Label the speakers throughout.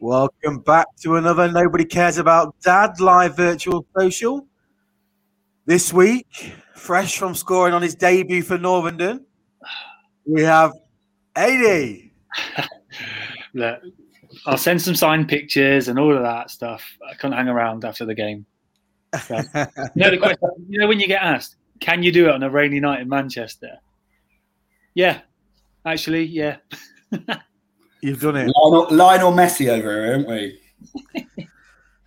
Speaker 1: Welcome back to another Nobody Cares About Dad live virtual social. This week, fresh from scoring on his debut for Northenden, we have AD.
Speaker 2: Look, I'll send some signed pictures and all of that stuff. I can't hang around after the game. So, you know the question. You know when you get asked, "Can you do it on a rainy night in Manchester?" Yeah, actually, yeah.
Speaker 1: You've done it.
Speaker 3: Lionel, Lionel Messi over here, aren't we?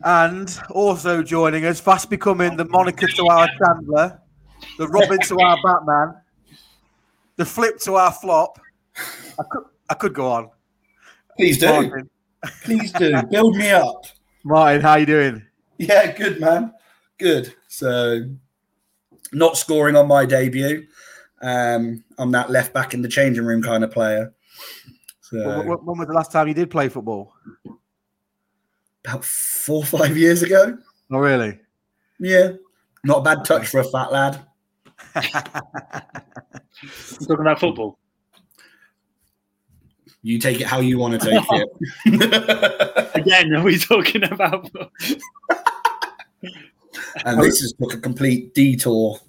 Speaker 1: And also joining us, fast becoming the Monica to our Chandler, the Robin to our Batman, the Flip to our Flop. I could, I could go on.
Speaker 3: Please do.
Speaker 1: Martin,
Speaker 3: Please do. Build me up.
Speaker 1: Martin, how you doing?
Speaker 3: Yeah, good, man. Good. So, not scoring on my debut. Um, I'm that left back in the changing room kind of player. So,
Speaker 1: When, when- when was the last time you did play football?
Speaker 3: about four or five years ago.
Speaker 1: Oh, really?
Speaker 3: Yeah. Not a bad touch for a fat lad.
Speaker 2: I'm talking about football.
Speaker 3: You take it how you want to take it.
Speaker 2: Again, are we talking about? football?
Speaker 3: and this is like a complete detour.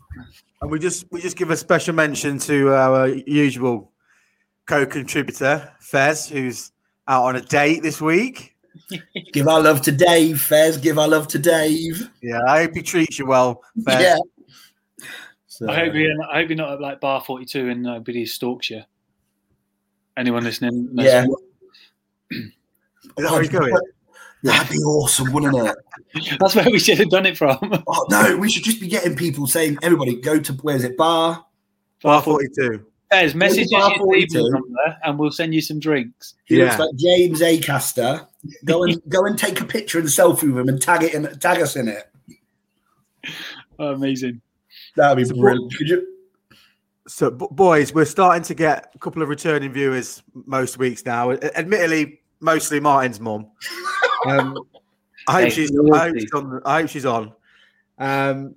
Speaker 1: And we just we just give a special mention to our usual co-contributor Fez, who's out on a date this week.
Speaker 3: Give our love to Dave, Fez. Give our love to Dave.
Speaker 1: Yeah, I hope he treats you well, Fez.
Speaker 3: Yeah. So,
Speaker 2: I hope you're. I hope you're not at like Bar Forty Two and nobody stalks you. Anyone listening? knows-
Speaker 3: Yeah.
Speaker 1: Is that where he's going?
Speaker 3: uh, That'd be awesome, wouldn't it?
Speaker 2: That's where we should have done it from.
Speaker 3: Oh no, we should just be getting people saying, "Everybody, go to where's it bar?"
Speaker 1: Bar forty-two.
Speaker 2: There's messages
Speaker 3: Bar
Speaker 2: your
Speaker 3: 42.
Speaker 2: number, and we'll send you some drinks.
Speaker 3: He
Speaker 1: Yeah.
Speaker 3: looks like James Acaster. Go and go and take a picture and selfie with him and tag it and tag us in it.
Speaker 2: Oh, amazing.
Speaker 3: That'd be
Speaker 1: Support-
Speaker 3: brilliant. Could you?
Speaker 1: So, b- boys, we're starting to get a couple of returning viewers most weeks now. A- Admittedly, mostly Martin's mum. Um, I, hope
Speaker 2: Hey,
Speaker 1: she's, I, hope
Speaker 2: naughty.
Speaker 1: she's on, I hope she's on. Um,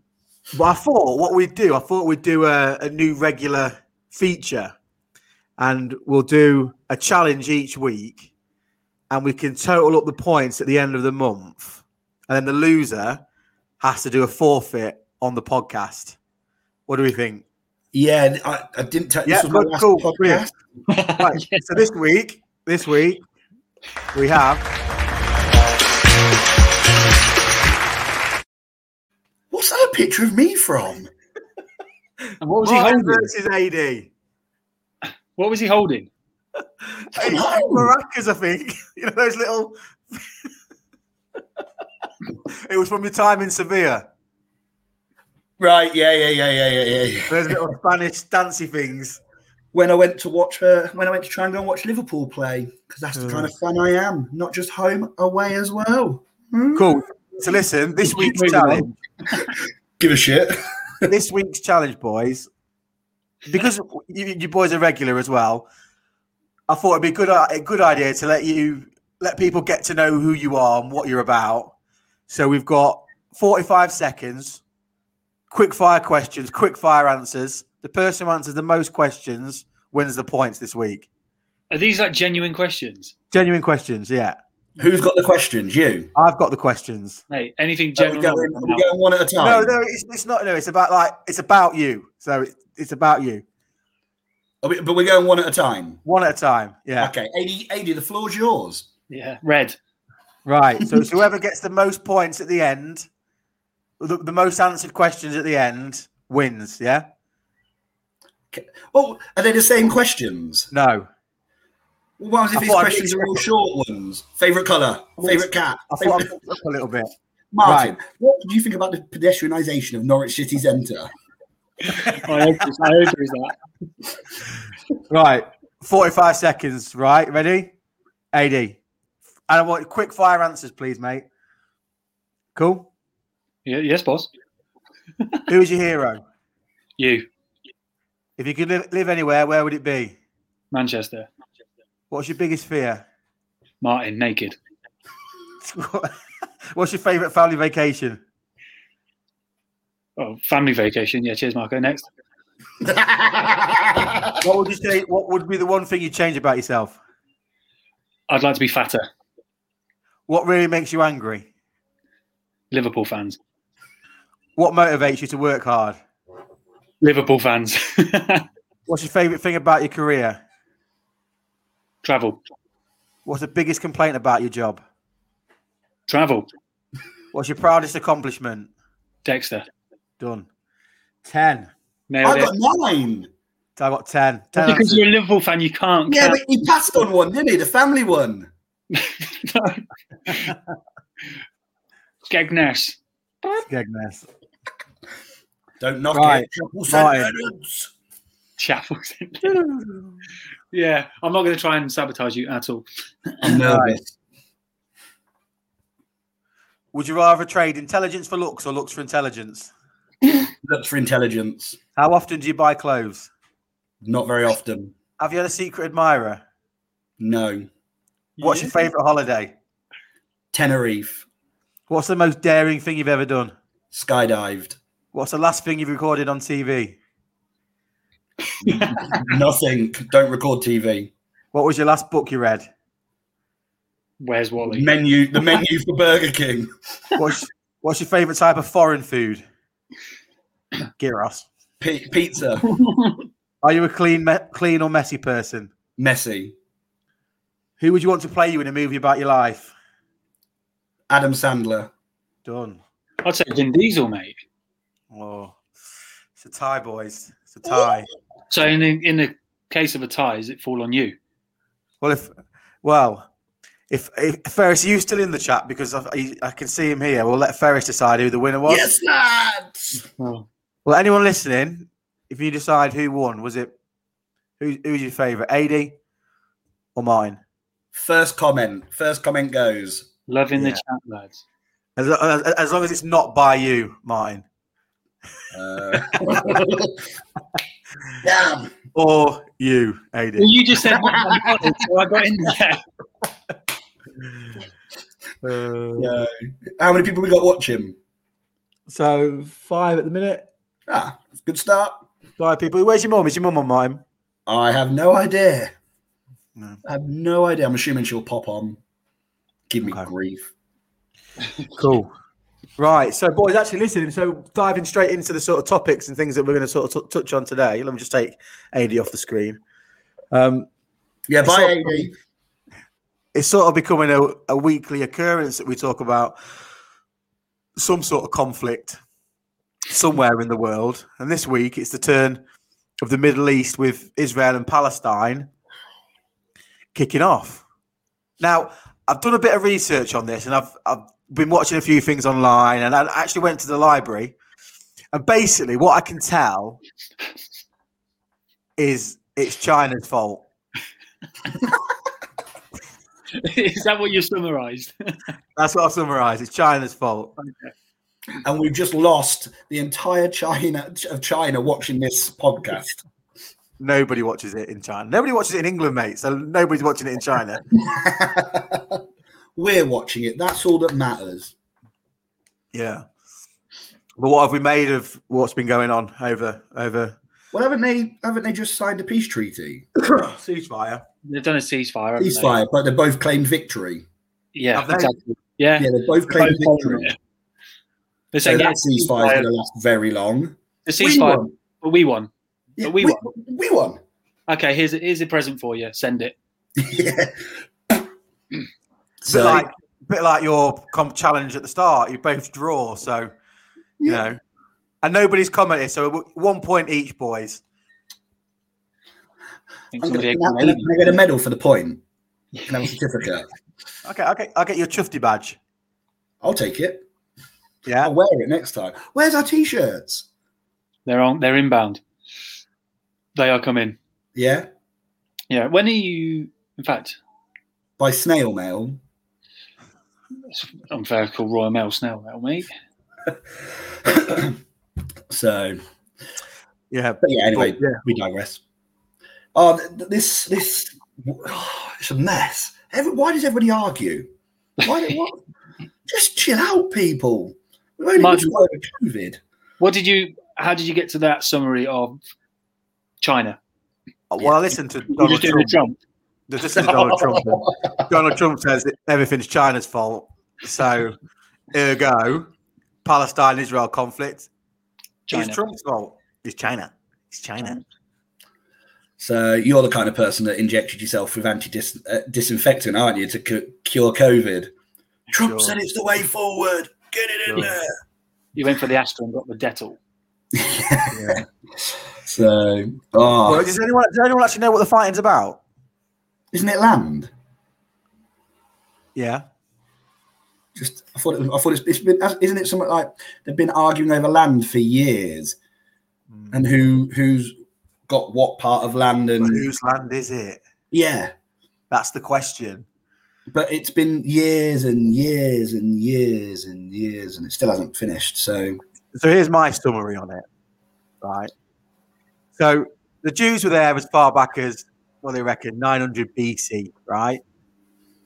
Speaker 1: but I thought what we'd do, I thought we'd do a, a new regular feature and we'll do a challenge each week and we can total up the points at the end of the month. And then the loser has to do a forfeit on the podcast. What do we think?
Speaker 3: Yeah, I, I didn't. Ta-
Speaker 1: Yeah,
Speaker 3: this was my
Speaker 1: good
Speaker 3: last
Speaker 1: call.
Speaker 3: podcast.
Speaker 1: Brilliant. Right.
Speaker 2: Yeah.
Speaker 1: So this week, this week, we have
Speaker 3: What's that picture of me from?
Speaker 2: And what was he
Speaker 1: Martin
Speaker 2: holding?
Speaker 1: versus AD.
Speaker 2: What was he holding?
Speaker 3: Come on.
Speaker 1: Maracas, I think. You know those little. it was from your time in Sevilla.
Speaker 3: Right? Yeah, yeah, yeah, yeah, yeah, yeah, yeah.
Speaker 1: Those little Spanish dancey things.
Speaker 3: When I went to watch her, when I went to try and go and watch Liverpool play, because that's the
Speaker 1: Mm.
Speaker 3: kind of fan I am. Not just home, away as well. Hmm?
Speaker 1: Cool. So listen, this week's
Speaker 2: Moving on.
Speaker 1: challenge.
Speaker 3: Give a shit.
Speaker 1: This week's challenge, boys. Because you, you boys are regular as well, I thought it'd be good a good idea to let you let people get to know who you are and what you're about. So we've got 45 seconds, quick fire questions, quick fire answers. The person who answers the most questions wins the points this week.
Speaker 2: Are these like genuine questions,
Speaker 1: Genuine questions, yeah.
Speaker 3: Who's got the questions? You.
Speaker 1: I've got the questions.
Speaker 2: mate? Anything
Speaker 3: Are we
Speaker 2: general?
Speaker 3: going, are we going one at a time?
Speaker 1: No, no, it's, it's not. No, it's about like it's about you. So it, it's about you,
Speaker 3: Are we- but we're going one at a time.
Speaker 1: one at a time. Yeah.
Speaker 3: Okay, AD, AD, the floor's yours.
Speaker 2: yeah, red.
Speaker 1: Right. So it's whoever gets the most points at the end, the, the most answered questions at the end wins. Yeah.
Speaker 3: Oh, are they the same questions?
Speaker 1: No.
Speaker 3: Well, what happens
Speaker 1: I
Speaker 3: if these
Speaker 1: thought I'd
Speaker 3: questions are all short ones? Favorite color, favorite cat.
Speaker 1: I thought I
Speaker 3: Favorite...
Speaker 1: picked up a little bit.
Speaker 3: Martin, what do you think about the pedestrianisation of Norwich City Centre?
Speaker 2: I hope it's, I hope it's that.
Speaker 1: Right. Forty-five seconds. Right. Ready? Ad. And I want quick fire answers, please, mate. Cool.
Speaker 2: Yeah, yes, boss.
Speaker 1: Who is your hero?
Speaker 2: You,
Speaker 1: If you could live, live anywhere, where would it be?
Speaker 2: Manchester.
Speaker 1: What's your biggest fear?
Speaker 2: Martin, naked.
Speaker 1: What's your favourite family vacation?
Speaker 2: Oh, family vacation. Yeah, cheers, Marco. Next.
Speaker 1: What would you say? What would be the one thing you change about yourself?
Speaker 2: I'd like to be fatter.
Speaker 1: What really makes you angry?
Speaker 2: Liverpool fans.
Speaker 1: What motivates you to work hard?
Speaker 2: Liverpool fans.
Speaker 1: What's your favourite thing about your career?
Speaker 2: Travel.
Speaker 1: What's the biggest complaint about your job?
Speaker 2: Travel.
Speaker 1: What's your proudest accomplishment?
Speaker 2: Dexter.
Speaker 1: Done. Ten.
Speaker 2: Nailed
Speaker 3: I
Speaker 2: it.
Speaker 3: got nine.
Speaker 1: So I got ten. Ten
Speaker 2: Because
Speaker 1: answers.
Speaker 2: you're a Liverpool fan, you can't.
Speaker 3: Yeah, but
Speaker 2: count.
Speaker 3: he passed on one, didn't he? The family one.
Speaker 2: Skegness.
Speaker 1: Skegness.
Speaker 3: Don't knock
Speaker 1: Right,
Speaker 3: it. Triple
Speaker 1: Martin.
Speaker 3: sentence.
Speaker 2: Chapel. yeah, I'm not going to try and sabotage you at all.
Speaker 3: I'm nervous.
Speaker 1: Would you rather trade intelligence for looks or looks for intelligence?
Speaker 3: Looks for intelligence.
Speaker 1: How often do you buy clothes?
Speaker 3: Not very often.
Speaker 1: Have you had a secret admirer?
Speaker 3: No.
Speaker 1: What's your favourite holiday?
Speaker 3: Tenerife.
Speaker 1: What's the most daring thing you've ever done?
Speaker 3: Skydived.
Speaker 1: What's the last thing you've recorded on TV?
Speaker 3: Nothing. Don't record TV.
Speaker 1: What was your last book you read?
Speaker 2: Where's Wally?
Speaker 3: Menu. The menu for Burger King.
Speaker 1: What's, what's your favourite type of foreign food? Gyros.
Speaker 3: P- pizza.
Speaker 1: Are you a clean, me- clean or messy person?
Speaker 3: Messi.
Speaker 1: Who would you want to play you in a movie about your life?
Speaker 3: Adam Sandler.
Speaker 1: Done.
Speaker 2: I'd say Vin Diesel, mate.
Speaker 1: Oh, it's a tie, boys. It's a tie.
Speaker 2: So in the, in the case of a tie, does it fall on you?
Speaker 1: Well, if well, if, if Ferris, are you still in the chat because I, I, I can see him here. We'll let Ferris decide who the winner was.
Speaker 3: Yes, lads.
Speaker 1: Well, anyone listening, if you decide who won, was it who, who's your favourite, AD or Martin?
Speaker 3: First comment. First comment goes.
Speaker 2: Loving the
Speaker 1: Yeah.
Speaker 2: chat, lads.
Speaker 1: As, as, as long as it's not by you, Martin,
Speaker 3: Uh, damn.
Speaker 1: or you, AD.
Speaker 2: Well, you just said so I got in there.
Speaker 1: Uh,
Speaker 3: No. How many people we got watching?
Speaker 1: So five at the minute.
Speaker 3: Ah, good start.
Speaker 1: Five people. Where's your mum? Is your mum on mine?
Speaker 3: I have no idea.
Speaker 1: No.
Speaker 3: I have no idea. I'm assuming she'll pop on. Give me
Speaker 1: Okay.
Speaker 3: grief.
Speaker 1: Cool. Right, so boys, actually listening, so diving straight into the sort of topics and things that we're going to sort of t- touch on today. Let me just take AD off the screen. Um,
Speaker 3: Yeah,
Speaker 1: It's
Speaker 3: bye,
Speaker 1: not-
Speaker 3: AD.
Speaker 1: it's sort of becoming a, a weekly occurrence that we talk about some sort of conflict somewhere in the world. And this week, it's the turn of the Middle East with Israel and Palestine kicking off. Now, I've done a bit of research on this and I've, I've been watching a few things online and I actually went to the library. And basically, what I can tell is it's China's fault.
Speaker 2: Is that what you summarised?
Speaker 1: That's what I've summarized. It's China's fault.
Speaker 3: And we've just lost the entire China of China watching this podcast.
Speaker 1: Nobody watches it in China. Nobody watches it in England, mate. So nobody's watching it in China.
Speaker 3: We're watching it. That's all that matters.
Speaker 1: yeah. But what have we made of what's been going on over over
Speaker 3: Well, haven't they? Haven't they just signed a peace treaty,
Speaker 1: ceasefire?
Speaker 2: They've done a ceasefire. haven't they?
Speaker 3: ceasefire? But they both claimed victory.
Speaker 2: Yeah,
Speaker 1: Have they?
Speaker 2: exactly. Yeah.
Speaker 3: Yeah, they both claimed victory.
Speaker 2: They're
Speaker 3: So
Speaker 2: saying, yeah,
Speaker 3: that ceasefire's going to last very long.
Speaker 2: the
Speaker 3: We
Speaker 2: ceasefire,
Speaker 3: won.
Speaker 2: but we won.
Speaker 3: Yeah,
Speaker 2: But we
Speaker 3: we, we won.
Speaker 2: Okay, here's here's a present for you. Send it.
Speaker 3: yeah.
Speaker 1: It's a bit like a bit like your comp challenge at the start. You both draw, so you
Speaker 3: Yeah.
Speaker 1: know. And nobody's commented, so w- one point each, boys.
Speaker 2: I think
Speaker 3: I'm
Speaker 2: somebody
Speaker 3: going to get a medal for the point. Can I have a certificate?
Speaker 1: Okay, okay, I'll get your chufty badge.
Speaker 3: I'll take it.
Speaker 1: Yeah,
Speaker 2: Oh.
Speaker 3: I'll wear it next time. Where's our t-shirts?
Speaker 2: They're on. They're inbound. They are coming.
Speaker 3: Yeah,
Speaker 2: Yeah. When are you? In fact,
Speaker 3: by snail mail.
Speaker 2: it's unfair to call Royal Mail Snail Mail, mate.
Speaker 3: So,
Speaker 1: yeah.
Speaker 3: but yeah. Anyway,
Speaker 1: But, yeah.
Speaker 3: we digress. Oh, th- th- this this it's a mess. Every, why does everybody argue? Why? do- what? Just chill out, people. We've only been
Speaker 2: Martin-
Speaker 3: through over COVID.
Speaker 2: What did you? How did you get to that summary of China?
Speaker 1: Well, I listened to
Speaker 2: You
Speaker 1: Donald
Speaker 2: just doing the
Speaker 1: Trump.
Speaker 2: Trump.
Speaker 1: This is Donald Trump. Donald Trump says that everything's China's fault. So, ergo, Palestine Israel conflict
Speaker 2: China.
Speaker 1: is Trump's fault. It's China. It's China.
Speaker 3: So you're the kind of person that injected yourself with anti uh, disinfectant, aren't you, to cu- cure COVID? Trump
Speaker 1: Sure.
Speaker 3: said it's the way forward. Get it in
Speaker 1: Sure.
Speaker 3: there.
Speaker 2: You went for the Astra and got the Dettol.
Speaker 1: Yeah.
Speaker 3: So, oh,
Speaker 1: Well, does anyone does anyone actually know what the fighting's about?
Speaker 3: isn't it land?
Speaker 1: Yeah.
Speaker 3: Just I thought it was, I thought it's, it's been isn't it something like they've been arguing over land for years and who who's got what part of land
Speaker 1: But
Speaker 3: and
Speaker 1: whose land is it?
Speaker 3: yeah,
Speaker 1: That's the question.
Speaker 3: but it's been years and years and years and years and it still hasn't finished. So
Speaker 1: So here's my summary on it. Right. So the Jews were there as far back as well, they reckon 900 BC. Right.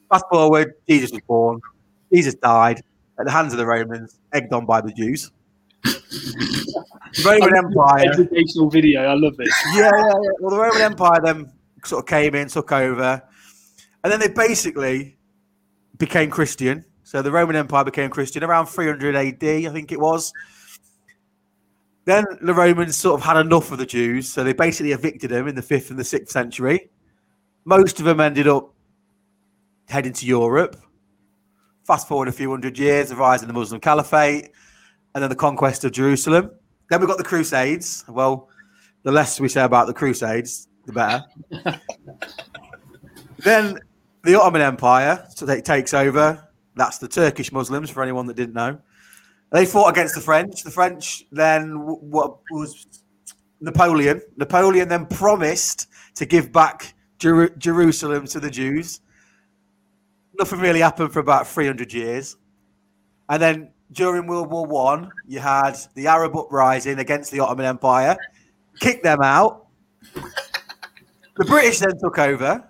Speaker 1: Fast forward, Jesus was born. Jesus died at the hands of the Romans, egged on by the Jews. the Roman Empire.
Speaker 2: Educational video. I love this.
Speaker 1: yeah, yeah, yeah. Well, the Roman Empire then sort of came in, took over, and then they basically became Christian. So the Roman Empire became Christian around 300 AD, I think it was. Then the Romans sort of had enough of the Jews, so they basically evicted them in the 5th and the 6th century. Most of them ended up heading to Europe. Fast forward a few hundred years, the rise of the Muslim Caliphate, and then the conquest of Jerusalem. Then we got the Crusades. Well, the less we say about the Crusades, the better. then the Ottoman Empire so they takes over. That's the Turkish Muslims, for anyone that didn't know. They fought against the French. The French then w- what was Napoleon. Napoleon then promised to give back Jeru- Jerusalem to the Jews. Nothing really happened for about 300 years. And then during World War One, you had the Arab uprising against the Ottoman Empire kicked them out. The British then took over,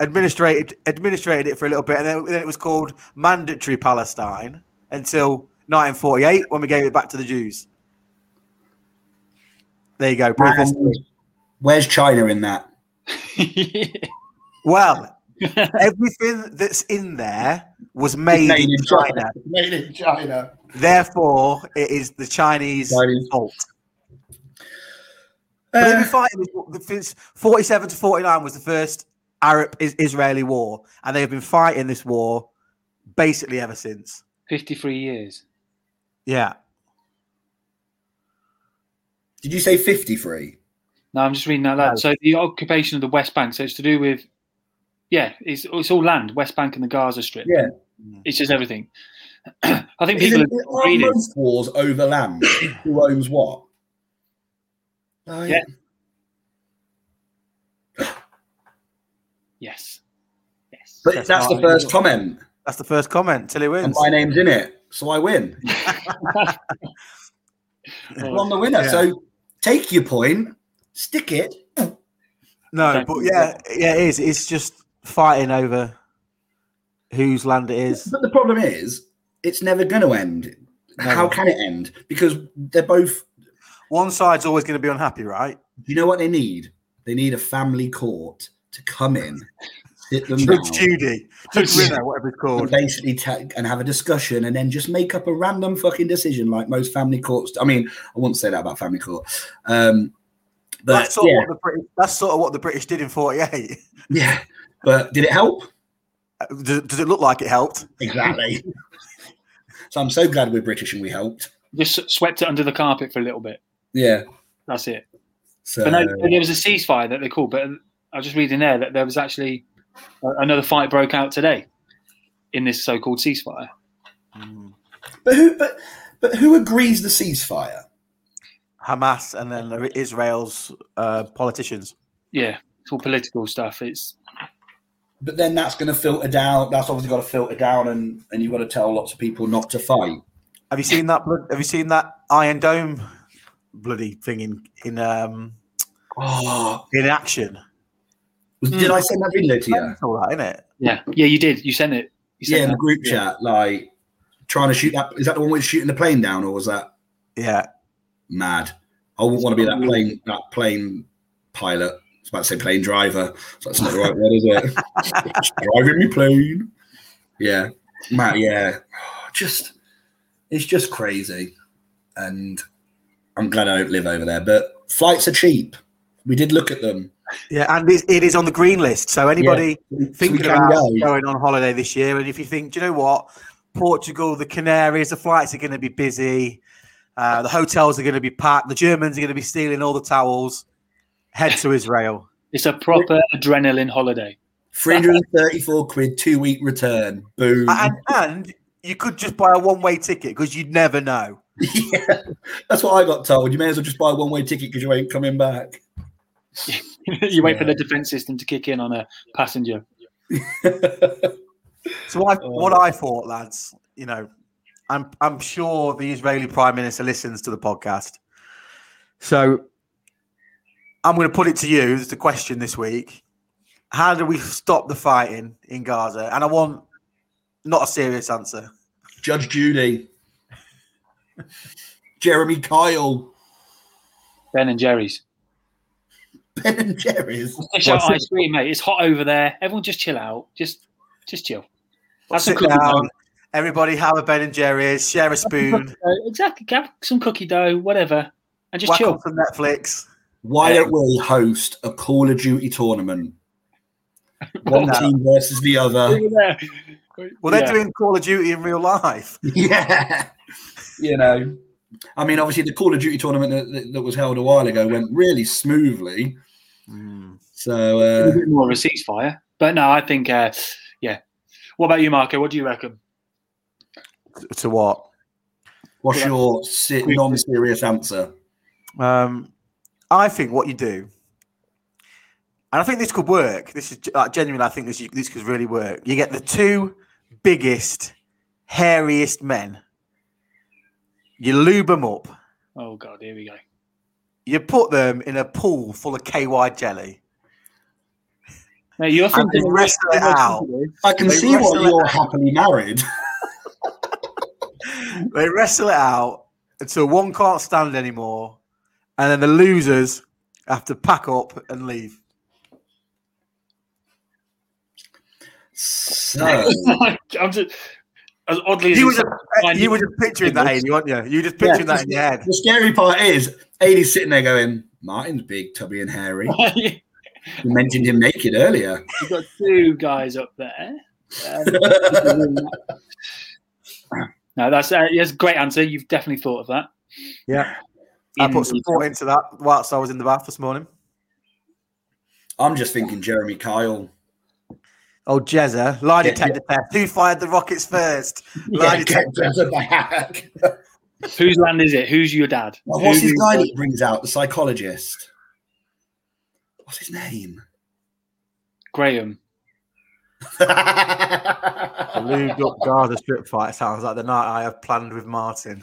Speaker 1: administrated administrated it for a little bit, and then, then it was called Mandatory Palestine until 1948 when we gave it back to the Jews. There you go. brief history.
Speaker 3: and where's China in that?
Speaker 1: Well, everything that's in there was made
Speaker 4: Made
Speaker 1: in
Speaker 4: in
Speaker 1: China.
Speaker 4: Made in China.
Speaker 1: Therefore, it is the Chinese
Speaker 3: Chinese.
Speaker 1: fault. But they've
Speaker 3: Uh,
Speaker 1: been fighting this- since 47 to 49 was the first Arab is- Israeli war, and they have been fighting this war basically ever since.
Speaker 2: 53 years.
Speaker 1: Yeah.
Speaker 3: did you say 53?
Speaker 2: No, I'm just reading that. loud.
Speaker 1: No.
Speaker 2: So the occupation of the West Bank. So it's to do with, yeah, it's it's all land, West Bank and the Gaza Strip. Mm.
Speaker 3: Yeah.
Speaker 2: it's just everything. I think people
Speaker 3: Isn't,
Speaker 2: are
Speaker 3: are
Speaker 2: reading.
Speaker 3: most wars over land? Who owns what?
Speaker 1: Oh,
Speaker 3: Like,
Speaker 2: Yeah. Yes, yes.
Speaker 3: But
Speaker 1: That's
Speaker 3: that's the
Speaker 1: right.
Speaker 3: first comment,
Speaker 1: That's the first comment. Till he
Speaker 3: and
Speaker 1: wins.
Speaker 3: my name's in it, so I win. Well,
Speaker 2: Oh.
Speaker 3: I'm the winner.
Speaker 1: Yeah.
Speaker 3: So take your point, stick it.
Speaker 1: No,
Speaker 2: Thank
Speaker 1: but
Speaker 2: you.
Speaker 1: yeah, yeah, it is. It's just fighting over whose land it is.
Speaker 3: But the problem is, it's never going to end. How
Speaker 1: Never.
Speaker 3: can it end? Because they're both.
Speaker 1: One side's always going to be unhappy, right?
Speaker 3: You know what they need? They need a family court to come in, sit them down,
Speaker 1: Judge Judy, Judge Winner, whatever it's
Speaker 3: and
Speaker 1: called.
Speaker 3: basically ta- and have a discussion, and then just make up a random fucking decision, like most family courts. I mean, I wouldn't say that about family court, um, but
Speaker 1: That's sort,
Speaker 3: yeah,
Speaker 1: of what the British, that's sort of what the British did in 48.
Speaker 3: yeah. But did it help?
Speaker 1: Does, does it look like it helped?
Speaker 3: Exactly. so I'm so glad we're British and we helped.
Speaker 2: Just swept it under the carpet for a little bit.
Speaker 3: Yeah.
Speaker 2: That's it.
Speaker 3: So
Speaker 2: But no, there was a ceasefire that they called. But I was just reading there that there was actually a- another fight broke out today in this so-called ceasefire.
Speaker 3: Hmm. But who? But but who agrees the ceasefire?
Speaker 1: Hamas and then the Israel's uh, politicians.
Speaker 2: Yeah, it's all political stuff. It's
Speaker 3: But then that's going to filter down. That's obviously got to filter down, and and you've got to tell lots of people not to fight.
Speaker 1: Have you seen that? Blood, have you seen that Iron Dome bloody thing in in um,
Speaker 3: Oh,
Speaker 1: in action?
Speaker 3: was, did I send that video to you?
Speaker 1: All that, isn't it?
Speaker 2: yeah, yeah. You did. You sent it. You
Speaker 3: Yeah,
Speaker 2: sent
Speaker 3: in the
Speaker 2: that.
Speaker 3: group chat, like trying to shoot that. Is that the one with shooting the plane down, or was that
Speaker 1: Yeah,
Speaker 3: mad? I wouldn't want to be that plane that plane pilot. was about to say plane driver. So that's not the right word, is it? Just driving me plane. Yeah, Matt. Yeah, just it's just crazy, and I'm glad I don't live over there. But flights are cheap. We did look at them.
Speaker 1: Yeah, and it's- it is on the green list. So anybody
Speaker 3: Yeah.
Speaker 1: thinking
Speaker 3: So we can
Speaker 1: about
Speaker 3: go.
Speaker 1: going on holiday this year, and if you think, do you know what, Portugal, the Canaries, the flights are going to be busy, uh, the hotels are going to be packed, the Germans are going to be stealing all the towels. Head to Israel.
Speaker 2: It's a proper adrenaline holiday.
Speaker 3: 334 quid, two week return. Boom.
Speaker 1: and, and you could just buy a one-way ticket because you'd never know.
Speaker 3: yeah, that's what I got told. You may as well just buy a one way ticket because you ain't coming back.
Speaker 2: you wait for the defense system to kick in on a passenger.
Speaker 1: So what I,
Speaker 3: Oh.
Speaker 1: what I thought, lads, you know, I'm I'm sure the Israeli Prime Minister listens to the podcast. So I'm going to put it to you as the question this week: How do we stop the fighting in Gaza? And I want not a serious answer.
Speaker 3: Judge Judy, Jeremy Kyle,
Speaker 2: Ben and Jerry's.
Speaker 3: Ben and Jerry's.
Speaker 2: Dish out
Speaker 1: What's it-
Speaker 2: ice cream, mate. It's hot over there. Everyone just chill out. Just just chill. That's a
Speaker 1: Sit
Speaker 2: cookie
Speaker 1: down,
Speaker 2: dough.
Speaker 1: everybody. Have a Ben and Jerry's, share a spoon,
Speaker 2: Uh, exactly. Have some cookie dough, whatever, and just
Speaker 1: whack
Speaker 2: chill.
Speaker 1: on some Netflix.
Speaker 3: Why don't we host a Call of Duty tournament? One
Speaker 1: No.
Speaker 3: team versus the other.
Speaker 2: Over there.
Speaker 1: Well, they're
Speaker 2: Yeah.
Speaker 1: doing Call of Duty in real life.
Speaker 3: yeah. You know, I mean, obviously, the Call of Duty tournament that- that, that was held a while ago went really smoothly.
Speaker 1: Mm.
Speaker 3: So,
Speaker 2: A
Speaker 3: uh,
Speaker 2: bit more of a ceasefire. But no, I think, uh, yeah. What about you, Marco? What do you reckon?
Speaker 1: To what?
Speaker 3: what's your se- non serious answer?
Speaker 1: Um, I think what you do, and I think this could work. This is like, genuinely, I think this this could really work. You get the two biggest, hairiest men. You lube them up.
Speaker 2: Oh God, here we go.
Speaker 1: You put them in a pool full of KY jelly.
Speaker 2: Now you're
Speaker 1: And
Speaker 2: thinking
Speaker 1: they wrestle it out.
Speaker 3: I can
Speaker 1: They
Speaker 3: see why
Speaker 1: wrestle it
Speaker 3: you're
Speaker 1: out.
Speaker 3: happily married.
Speaker 1: They wrestle it out until one can't stand anymore, and then the losers have to pack up and leave.
Speaker 3: So,
Speaker 2: I'm just as oddly as
Speaker 1: You
Speaker 2: it
Speaker 1: were just,
Speaker 2: sounds,
Speaker 1: you were just picturing that, Amy, weren't you? You were just picturing that in your head.
Speaker 3: the scary part is Adie's sitting there going, Martin's big, tubby, and hairy.
Speaker 2: you've
Speaker 3: You mentioned him naked earlier.
Speaker 2: got two guys up there. Um, No, that's uh, yes, great answer. You've definitely thought of that.
Speaker 1: Yeah. I
Speaker 2: In
Speaker 1: put some
Speaker 2: detail.
Speaker 1: thought into that whilst I was in the bath this morning.
Speaker 3: I'm just thinking Jeremy Kyle.
Speaker 1: Oh, Jezza, lie
Speaker 3: Yeah,
Speaker 1: detector test. Who fired the rockets first? Lie
Speaker 3: Get
Speaker 1: detector.
Speaker 3: Jezza back.
Speaker 2: Whose land is it? Who's your dad?
Speaker 3: Well, what's
Speaker 2: Who-
Speaker 3: his guy that he brings out? The psychologist. What's his name?
Speaker 2: Graham.
Speaker 1: A lubed up Gaza strip fight sounds like the night I have planned with Martin.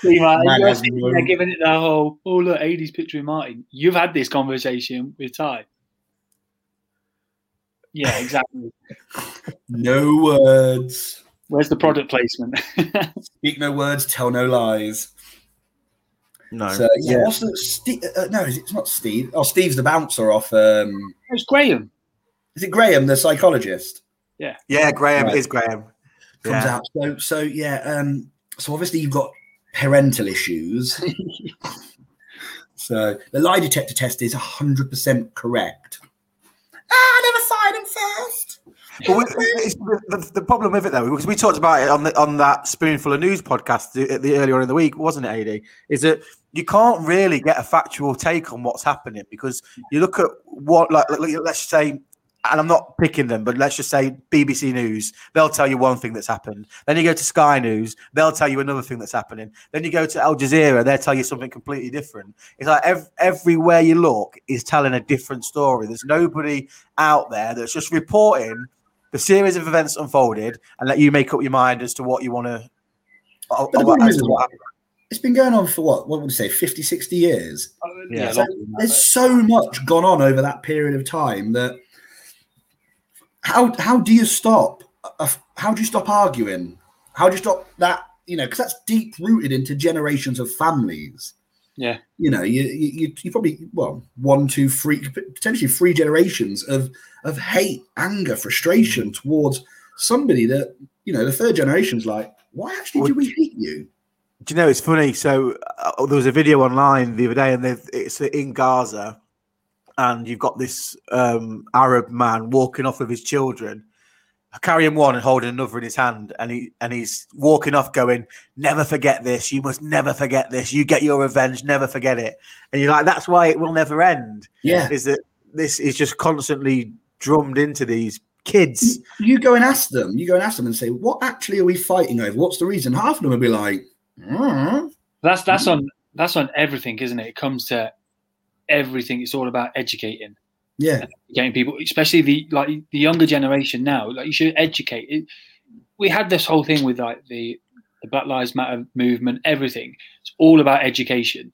Speaker 2: See, Martin,
Speaker 3: Man,
Speaker 2: you're
Speaker 3: that's
Speaker 2: sitting
Speaker 3: rude.
Speaker 2: there giving it the whole. Oh look, Adie's picturing Martin. You've had this conversation with Ty. Yeah, exactly.
Speaker 3: no words.
Speaker 2: Where's the product placement?
Speaker 3: Speak no words, tell no lies.
Speaker 1: No.
Speaker 3: So yeah, what's the Steve, uh, no? is it- It's not Steve. Oh, Steve's the bouncer off. Um,
Speaker 2: it's Graham.
Speaker 3: is it Graham, the psychologist?
Speaker 1: yeah, Graham
Speaker 3: Right.
Speaker 1: is Graham.
Speaker 3: Comes
Speaker 1: Yeah.
Speaker 3: out. So so yeah. Um, so obviously you've got parental issues. so the lie detector test is hundred percent correct. Ah, I never fired him first.
Speaker 1: But we, it's, the, the problem with it though, because we talked about it on the, on that spoonful of news podcast the, the earlier on in the week, wasn't it, Ad? Is that you can't really get a factual take on what's happening because you look at what, like, like let's just say, and I'm not picking them, but let's just say BBC News, they'll tell you one thing that's happened. Then you go to Sky News, they'll tell you another thing that's happening. Then you go to Al Jazeera, they'll tell you something completely different. It's like ev- everywhere you look is telling a different story. There's nobody out there that's just reporting the series of events unfolded and let you make up your mind as to what you uh, want to.
Speaker 3: But the problem is that- It's been going on for what? What would you say? 50, 60 years.
Speaker 2: Uh,
Speaker 1: Yeah.
Speaker 2: yeah,
Speaker 3: So There's so much gone on over that period of time that how how do you stop? uh, How do you stop arguing? How do you stop that? You know, because that's deep rooted into generations of families.
Speaker 2: Yeah.
Speaker 3: You know, you you, you probably well one, two, three, potentially three generations of of hate, anger, frustration towards somebody that you know the third generation's like, why actually do we hate you?
Speaker 1: Do you know it's funny? So uh, there was a video online the other day, and they've- it's in Gaza, and you've got this um, Arab man walking off with his children, carrying one and holding another in his hand, and he and he's walking off, going, "Never forget this. You must never forget this. You get your revenge. Never forget it." And you're like, "That's why it will never end."
Speaker 3: Yeah,
Speaker 1: Is that this is just constantly drummed into these kids?
Speaker 3: you go and ask them. You go and ask them and say, what actually are we fighting over? What's the reason? Half of them will be like, "Mm."
Speaker 2: That's that's on that's on everything, isn't it? It comes to everything. It's all about educating,
Speaker 3: yeah,
Speaker 2: educating people, especially the like the younger generation now. Like you should educate. It, we had this whole thing with like the the Black Lives Matter movement. Everything. It's all about education.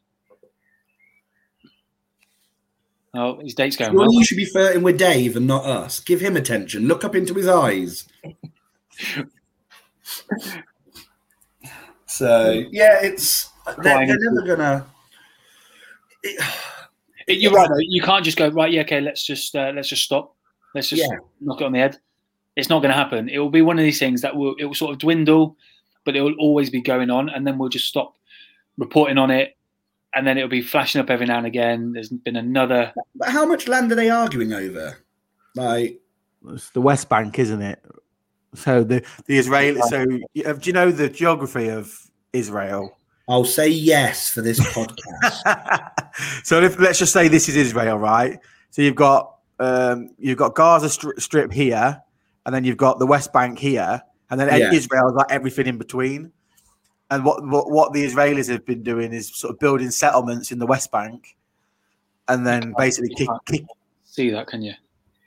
Speaker 2: Oh, his date's going
Speaker 3: well,
Speaker 2: well.
Speaker 3: you should be flirting with Dave and not us. Give him attention. Look up into his eyes. so yeah, it's they're, they're never gonna. it-
Speaker 2: It- You're right. Though. You can't just go right. Yeah, okay. Let's just uh, let's just stop. Let's just
Speaker 3: Yeah.
Speaker 2: knock it on the head. It's not going to happen. It will be one of these things that will it will sort of dwindle, but it will always be going on, and then we'll just stop reporting on it, and then it'll be flashing up every now and again. There's been another.
Speaker 3: But how much land are they arguing over? Like,
Speaker 1: It's the West Bank, isn't it? So the the Israeli. So you- uh, do you know the geography of Israel?
Speaker 3: I'll say yes for this podcast.
Speaker 1: so if, let's just say this is Israel, right? So you've got um, you've got Gaza stri- Strip here, and then you've got the West Bank here, and then
Speaker 3: Yeah.
Speaker 1: Israel's like everything in between. And what, what what the Israelis have been doing is sort of building settlements in the West Bank, and then basically kick, kick.
Speaker 2: See that? Can you?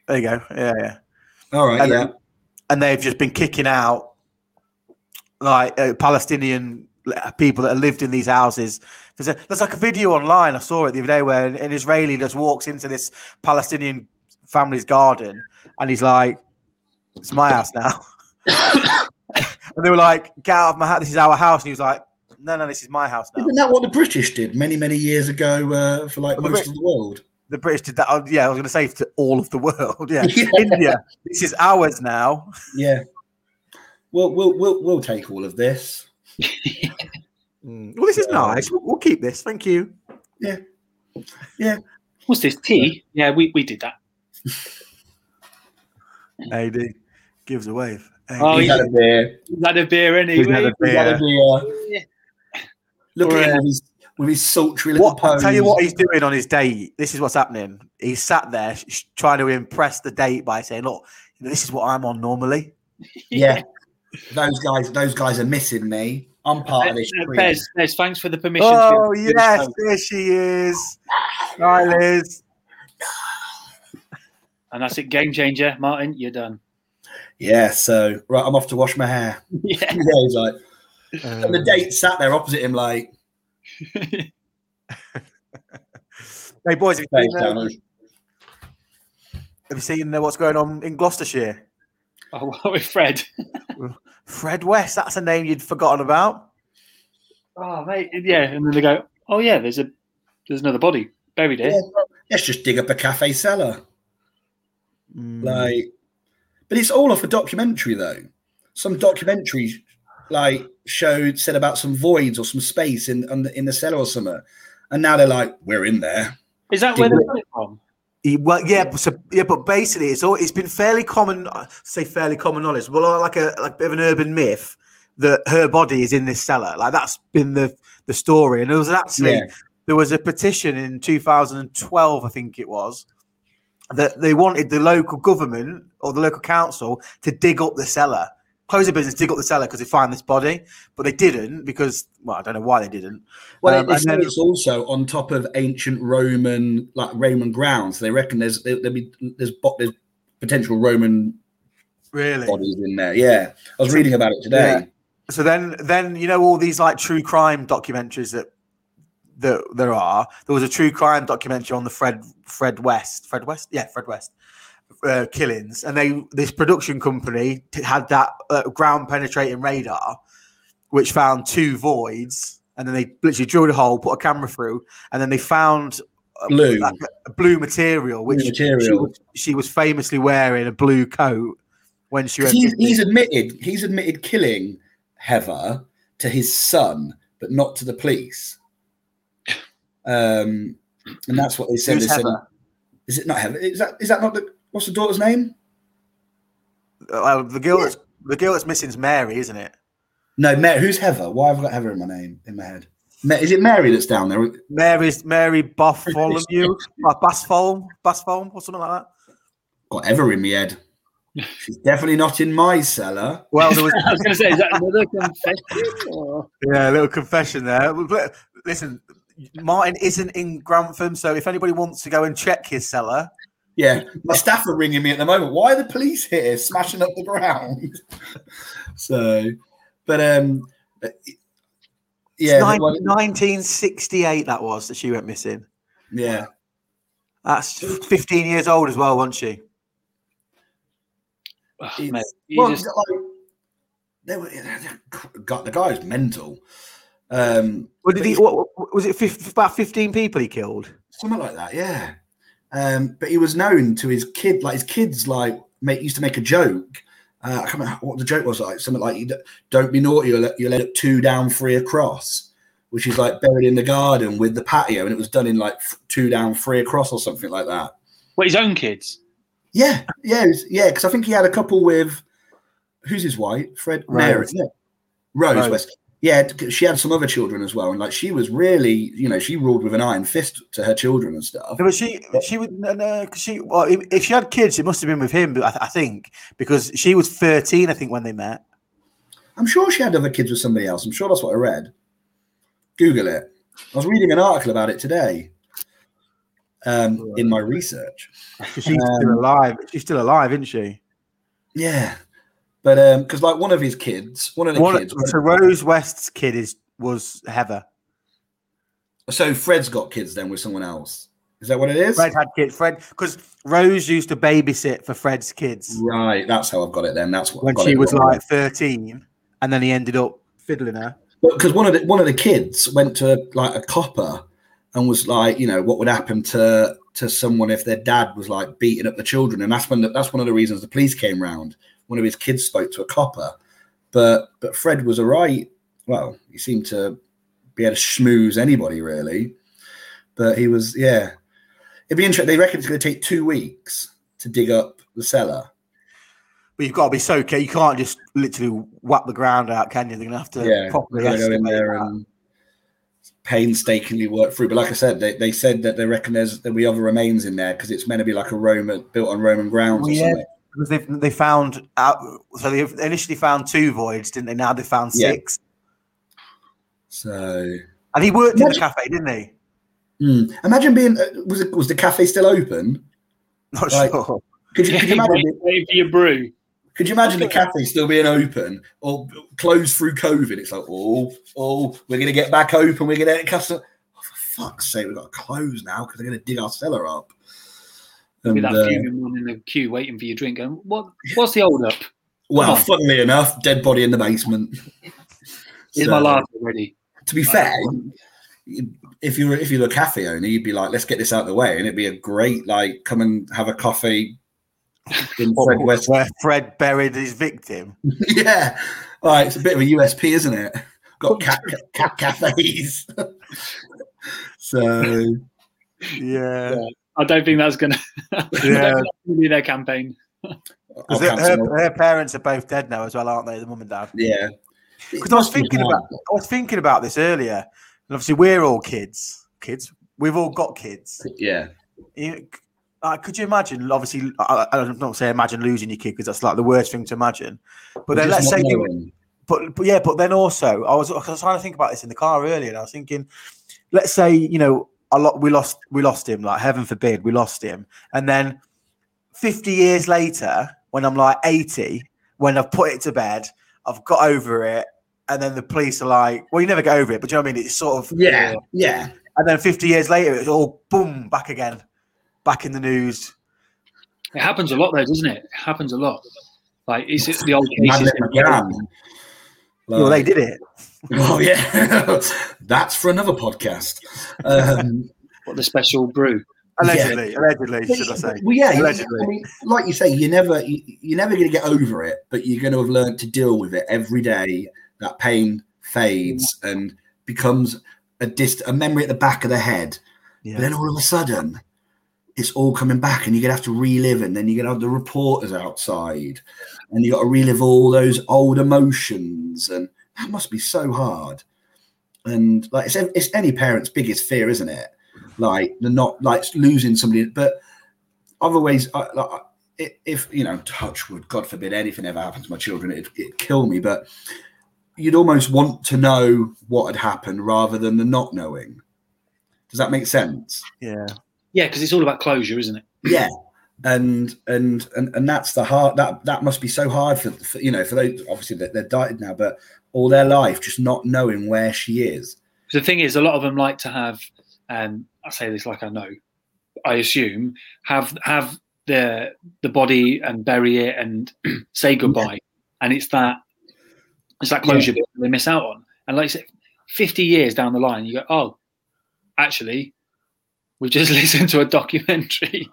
Speaker 1: There you go. Yeah, yeah.
Speaker 3: All right,
Speaker 1: And
Speaker 3: yeah,
Speaker 1: and they've just been kicking out like uh, Palestinian l- people that have lived in these houses. There's, a, there's like a video online I saw it the other day where an, an Israeli just walks into this Palestinian family's garden and he's like, "It's my house now," and they were like, "Get out of my house! This is our house." And he was like, "No, no, this is my house now."
Speaker 3: isn't that what the British did many, many years ago uh, for like
Speaker 1: Well, the
Speaker 3: most of the world?
Speaker 1: The British did that. oh, Yeah, I was going to say to all of the world. Yeah,
Speaker 3: Yeah.
Speaker 1: India, this is ours now.
Speaker 3: Yeah, we'll we'll we'll, we'll take all of this.
Speaker 1: Mm. Well, this is
Speaker 3: Yeah.
Speaker 1: nice. We'll, we'll keep this. Thank you.
Speaker 2: What's this tea? Yeah, we, we did that.
Speaker 1: AD gives a wave. AD.
Speaker 2: Oh,
Speaker 3: He's
Speaker 2: yeah.
Speaker 3: had a beer.
Speaker 2: We had a beer
Speaker 1: He's had
Speaker 2: anyway.
Speaker 1: a
Speaker 3: He's had a
Speaker 1: beer.
Speaker 3: beer. Look
Speaker 2: Or,
Speaker 3: at him
Speaker 2: uh,
Speaker 3: with his, with his sultry little
Speaker 1: What,
Speaker 3: pose.
Speaker 1: I'll tell you what he's doing on his date. This is what's happening. He's sat there sh- sh- trying to impress the date by saying, "Look, you know, this is what I'm on normally."
Speaker 3: Yeah, those guys, those guys are missing me. I'm part of this.
Speaker 2: Uh,
Speaker 3: crew.
Speaker 2: Bez, Bez, thanks for the permission. to be
Speaker 1: Oh
Speaker 2: able to do the
Speaker 1: yes,
Speaker 2: show.
Speaker 1: there she is. Hi, Liz.
Speaker 2: And that's it. Game changer, Martin. You're done.
Speaker 3: Yeah, so right, I'm off to wash my hair.
Speaker 2: Yeah.
Speaker 3: Yeah, he's like, and the date sat there opposite him, like,
Speaker 1: Hey boys, have you,
Speaker 3: face
Speaker 1: seen, uh,
Speaker 3: down.
Speaker 1: have you seen uh, what's going on in Gloucestershire?
Speaker 2: oh, with Fred.
Speaker 1: Fred West. That's a name you'd forgotten about.
Speaker 2: Oh mate, yeah, and then they go, oh yeah, there's a there's another body buried here.
Speaker 3: Yeah. let's just dig up a cafe cellar,
Speaker 1: Mm.
Speaker 3: like. But it's all off a documentary though. Some documentary, like, showed said about some voids or some space in on the, in the cellar or something, and now they're like, we're in there.
Speaker 2: Is that where they
Speaker 3: Did-
Speaker 2: got it from?
Speaker 1: He- Well, yeah, but so, yeah, but basically, it's all it's been fairly common, I say fairly common knowledge. Well, like a like a bit of an urban myth that her body is in this cellar. Like that's been the the story. And there was actually
Speaker 3: Yeah.
Speaker 1: there was a petition in 2012, I think it was, that they wanted the local government or the local council to dig up the cellar, close the business, dig up the cellar because they find this body, but they didn't because well, I don't know why they didn't.
Speaker 3: Well,
Speaker 1: Um,
Speaker 3: they
Speaker 1: and
Speaker 3: say
Speaker 1: then-
Speaker 3: it's also on top of ancient Roman, like Roman grounds. They reckon there's there, there'll be there's, bo- there's potential Roman
Speaker 1: Really,
Speaker 3: bodies in there. Yeah, I was reading about it today.
Speaker 1: so then then you know all these like true crime documentaries that that there are there was a true crime documentary on the fred fred west fred west yeah fred west uh, killings and they this production company t- had that uh, ground penetrating radar which found two voids and then they literally drilled a hole, put a camera through, and then they found a-
Speaker 3: Blue.
Speaker 1: like a blue material, which She,
Speaker 3: material.
Speaker 1: was, she was famously wearing a blue coat when she went.
Speaker 3: He's, he's admitted he's admitted killing Heather to his son, but not to the police. Um, and that's what they said.
Speaker 1: Who's
Speaker 3: they said-
Speaker 1: Heather?
Speaker 3: is it not Heather? Is that is that not the what's the daughter's name?
Speaker 1: uh, the girl, that's, the girl that's missing is Mary, isn't it?
Speaker 3: No, Mary. Who's Heather? Why have I got Heather in my name in my head? Ma- Is it Mary that's down there?
Speaker 1: Mary's Mary Bartholomew, uh, Basfolm, Basfolm, or something like that.
Speaker 3: Got Heather in my head. She's definitely not in my cellar.
Speaker 1: Well, there was
Speaker 2: I was going to say, is that another confession? Or?
Speaker 1: yeah, a little confession there. But listen, Martin isn't in Grantham, so if anybody wants to go and check his cellar,
Speaker 3: Yeah, my staff are ringing me at the moment. Why are the police here smashing up the ground? so, but um, yeah,
Speaker 1: it's nine-
Speaker 3: well,
Speaker 1: 1968 that was that she went missing.
Speaker 3: yeah.
Speaker 1: That's 15 years old as well, wasn't she?
Speaker 2: Oh,
Speaker 3: It's-
Speaker 2: mate, you
Speaker 3: Well,
Speaker 2: just-
Speaker 3: like, they were, God, the guy was mental. Um,
Speaker 1: Well, did he? What, what- was it? 50, about 15 people he killed.
Speaker 3: something like that, yeah. Um, but he was known to his kid, like his kids, like make used to make a joke. Uh, I can't remember what the joke was like. Something like, you d- "Don't be naughty, you'll, you'll end up two down, three across," which is like buried in the garden with the patio, and it was done in like f- two down, three across, or something like that.
Speaker 2: well, his own kids.
Speaker 3: Yeah, yeah, it was- yeah. Because I think he had a couple with who's his wife, Fred
Speaker 1: Rose.
Speaker 3: Mary, yeah. Rose,
Speaker 1: Rose.
Speaker 3: West. Yeah, t- she had some other children as well, and like she was really, you know, she ruled with an iron fist to her children and stuff.
Speaker 1: No, but she, she would, no, no, 'cause she, well, if, if she had kids, it must have been with him, but I, I think, because she was 13, I think, when they met.
Speaker 3: I'm sure she had other kids with somebody else. I'm sure that's what I read. Google it. I was reading an article about it today um, in my research.
Speaker 1: 'Cause She's still alive. She's still alive, isn't she?
Speaker 3: Yeah, but because like one of his kids, one of the
Speaker 1: One-
Speaker 3: kids,
Speaker 1: so Rose West's kid is was Heather.
Speaker 3: so Fred's got kids then with someone else. Is that what it is?
Speaker 1: Fred had kids. Fred, because Rose used to babysit for Fred's kids
Speaker 3: Right, that's how I've got it. Then that's what
Speaker 1: when
Speaker 3: I've got
Speaker 1: she
Speaker 3: it
Speaker 1: was
Speaker 3: wrong.
Speaker 1: like 13, and then he ended up fiddling her.
Speaker 3: because one of the one of the kids went to like a copper and was like, you know, what would happen to to someone if their dad was like beating up the children, and that's when the, that's one of the reasons the police came round. One of his kids spoke to a copper, but but Fred was alright. Well, he seemed to be able to schmooze anybody really, but he was yeah. It'd be interesting. They reckon it's going to take two weeks to dig up the cellar.
Speaker 1: But you've got to be so careful. You can't just literally whack the ground out, can you? They're going to have to
Speaker 3: yeah,
Speaker 1: properly
Speaker 3: they're gonna go in
Speaker 1: estimate
Speaker 3: there
Speaker 1: that.
Speaker 3: and painstakingly work through. But like I said, they, they said that they reckon there's there'll be other remains in there because it's meant to be like a Roman built on Roman grounds
Speaker 1: Well,
Speaker 3: or
Speaker 1: Oh, yeah.
Speaker 3: something.
Speaker 1: because they they found out. So they initially found two voids, didn't they? Now they found
Speaker 3: Yeah.
Speaker 1: six.
Speaker 3: So
Speaker 1: And he worked in the
Speaker 3: Imagine-
Speaker 1: cafe, didn't he?
Speaker 3: hmm. imagine being uh, was it, was the cafe still open?
Speaker 1: Not
Speaker 3: Right.
Speaker 1: sure.
Speaker 3: Could you, could you
Speaker 2: wait,
Speaker 3: imagine?
Speaker 2: wait for your brew.
Speaker 3: Could you imagine the cafe still being open or closed through COVID? It's like, oh, oh, we're gonna get back open. We're gonna get customer. Oh, for fuck's sake, we've got to close now because they're gonna dig our cellar up.
Speaker 2: With
Speaker 3: And,
Speaker 2: that
Speaker 3: uh,
Speaker 2: fuming one in the queue waiting for your drink. Going, what? What's the hold up?
Speaker 3: Well,
Speaker 2: Come on.
Speaker 3: funnily enough, dead body in the basement.
Speaker 2: Is
Speaker 3: So,
Speaker 2: my laugh already?
Speaker 3: To be fair, if you were if you were a cafe owner, you'd be like, let's get this out of the way, and it'd be a great like come and have a coffee in
Speaker 2: Oh.
Speaker 1: Or
Speaker 3: Fred West.
Speaker 1: Where Fred buried his victim.
Speaker 3: yeah, all right, it's a bit of a USP, isn't it? Got cat, cat cafes. so
Speaker 1: Yeah.
Speaker 2: I don't think that's gonna. I don't think
Speaker 1: Yeah.
Speaker 2: that's gonna be their campaign.
Speaker 3: I'll
Speaker 1: 'Cause her,
Speaker 3: cancel
Speaker 1: her,
Speaker 3: my-
Speaker 1: her parents are both dead now as well, aren't they? The mum and dad.
Speaker 3: yeah,
Speaker 1: 'Cause I was thinking about- I was thinking about this earlier, and obviously we're all kids. Kids. We've all got kids.
Speaker 3: yeah,
Speaker 1: You, uh, could you imagine? Obviously, I, I- I'm not saying imagine losing your kid because that's like the worst thing to imagine. But then let's
Speaker 3: Just
Speaker 1: say
Speaker 3: not
Speaker 1: you,
Speaker 3: knowing.
Speaker 1: But, but yeah, but then also I was, I was trying to think about this in the car earlier, and I was thinking, let's say you know a lot we lost we lost him, like heaven forbid we lost him, and then fifty years later, when I'm like eighty, when I've put it to bed, I've got over it, and then the police are like, well, you never get over it, but do you know what I mean? It's sort of
Speaker 3: yeah, yeah.
Speaker 1: and then fifty years later, it's all boom back again, back in the news.
Speaker 2: It happens a lot, though, doesn't it? It happens a lot. Like it's it's the old
Speaker 3: Madeleine
Speaker 2: cases.
Speaker 3: McGann.
Speaker 1: well, they did it.
Speaker 3: Oh yeah, that's for another podcast. Um,
Speaker 2: What the special brew?
Speaker 1: Allegedly, allegedly, should I say?
Speaker 3: Well, yeah, you-
Speaker 1: Allegedly.
Speaker 3: I mean, like you say, you're never you, you're never going to get over it, but you're going to have learned to deal with it every day. That pain fades and becomes a dist- a memory at the back of the head. But
Speaker 1: Yeah.
Speaker 3: then all of a sudden, it's all coming back, and you're gonna have to relive, it, and then you're gonna have the reporters outside, and you got to relive all those old emotions, and that must be so hard. And like it's, it's any parent's biggest fear, isn't it? Like the not like losing somebody, but otherwise, I, like, I- if you know, touch wood, God forbid anything ever happened to my children, it'd, it'd kill me. But you'd almost want to know what had happened rather than the not knowing. Does that make sense?
Speaker 1: Yeah.
Speaker 2: Yeah, because it's all about closure, isn't it?
Speaker 3: yeah and and and and that's the hard that that must be so hard for, for you know for those obviously they're, they're dieted now but all their life just not knowing where she is
Speaker 2: the thing is, a lot of them like to have, um, I say this like I know, I assume, have have the the body and bury it and say goodbye, and it's that it's that closure bit that they miss out on. And like I said, fifty years down the line, you go, oh, actually, we've just listened to a documentary.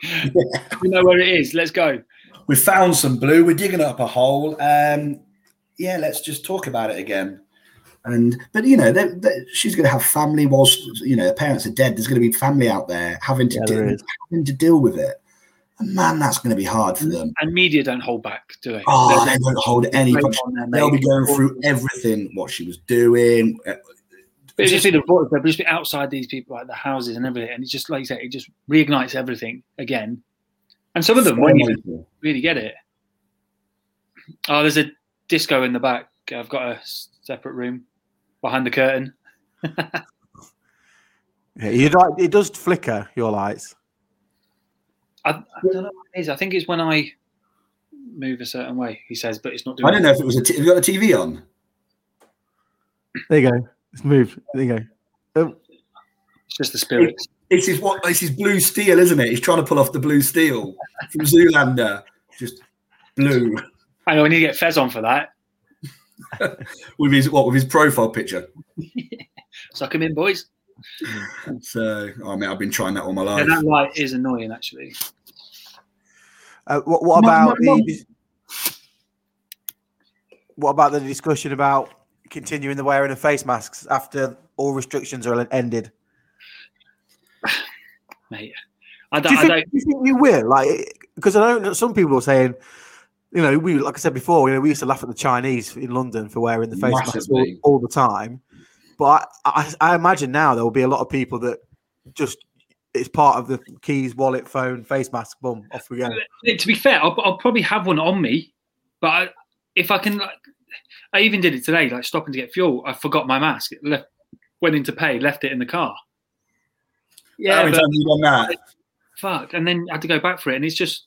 Speaker 2: we know where it is. Let's go.
Speaker 3: we found some blue we're digging up a hole um yeah let's just talk about it again and but you know they, they, she's going to have family whilst you know her parents are dead there's going to be family out there having to
Speaker 1: Yeah, there
Speaker 3: deal,
Speaker 1: is.
Speaker 3: having to deal with it and man that's going to be hard for
Speaker 1: Mm.
Speaker 3: them
Speaker 2: And media don't hold back, do they?
Speaker 3: oh they don't hold any
Speaker 2: They'll-
Speaker 3: punch. they'll be going through everything what she was doing uh,
Speaker 2: But it'd just be the voice, they'll just be outside these people, like the houses and everything. And it's just like you said, it just reignites everything again. And some of them won't even
Speaker 3: Amazing.
Speaker 2: really get it. Oh, there's a disco in the back. I've got a separate room behind the curtain.
Speaker 1: yeah. You like it does flicker your lights.
Speaker 2: I, I don't know what it is. I think it's when I move a certain way, he says, but it's not doing
Speaker 3: I don't know if it was a. T- have you got the TV on?
Speaker 1: There you go. It's moved. There you go.
Speaker 2: It's just the spirit.
Speaker 3: This is what this is blue steel, isn't it? He's trying to pull off the blue steel from Zoolander. Just blue
Speaker 2: I know, we need to get Fez on for that.
Speaker 3: with his what with his profile picture.
Speaker 2: Suck him in, boys.
Speaker 3: So I mean, uh, oh, I've been trying that all my
Speaker 2: Yeah,
Speaker 3: life.
Speaker 2: that light is annoying, actually.
Speaker 1: Uh, what, what
Speaker 3: Mum,
Speaker 1: about
Speaker 3: mum,
Speaker 1: the what about the discussion about continuing the wearing of face masks after all restrictions are ended?
Speaker 2: Mate, I
Speaker 1: Do
Speaker 2: don't,
Speaker 1: you,
Speaker 2: I
Speaker 1: think, do
Speaker 2: don't
Speaker 1: you think you will? Like, because I know that some people are saying, you know, we like I said before, you know, we used to laugh at the Chinese in London for wearing the face masks all,
Speaker 3: Massively.
Speaker 1: all the time, but I, I, I imagine now there will be a lot of people that just it's part of the keys, wallet, phone, face mask. Boom, off we go.
Speaker 2: Yeah, to be fair, I'll, I'll probably have one on me, but I, if I can, like, I even did it today, like stopping to get fuel. I forgot my mask. It Left, went in to pay, left it in the car.
Speaker 3: How
Speaker 2: Yeah,
Speaker 3: many
Speaker 2: but
Speaker 3: times have you done that?
Speaker 2: fuck, and then I had to go back for it, and it's just,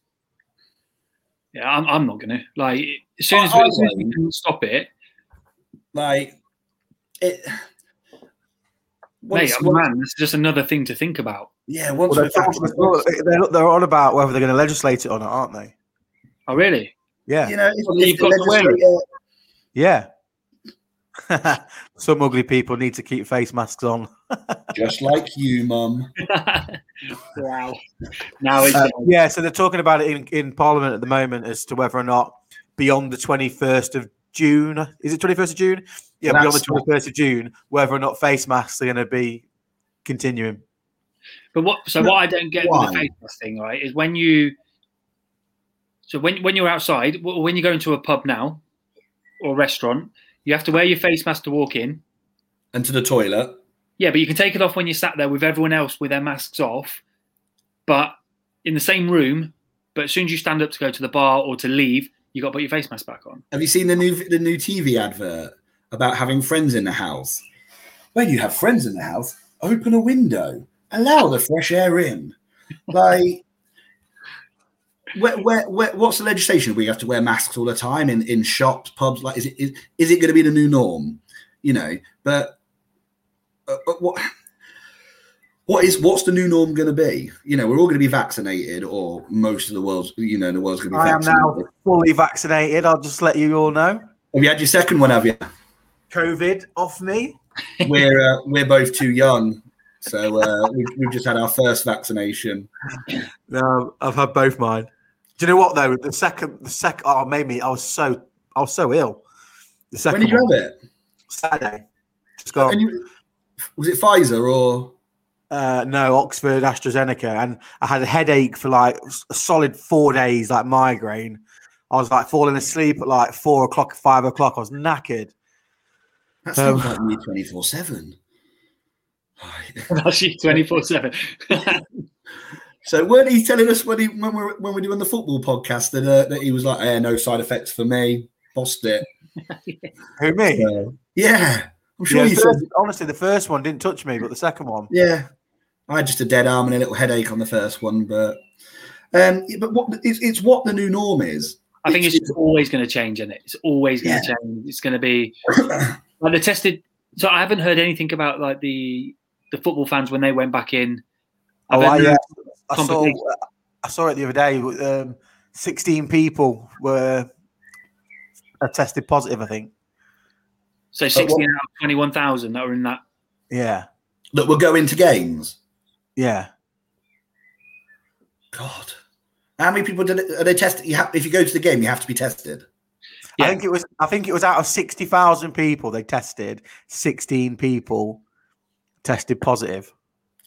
Speaker 2: yeah, I'm, I'm not gonna like. As soon as, we,
Speaker 3: I- I
Speaker 2: as soon as we
Speaker 3: won't.
Speaker 2: can stop it,
Speaker 3: Like it.
Speaker 2: mate, I'm a man. That's just another thing to think about.
Speaker 3: yeah, once
Speaker 1: Well, they're,
Speaker 3: we've actually-
Speaker 1: they're, they're on about whether they're going to legislate it or not, aren't they?
Speaker 2: Oh, really?
Speaker 1: Yeah,
Speaker 3: you know, if,
Speaker 2: Well, you've
Speaker 3: if
Speaker 2: got
Speaker 3: the
Speaker 2: to wear it.
Speaker 3: legislator-
Speaker 1: yeah. Some ugly people need to keep face masks on.
Speaker 3: just like you, mum.
Speaker 2: wow. Now it's
Speaker 1: Uh, yeah, so they're talking about it in, in Parliament at the moment as to whether or not beyond the 21st of June, is it 21st of June? Yeah, beyond the
Speaker 3: That's not-
Speaker 1: 21st of June, whether or not face masks are going to be continuing.
Speaker 2: But what? So
Speaker 3: No,
Speaker 2: what I don't get with the
Speaker 3: why?
Speaker 2: face mask thing, right, is when you. So when when you're outside, w- when you go into a pub now, or restaurant, you have to wear your face mask to walk in.
Speaker 3: And to the toilet.
Speaker 2: Yeah, but you can take it off when you're sat there with everyone else with their masks off, but in the same room. But as soon as you stand up to go to the bar or to leave, you got to put your face mask back on.
Speaker 3: Have you seen the new the new TV advert about having friends in the house? When you have friends in the house, open a window, allow the fresh air in. Like, where, where, where, what's the legislation? We have to wear masks all the time in, in shops, pubs. Like, is it is, is it going to be the new norm? You know, but, uh, but what what is what's the new norm going to be? You know, we're all going to be vaccinated, or most of the world's you know the world's going to be
Speaker 1: I am
Speaker 3: vaccinated.
Speaker 1: now fully vaccinated. I'll just let you all know.
Speaker 3: Have you had your second one? Have you?
Speaker 1: COVID off me.
Speaker 3: We're uh, we're both too young, so uh, we've, we've just had our first vaccination.
Speaker 1: No, I've had both mine. Do you know what though? The second, the second, oh, it made me. I was so, I was so ill. The second
Speaker 3: When did you
Speaker 1: one,
Speaker 3: have it?
Speaker 1: Saturday. Just gone.
Speaker 3: And you- was it Pfizer or?
Speaker 1: Uh, no, Oxford AstraZeneca, and I had a headache for like s- a solid four days, like migraine. I was like falling asleep at like four o'clock, five o'clock. I was knackered.
Speaker 3: That
Speaker 1: Um,
Speaker 3: sounds like me twenty four seven.
Speaker 2: Actually, twenty four seven.
Speaker 3: So weren't he telling us when he when we were, when we were doing the football podcast that, uh, that he was like, eh, no side effects for me, bossed it.
Speaker 1: Who me?
Speaker 3: So, yeah, I'm sure
Speaker 1: Yeah,
Speaker 3: he said.
Speaker 1: first- honestly, the first one didn't touch me, but the second one.
Speaker 3: Yeah, I had just a dead arm and a little headache on the first one, but um, yeah, but what it's, it's what the new norm is.
Speaker 2: I think it's just always going to change, in it? It's always going to change. It's going to be like the tested. So I haven't heard anything about like the the football fans when they went back in.
Speaker 1: Oh,
Speaker 2: bet
Speaker 1: I,
Speaker 2: there
Speaker 1: uh, I saw.
Speaker 2: competition.
Speaker 1: I saw it the other day. Um, Sixteen people were uh, tested positive. I think.
Speaker 2: So sixteen out of twenty one thousand that were in that.
Speaker 1: Yeah.
Speaker 3: That we're going to games.
Speaker 1: Yeah.
Speaker 3: God, how many people did it, are they tested? You have, if you go to the game, you have to be tested.
Speaker 2: Yeah.
Speaker 1: I think it was. I think it was out of sixty thousand people they tested. Sixteen people tested positive.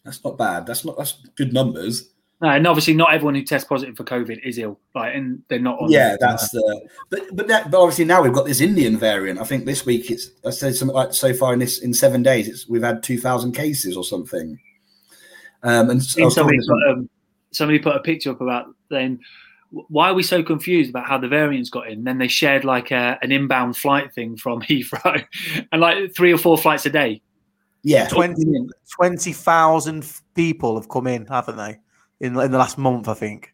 Speaker 3: That's not bad. That's not that's good numbers.
Speaker 2: No, and obviously not everyone who tests positive for COVID is ill, right? And they're not on.
Speaker 3: Yeah, that's the. But but that, but obviously now we've got this Indian variant. I think this week it's I said something like so far in this in seven days it's we've had two thousand cases or something. Um, and so, I
Speaker 2: seen
Speaker 3: was talking
Speaker 2: somebody
Speaker 3: to some-
Speaker 2: put, um, somebody put a picture up about then wh- why are we so confused about how the variants got in? Then they shared like a, an inbound flight thing from Heathrow, and like three or four flights a day.
Speaker 3: yeah,
Speaker 1: 20 20,000 f- people have come in, haven't they? In in the last month, I think.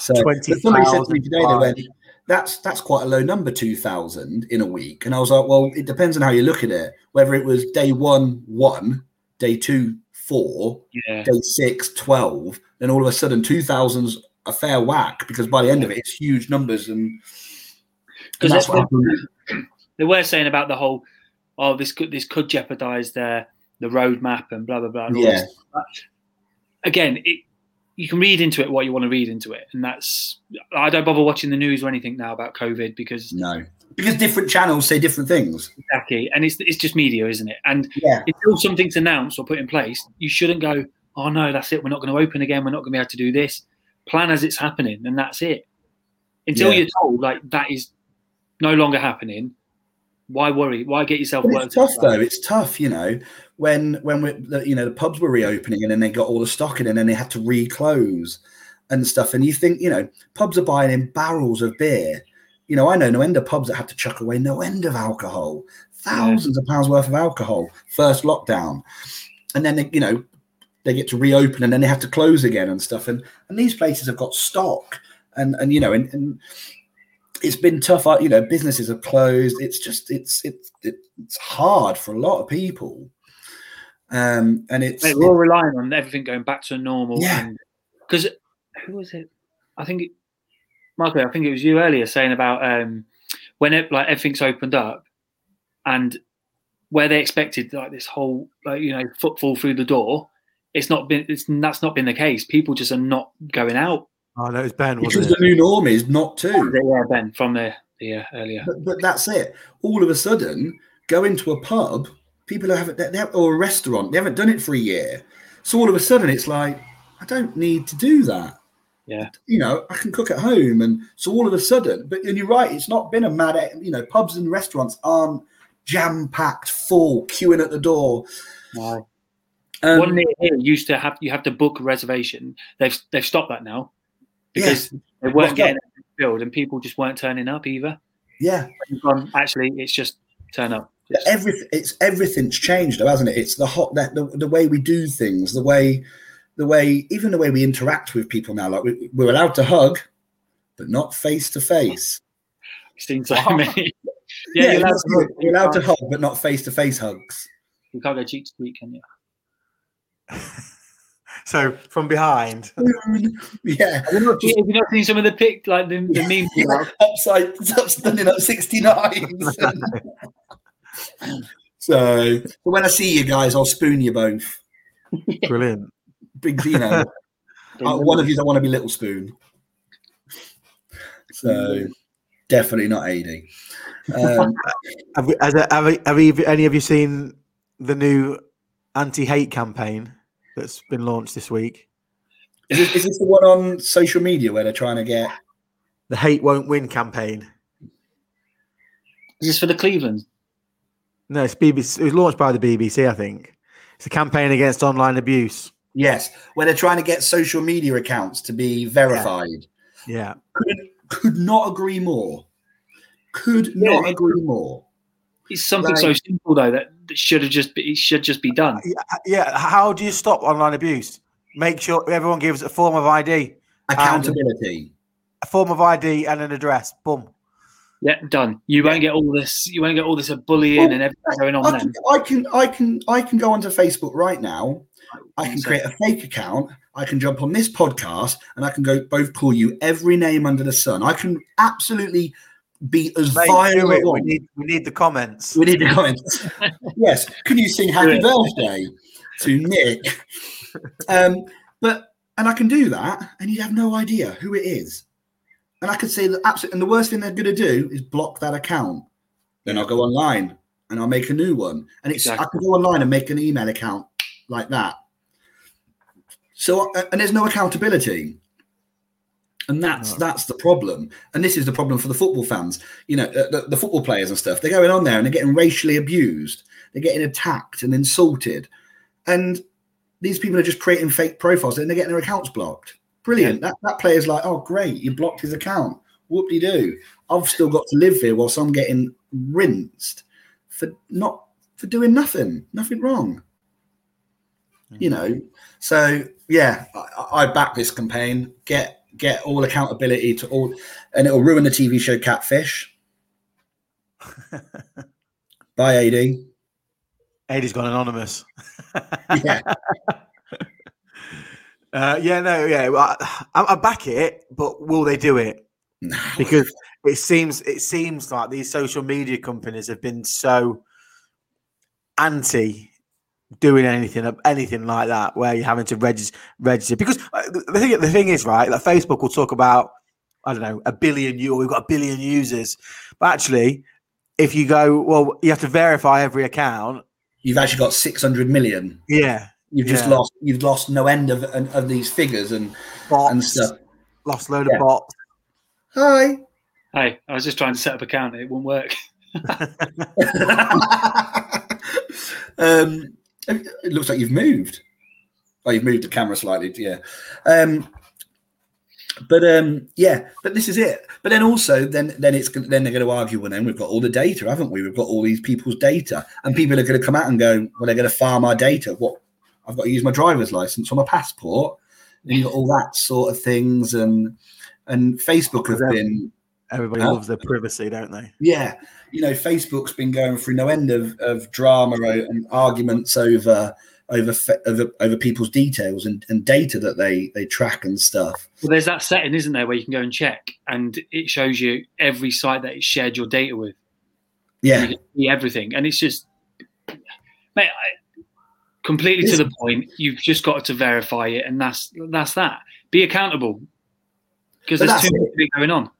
Speaker 3: So but somebody said to me today, they went, "That's that's quite a low number, two thousand in a week." And I was like, "Well, it depends on how you look at it. Whether it was day one one, day two four,
Speaker 2: Yeah,
Speaker 3: day six 12, then all of a sudden two thousands a fair whack because by the end of it, it's huge numbers and."
Speaker 2: because
Speaker 3: and that's
Speaker 2: that's
Speaker 3: what happened.
Speaker 2: they were saying about the whole, oh, this could this could jeopardize their the roadmap and blah blah blah. and all
Speaker 3: Yeah.
Speaker 2: this. But Again, it you can read into it what you want to read into it, and that's I don't bother watching the news or anything now about COVID because
Speaker 3: No, because different channels say different things.
Speaker 2: exactly, and it's it's just media, isn't it? And
Speaker 3: Yeah,
Speaker 2: until something's announced or put in place, you shouldn't go, oh no, that's it, we're not going to open again, we're not going to be able to do this. Plan as it's happening, and that's it. Until
Speaker 3: Yeah.
Speaker 2: you're told like that is no longer happening, why worry? Why get yourself
Speaker 3: But
Speaker 2: worked
Speaker 3: it's tough
Speaker 2: up?
Speaker 3: though. It's tough, you know. When when we the, you know the pubs were reopening and then they got all the stock in and then they had to reclose and stuff. And you think you know pubs are buying in barrels of beer. You know, I know no end of pubs that had to chuck away no end of alcohol, thousands of pounds worth of alcohol first lockdown, and then they, you know they get to reopen and then they have to close again and stuff. And and these places have got stock and and you know and. and it's been tough. uh, You know, businesses have closed. It's just it's it's it's hard for a lot of people. Um, and it's
Speaker 2: Mate, we're all relying on everything going back to normal.
Speaker 3: Yeah.
Speaker 2: Because who was it? I think it, Marco. I think it was you earlier saying about um, when it like everything's opened up and where they expected like this whole like you know footfall through the door. It's not been. It's that's not been the case. People just are not going out.
Speaker 1: Oh, no, it was Ben,
Speaker 3: because
Speaker 1: wasn't
Speaker 3: the
Speaker 1: it?
Speaker 3: new norm is not to.
Speaker 2: Yeah, Ben from the the uh, earlier.
Speaker 3: But, but that's it. All of a sudden, go into a pub, people haven't they, they, or a restaurant, they haven't done it for a year. So all of a sudden, it's like I don't need to do that.
Speaker 2: Yeah.
Speaker 3: you know, I can cook at home. And so all of a sudden, but and you're right, it's not been a mad, you know, pubs and restaurants aren't jam packed, full, queuing at the door.
Speaker 2: Wow.
Speaker 3: Um,
Speaker 2: One near here used to have you have to book a reservation. They've they've stopped that now because they
Speaker 3: Locked
Speaker 2: weren't
Speaker 3: up.
Speaker 2: getting it filled and people just weren't turning up either.
Speaker 3: yeah,
Speaker 2: You've gone, Actually, it's just turn up.
Speaker 3: Yeah, everything it's everything's changed though hasn't it it's the hot that the, the way we do things the way the way even the way we interact with people now like we, we're allowed to hug but not face to face
Speaker 2: I've seen so
Speaker 1: Wow.
Speaker 2: many. Yeah, you're allowed
Speaker 3: that's
Speaker 2: to hug.
Speaker 3: it. We're allowed to hug but not face to face hugs
Speaker 2: You can't go cheek to cheek, can you?
Speaker 1: So from behind.
Speaker 3: yeah
Speaker 2: Have you not seen some of the pic, like the, the memes?
Speaker 3: upside up, standing up 69 So, so when I see you guys, I'll spoon you both.
Speaker 1: Brilliant.
Speaker 3: Big you know, uh, one of you don't want to be Little Spoon. So definitely not AD. Um,
Speaker 1: Have, we, has, have, we- have we- any of you seen the new anti-hate campaign that's been launched this week?
Speaker 3: is, this, is this the one on social media where they're trying to get?
Speaker 1: The hate won't win campaign.
Speaker 2: Is this for the Cleveland?
Speaker 1: No, it's BBC. It was launched by the BBC, I think. It's a campaign against online abuse.
Speaker 3: Yes, where they're trying to get social media accounts to be verified.
Speaker 1: Yeah,
Speaker 3: Could could not agree more. Could
Speaker 2: Yeah.
Speaker 3: not agree more.
Speaker 2: It's something
Speaker 3: Like-
Speaker 2: so simple though that, that should have just be, it should just be done.
Speaker 1: Uh, yeah. How do you stop online abuse? Make sure everyone gives a form of ID,
Speaker 3: Accountability.
Speaker 1: a form of ID, and an address. Boom.
Speaker 2: Yeah, done. You won't get all this. You won't get all this bullying and everything going on
Speaker 3: I
Speaker 2: then.
Speaker 3: can, I can I can I can go onto Facebook right now. I can
Speaker 2: So-
Speaker 3: create a fake account. I can jump on this podcast and I can go both call you every name under the sun. I can absolutely be as
Speaker 1: Mate,
Speaker 3: vile.
Speaker 1: do
Speaker 3: as I
Speaker 1: it. We
Speaker 3: want.
Speaker 1: need, we need the comments.
Speaker 3: We need to comments. yes. Can you sing happy birthday to Nick? Um, but and I can do that, and you have no idea who it is. And I could say that absolutely and the worst thing they're gonna do is block that account. Then I'll go online and I'll make a new one. And it's I
Speaker 2: Exactly.
Speaker 3: can go online and make an email account like that. So uh, and there's no accountability. And that's
Speaker 1: No.
Speaker 3: that's the problem. And this is the problem for the football fans. You know, uh, the, the football players and stuff. They're going on there and they're getting racially abused. They're getting attacked and insulted. And these people are just creating fake profiles and they're getting their accounts blocked. Brilliant. That that player's like, oh great, you blocked his account. Whoop de doo. I've still got to live here whilst I'm getting rinsed for not for doing nothing, nothing wrong. You know, so yeah, I, I back this campaign. Get get all accountability to all, and it'll ruin the TV show Catfish. Bye, AD.
Speaker 1: Eddie's gone anonymous.
Speaker 3: Yeah,
Speaker 1: Uh, yeah, no, yeah, well, I, I I back it, but will they do it?
Speaker 3: No.
Speaker 1: Because it seems it seems like these social media companies have been so anti doing anything anything like that, where you're having to register. register. Because uh, the the thing, the thing is, right, that Facebook will talk about I don't know a billion. You we've got a billion users, but actually, if you go, well, you have to verify every account.
Speaker 3: you've actually got six hundred million.
Speaker 1: Yeah,
Speaker 3: You've just
Speaker 1: Yeah.
Speaker 3: lost. You've lost no end of of, of these figures and
Speaker 1: bots,
Speaker 3: and stuff.
Speaker 1: lost load
Speaker 3: Yeah.
Speaker 1: of bots.
Speaker 3: Hi.
Speaker 2: Hey, I was just trying to set up account. It wouldn't work.
Speaker 3: um, it looks like you've moved. Oh, you've moved the camera slightly, yeah. Um, but um, yeah, but this is it. But then also, then then it's gon- then they're going to argue. Well, then we've got all the data, haven't we? We've got all these people's data, and people are going to come out and go, well, they're going to farm our data. What? I've got to use my driver's license or my passport, and you've got all that sort of things, and and Facebook have
Speaker 1: Exactly.
Speaker 3: been
Speaker 1: Everybody
Speaker 3: Huh?
Speaker 1: loves their privacy, don't they?
Speaker 3: yeah, you know, Facebook's been going through no end of, of drama o- and arguments over over fe- over, over people's details and, and data that they they track and stuff.
Speaker 2: Well, there's that setting, isn't there, where you can go and check, and it shows you every site that it shared your data with,
Speaker 3: Yeah,
Speaker 2: see everything, and it's just, mate, I, completely to the point. You've just got to verify it, and that's that's that. Be accountable, because
Speaker 3: But
Speaker 2: there's
Speaker 3: that's
Speaker 2: too much going on.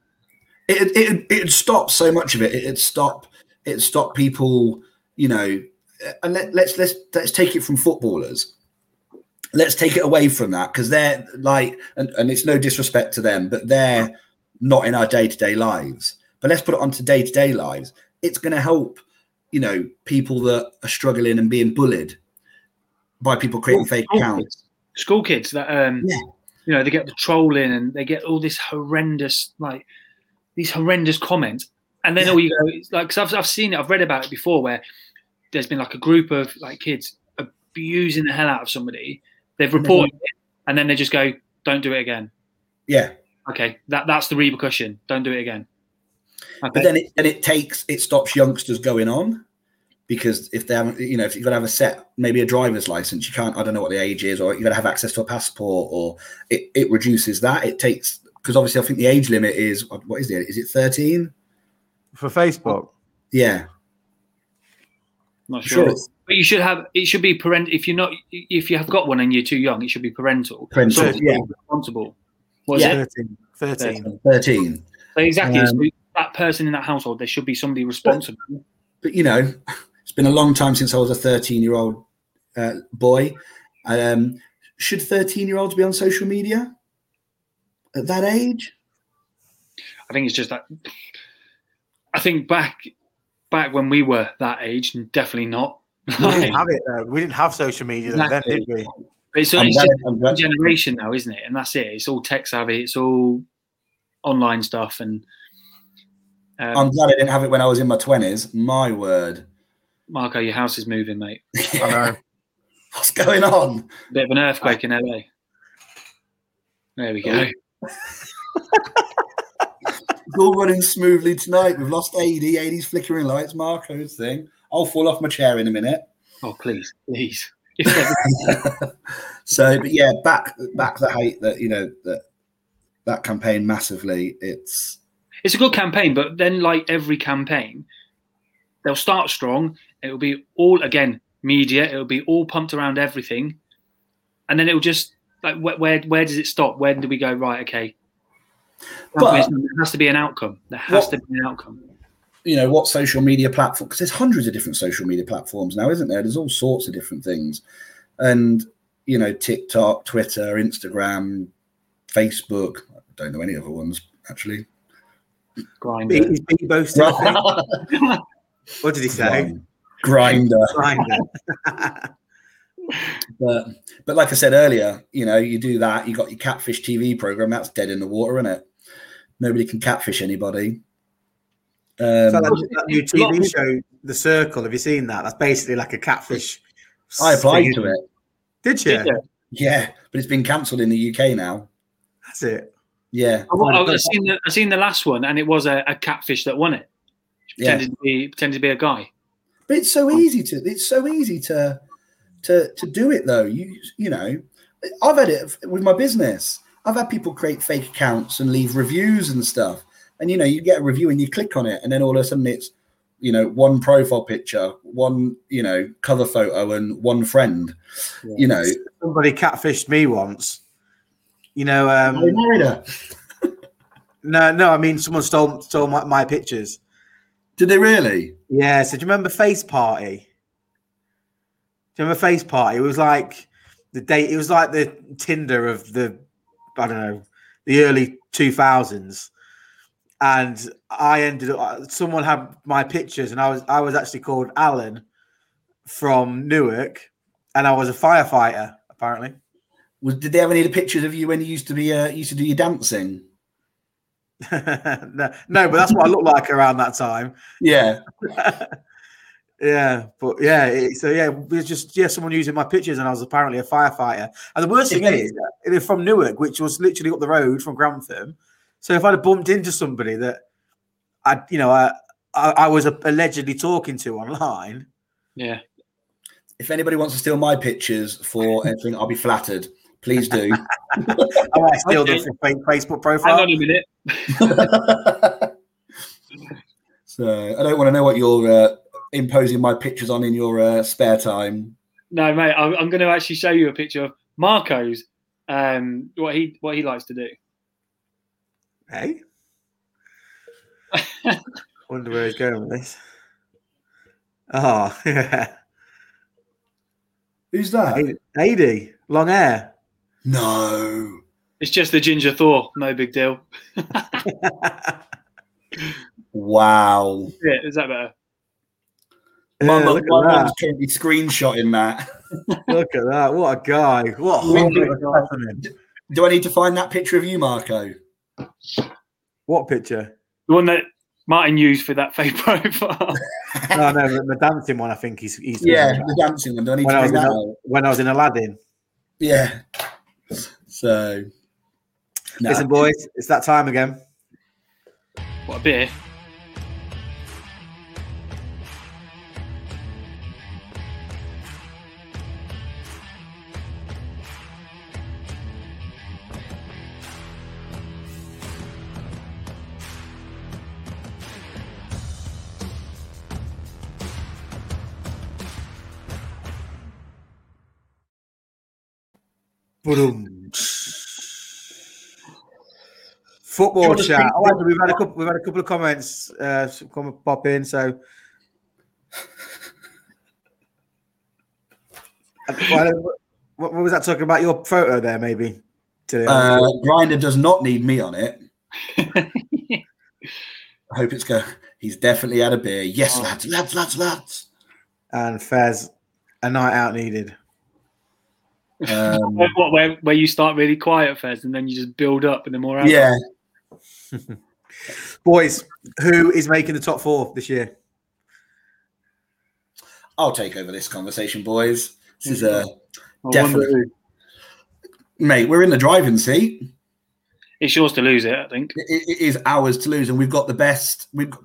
Speaker 3: it it it'd stop so much of it. It'd stop it'd stop people, you know. uh, And let, let's let's let's take it from footballers. Let's take it away from that because they're like, and, and it's no disrespect to them, but they're not in our day to day lives. But let's put it onto day to day lives. It's going to help, you know, people that are struggling and being bullied by people creating fake
Speaker 2: School
Speaker 3: accounts.
Speaker 2: kids, school kids that um,
Speaker 3: Yeah.
Speaker 2: you know, they get the trolling and they get all this horrendous, like these horrendous comments, and then
Speaker 3: Yeah.
Speaker 2: all you go it's like, because I've I've seen it, I've read about it before, where there's been like a group of like kids abusing the hell out of somebody, they've
Speaker 3: then-
Speaker 2: reported it, and then they just go, "Don't do it again."
Speaker 3: Yeah,
Speaker 2: Okay, that that's the repercussion. Don't do it again.
Speaker 3: but
Speaker 2: Okay.
Speaker 3: then it then it takes it stops youngsters going on because if they haven't you know if you've got to have a set maybe a driver's license you can't i don't know what the age is or you've got to have access to a passport or it, it reduces that it takes because obviously i think the age limit is what is it is it 13
Speaker 1: For Facebook,
Speaker 3: yeah
Speaker 2: not sure. But you should have it should be parent if you're not if you have got one and you're too young, it should be parental.
Speaker 3: Parental,
Speaker 2: Sort of
Speaker 1: yeah.
Speaker 2: responsible. What is
Speaker 3: Yeah.
Speaker 2: it?
Speaker 1: 13, 13.
Speaker 3: 13.
Speaker 2: So exactly.
Speaker 3: Um,
Speaker 2: so that person in that household, there should be somebody responsible.
Speaker 3: But, you know, it's been a long time since I was a 13 year old uh, boy. Um, should 13 year olds be on social media at that age?
Speaker 2: I think it's just that. I think back back when we were that age, definitely not.
Speaker 1: We didn't have it though. We didn't have social media
Speaker 2: Exactly.
Speaker 1: then, did we?
Speaker 2: it's,
Speaker 3: I'm
Speaker 2: it's
Speaker 3: glad-
Speaker 2: just
Speaker 3: I'm
Speaker 2: a
Speaker 3: glad-
Speaker 2: generation now, isn't it? And that's it. It's all tech savvy. It's all online stuff, and um,
Speaker 3: I'm glad I didn't have it when I was in my 20s. My word.
Speaker 2: Marco, your house is moving, mate.
Speaker 1: I know.
Speaker 3: What's going on?
Speaker 2: Bit of an earthquake in LA. There we
Speaker 3: Oh.
Speaker 2: go.
Speaker 3: It's all running smoothly tonight. We've lost AD. AD's flickering lights. Marco's thing. I'll fall off my chair in a minute.
Speaker 2: Oh, please, please. If ever-
Speaker 3: So, but yeah, back back the hate that you know that that campaign massively. It's
Speaker 2: it's a good campaign, but then, like every campaign, they'll start strong. It'll be all again media. It'll be all pumped around everything, and then it'll just like where where, where does it stop? Where do we go? Right, okay.
Speaker 3: But-
Speaker 2: there has to be an outcome. There has
Speaker 3: What-
Speaker 2: to be an outcome.
Speaker 3: you know what social media platform because there's hundreds of different social media platforms now, isn't there? There's all sorts of different things, and you know TikTok, Twitter, Instagram, Facebook. I don't know any other ones actually.
Speaker 2: Grind.
Speaker 1: Beat, he's beat both still, I think. What did he say?
Speaker 3: Grinder.
Speaker 1: Grinder.
Speaker 3: But but like I said earlier, you know, you do that, you got your catfish TV program, that's dead in the water, isn't it? Nobody can catfish anybody. Um,
Speaker 1: So that, that new
Speaker 2: It's a lot of
Speaker 1: TV show, The Circle, have you seen that? That's basically like a catfish.
Speaker 3: I applied
Speaker 1: thing.
Speaker 3: to it.
Speaker 1: Did you?
Speaker 2: Did you?
Speaker 3: Yeah, but it's been cancelled in the UK now.
Speaker 1: That's it.
Speaker 3: Yeah.
Speaker 2: I, I, I seen the, I seen the last one, and it was a, a catfish that won it.
Speaker 3: Yeah.
Speaker 2: Pretended to be pretended to be a guy.
Speaker 3: But it's so easy to it's so easy to to to do it though. You you know, I've had it with my business. I've had people create fake accounts and leave reviews and stuff. And you know, you get a review and you click on it, and then all of a sudden it's you know one profile picture, one you know cover photo, and one friend. You know,
Speaker 1: Somebody catfished me once. You know, um, no, no, I mean, someone stole stole my, my pictures.
Speaker 3: did they really?
Speaker 1: Yeah. So do you remember Face Party? Do you remember Face Party? It was like the date. It was like the Tinder of the I don't know the early two thousands. And I ended up. Someone had my pictures, and I was I was actually called Alan from Newark, and I was a firefighter apparently.
Speaker 3: Was did they have any of the pictures of you when you used to be uh, used to do your dancing?
Speaker 1: no, no, but that's what I looked like around that time.
Speaker 3: Yeah,
Speaker 1: Yeah, but yeah, it, so yeah, it was just yeah, someone using my pictures, and I was apparently a firefighter. And the worst thing is, they're from Newark, which was literally up the road from Grantham. So if I'd have bumped into somebody that I, you know, I I, I was allegedly talking to online,
Speaker 2: Yeah.
Speaker 3: if anybody wants to steal my pictures for anything, I'll be flattered. Please do.
Speaker 1: I might steal
Speaker 2: Okay.
Speaker 1: their fake Facebook
Speaker 2: Hang
Speaker 1: profile.
Speaker 2: on a minute.
Speaker 3: so I don't want to know what you're uh, imposing my pictures on in your uh, spare time.
Speaker 2: No, mate. I'm, I'm going to actually show you a picture of Marco's. Um, what he what he likes to do.
Speaker 1: Hey, wonder where he's going with this. Oh, yeah,
Speaker 3: Who's that?
Speaker 1: AD, long hair.
Speaker 3: No.
Speaker 2: It's just the ginger Thor. No big deal.
Speaker 3: Wow.
Speaker 2: Yeah, is that better?
Speaker 3: My
Speaker 1: Yeah,
Speaker 3: mum-
Speaker 1: look at
Speaker 3: my
Speaker 1: that.
Speaker 3: mum's currently screenshotting that.
Speaker 1: Look at that. What a guy. What a
Speaker 3: Look
Speaker 1: hungry
Speaker 3: at that.
Speaker 1: specimen.
Speaker 3: Do I need to find that picture of you, Marco?
Speaker 1: What picture?
Speaker 2: The one that Martin used for that fake profile.
Speaker 1: No, no, the, the dancing one, I think he's. he's
Speaker 3: Yeah, the dancing one. Do I need
Speaker 1: When
Speaker 3: to
Speaker 1: I, was
Speaker 3: bring
Speaker 1: in,
Speaker 3: that
Speaker 1: Al-
Speaker 3: out?
Speaker 1: when I was in Aladdin.
Speaker 3: Yeah. So. nah.
Speaker 1: Listen, boys, it's that time again.
Speaker 2: what a beer.
Speaker 1: Boom. Football
Speaker 3: Do you
Speaker 1: chat.
Speaker 3: wanna
Speaker 1: Oh, actually, we've had a couple. We've had a couple of comments uh, some come pop in. So, Why don't- what, what was that talking about? Your photo there, maybe. To,
Speaker 3: Uh, Grinder does not need me on it. I hope it's go. He's definitely had a beer. Yes,
Speaker 2: Oh.
Speaker 3: lads, lads, lads, lads.
Speaker 1: and Fez, a night out needed.
Speaker 3: Um,
Speaker 2: Where- what, where, where you start really quiet first and then you just build up and then more.
Speaker 3: yeah,
Speaker 1: Boys, who is making the top four this year?
Speaker 3: I'll take over this conversation, boys. This is a
Speaker 2: I wonder
Speaker 3: Definitely.
Speaker 2: who-
Speaker 3: mate. We're in the driving seat.
Speaker 2: It's yours to lose it, I think.
Speaker 3: it, it is ours to lose, and we've got the best. We've. Got,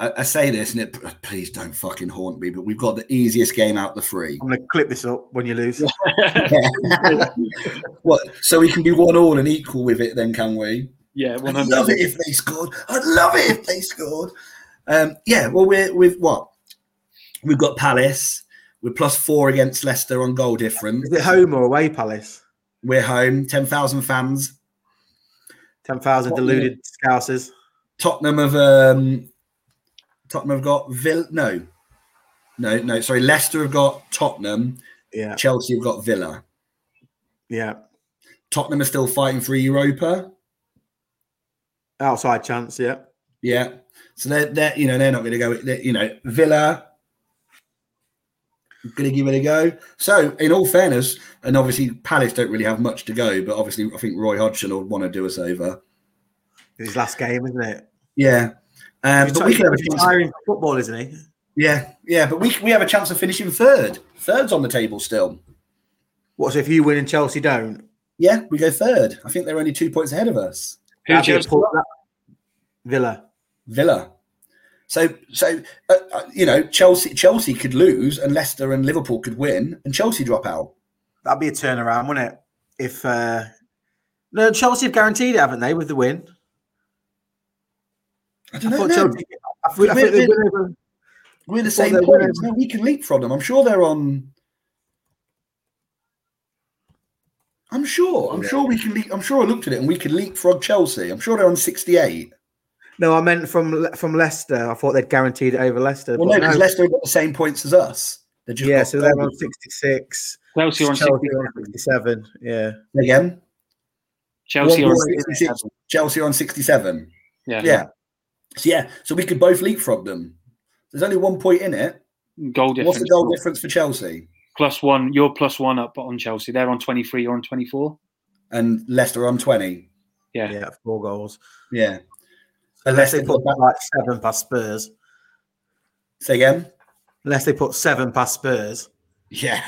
Speaker 3: I, I say this, and it please don't fucking haunt me, but we've got the easiest game out the three.
Speaker 1: I'm going to clip this up when you lose.
Speaker 3: What? So we can be one all and equal with it, then can we?
Speaker 2: yeah,
Speaker 3: I'd love
Speaker 2: 100.
Speaker 3: it if they scored. I'd love it if they scored. Um, yeah. Well, we're with what? We've got Palace. We're plus four against Leicester on goal difference.
Speaker 1: Is it home or away, Palace?
Speaker 3: We're home. Ten thousand fans.
Speaker 1: 10,000
Speaker 3: What
Speaker 1: deluded scousers.
Speaker 3: Tottenham have um, Tottenham have got Vill. No, no, no. Sorry, Leicester have got Tottenham.
Speaker 1: Yeah,
Speaker 3: Chelsea have got Villa.
Speaker 1: yeah.
Speaker 3: Tottenham are still fighting for Europa.
Speaker 1: Outside chance, yeah.
Speaker 3: Yeah, so they're, they're you know they're not going to go. they're- You know Villa going to give it a go. So in all fairness, and obviously Palace don't really have much to go, but obviously I think Roy Hodgson will want to do us over.
Speaker 1: It's his last game, isn't it?
Speaker 3: Yeah, um,
Speaker 1: He's
Speaker 3: but we
Speaker 1: t-
Speaker 3: could have a
Speaker 1: he's
Speaker 3: chance.
Speaker 1: retiring from football, isn't he?
Speaker 3: Yeah, yeah, but we we have a chance of finishing third. Third's on the table still.
Speaker 1: What, so if you win and Chelsea don't?
Speaker 3: Yeah, we go third. I think they're only two points ahead of us.
Speaker 2: Who
Speaker 1: that'd be a
Speaker 2: Chelsea?
Speaker 1: poor- that- Villa.
Speaker 3: Villa. So, so uh, uh, you know, Chelsea, Chelsea could lose, and Leicester and Liverpool could win, and Chelsea drop out.
Speaker 1: That'd be a turnaround, wouldn't it? If uh no, Chelsea have guaranteed it, haven't they, with the win?
Speaker 3: I
Speaker 1: I
Speaker 3: don't
Speaker 1: thought
Speaker 3: know.
Speaker 1: Chelsea. I, thought- I
Speaker 3: Win-
Speaker 1: think they
Speaker 3: win-
Speaker 1: win over.
Speaker 3: We're the
Speaker 1: thought
Speaker 3: same
Speaker 1: they were-
Speaker 3: points. No, we can leapfrog them. I'm sure they're on. I'm sure. I'm
Speaker 1: Yeah.
Speaker 3: sure we can. Leap, I'm sure I looked at it, and we can leapfrog Chelsea. I'm sure they're on 68.
Speaker 1: No, I meant from Le- from Leicester. I thought they'd guaranteed it over Leicester.
Speaker 3: Well,
Speaker 1: but
Speaker 3: no, because
Speaker 1: no.
Speaker 3: Leicester have got the same points as us. They just
Speaker 1: yeah,
Speaker 3: got
Speaker 1: so they're
Speaker 3: goals.
Speaker 1: on sixty-six.
Speaker 2: Chelsea are on
Speaker 1: Chelsea
Speaker 2: 60.
Speaker 1: on sixty-seven. Yeah.
Speaker 3: again.
Speaker 2: Chelsea
Speaker 3: One
Speaker 2: are on
Speaker 3: point,
Speaker 2: 60.
Speaker 3: 66. Chelsea are on 67.
Speaker 2: Yeah.
Speaker 3: Yeah. So yeah, so we could both leapfrog them. There's only one point in it.
Speaker 2: Goal difference.
Speaker 3: What's the goal difference for Chelsea?
Speaker 2: Plus one. You're plus one up on Chelsea. They're on 23. You're on 24.
Speaker 3: And Leicester on 20.
Speaker 2: Yeah.
Speaker 1: Yeah, four goals.
Speaker 3: Yeah.
Speaker 1: Unless they
Speaker 3: Leicester
Speaker 1: put
Speaker 3: got
Speaker 1: like seven past Spurs.
Speaker 3: Say again?
Speaker 1: Unless they put seven past Spurs.
Speaker 3: Yeah.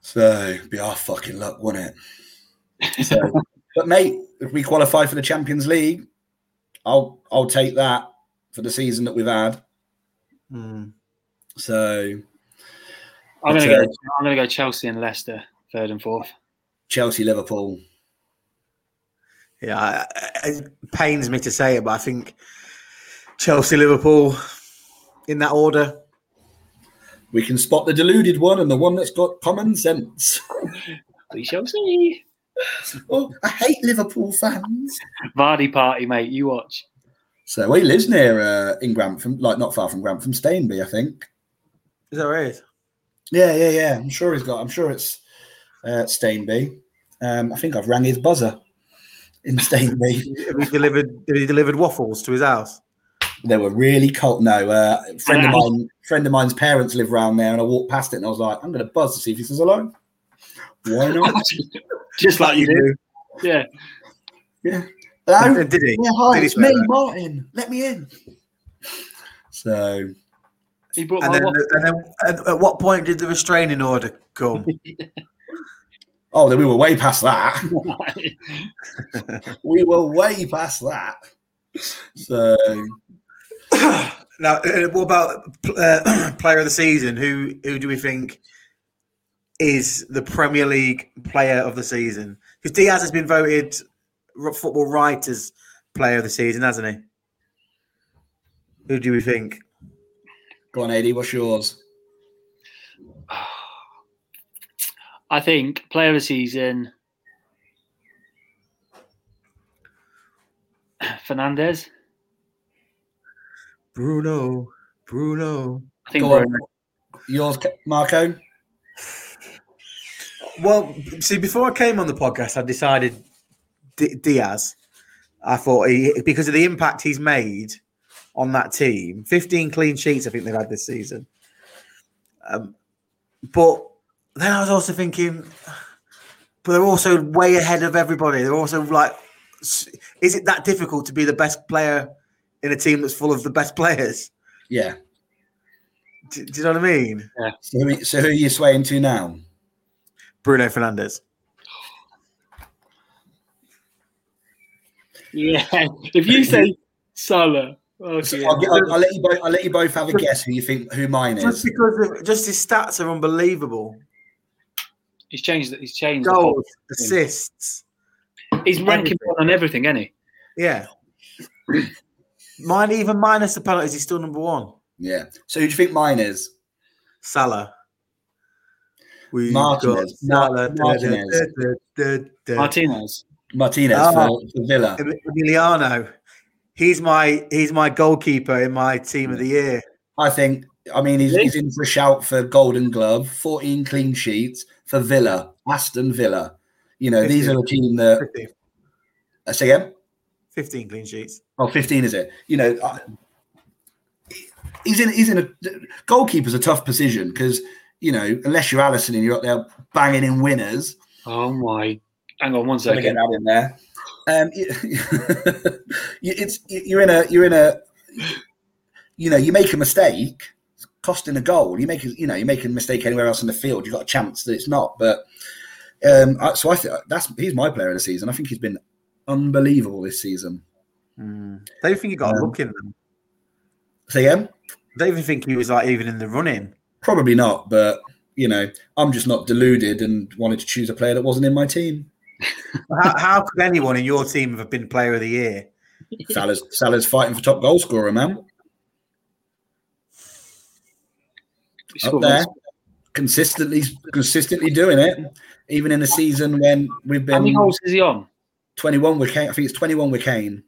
Speaker 3: So be our fucking luck, wouldn't it? So, but mate, if we qualify for the Champions League, I'll I'll take that for the season that we've had.
Speaker 1: Hmm.
Speaker 3: So
Speaker 2: I'm
Speaker 3: That's
Speaker 2: gonna go.
Speaker 3: it.
Speaker 2: I'm gonna go Chelsea and Leicester third and fourth.
Speaker 3: Chelsea, Liverpool.
Speaker 1: Yeah, I- I- it pains me to say it, but I think Chelsea, Liverpool, in that order.
Speaker 3: We can spot the deluded one and the one that's got common sense.
Speaker 2: We shall see.
Speaker 3: Oh, I hate Liverpool fans.
Speaker 2: Vardy party, mate. You watch.
Speaker 3: So well, he lives near uh, in Grantham, like not far from Grantham, Stainby, I think.
Speaker 1: Is that right?
Speaker 3: Yeah, yeah, yeah. I'm sure he's got. I'm sure it's uh, Stainby. Um, I think I've rang his buzzer in Stainby.
Speaker 1: Have he delivered? Have he delivered waffles to his house?
Speaker 3: they were really cold. No, uh, a friend of
Speaker 2: Yeah.
Speaker 3: mine, friend of mine's parents live round there, and I walked past it and I was like, I'm going to buzz to see if he says hello. Why not?
Speaker 2: Just like you do. Yeah.
Speaker 3: Hello?
Speaker 1: Did he?
Speaker 3: Yeah, hi,
Speaker 1: Did he
Speaker 3: it's
Speaker 1: swear
Speaker 3: me,
Speaker 1: that?
Speaker 3: Martin. Let me in. So
Speaker 2: He brought
Speaker 1: And
Speaker 2: my
Speaker 1: then,
Speaker 2: watch.
Speaker 1: and then, at, at what point did the restraining order come?
Speaker 3: Oh, then we were way past that. we were way past that. So,
Speaker 1: now, uh, what about uh, player of the season? Who who do we think is the Premier League player of the season? Because Diaz has been voted r- football writers player of the season, hasn't he? Who do we think?
Speaker 3: go on, AD, what's yours?
Speaker 2: I think player of the season, Fernandez.
Speaker 1: Bruno, Bruno.
Speaker 2: I think
Speaker 3: Go
Speaker 2: Bruno.
Speaker 3: on. Yours, Ke- Marco.
Speaker 1: Well, see, before I came on the podcast, I decided D- Diaz. I thought he, because of the impact he's made on that team, 15 clean sheets, I think they've had this season. Um, but then I was also thinking, but they're also way ahead of everybody. They're also like, s- is it that difficult to be the best player in a team that's full of the best players?
Speaker 3: Yeah.
Speaker 1: Do, do you know what I mean?
Speaker 3: So who, so who are you swaying to now?
Speaker 1: Bruno Fernandez.
Speaker 2: Yeah. If you say Salah, oh,
Speaker 3: So
Speaker 2: okay.
Speaker 3: I'll, gi- I'll, I'll let you both. I'll let you both have a guess who you think who mine
Speaker 1: Just
Speaker 3: is.
Speaker 1: because of, just his stats are unbelievable.
Speaker 2: he's changed. it- He's changed. the whole-
Speaker 1: goals, assists.
Speaker 2: He's ranking one on everything, isn't he?
Speaker 1: Yeah. Mine even minus the penalties, he's still number one.
Speaker 3: Yeah. So who do you think mine is?
Speaker 1: Salah. We
Speaker 3: Martinez.
Speaker 1: Salah.
Speaker 3: Martinez.
Speaker 2: Martinez.
Speaker 3: Martinez
Speaker 1: Ah.
Speaker 3: for, for Villa.
Speaker 1: Emiliano. He's my he's my goalkeeper in my team of the year.
Speaker 3: I think. I mean, he's, he's in for a shout for Golden Glove, 14 clean sheets for Villa, Aston Villa. You know, these are the team that.
Speaker 1: 15,
Speaker 3: I say again.
Speaker 1: 15 clean sheets.
Speaker 3: Oh, 15 is it? You know, I, he's in. He's in a goalkeeper's a tough position because you know unless you're Allison and you're up there banging in winners.
Speaker 2: Oh my! Hang on one
Speaker 3: Gotta get
Speaker 2: second.
Speaker 3: that in there. Um, you- you- it's you're in a you're in a you know you make a mistake, it's costing a goal. You make a, you know you make a mistake anywhere else in the field. You've got a chance that it's not. But um, I, so I think that's he's my player of the season. I think he's been unbelievable this season.
Speaker 1: Hmm. Don't you think he got a
Speaker 3: Um,
Speaker 1: look in them?
Speaker 3: So yeah,
Speaker 1: Don't even think he was like even in the running.
Speaker 3: probably not. But you know I'm just not deluded and wanted to choose a player that wasn't in my team.
Speaker 1: How, how could anyone in your team have been player of the year?
Speaker 3: Salah's Salah's fighting for top goal scorer, man.
Speaker 2: He
Speaker 3: up
Speaker 2: scored
Speaker 3: there,
Speaker 2: once.
Speaker 3: consistently, consistently doing it, even in a season when we've
Speaker 2: How many
Speaker 3: been
Speaker 2: goals is he on?
Speaker 3: 21 with Kane. I think it's 21 with Kane.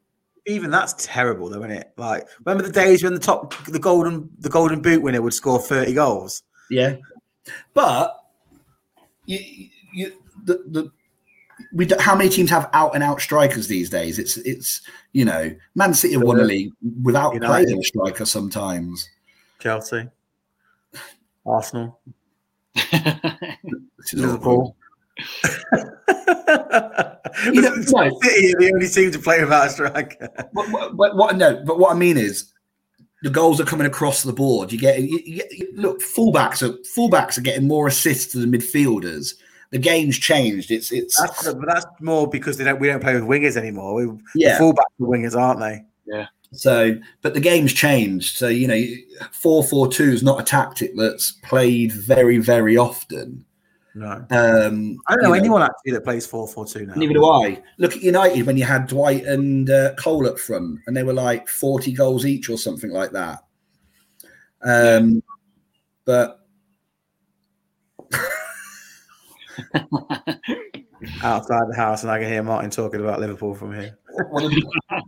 Speaker 1: Even that's terrible, though, isn't it? Like, remember the days when the top, the golden, the golden boot winner would score thirty goals.
Speaker 3: Yeah, but you, you, the, the we do, how many teams have out and out strikers these days? It's it's you know, Man City have
Speaker 2: Uh,
Speaker 3: won the league without
Speaker 1: United.
Speaker 3: playing a striker sometimes.
Speaker 1: Chelsea, Arsenal,
Speaker 3: This is awful.
Speaker 1: Liverpool.
Speaker 3: You know, no,
Speaker 1: City are the only team to play without a striker.
Speaker 3: What, what, what, what- no, but what I mean is the goals are coming across the board. You get, you, you get- you- look, fullbacks are fullbacks are getting more assists than midfielders. The game's changed. It's it's
Speaker 1: That's, but that's more because they don't. We don't play with wingers anymore. We the
Speaker 3: yeah.
Speaker 1: fullbacks are wingers, aren't they?
Speaker 3: So, but the game's changed. So you know, four four two is not a tactic that's played very very often.
Speaker 1: No,
Speaker 3: Um,
Speaker 1: I don't know
Speaker 3: you
Speaker 1: anyone actually that plays four four two now.
Speaker 3: Neither do I. Look at United when you had Dwight and uh, Cole up front, and they were like forty goals each or something like that. Um, but
Speaker 1: Outside the house, and I can hear Martin talking about Liverpool from here.
Speaker 3: well, the,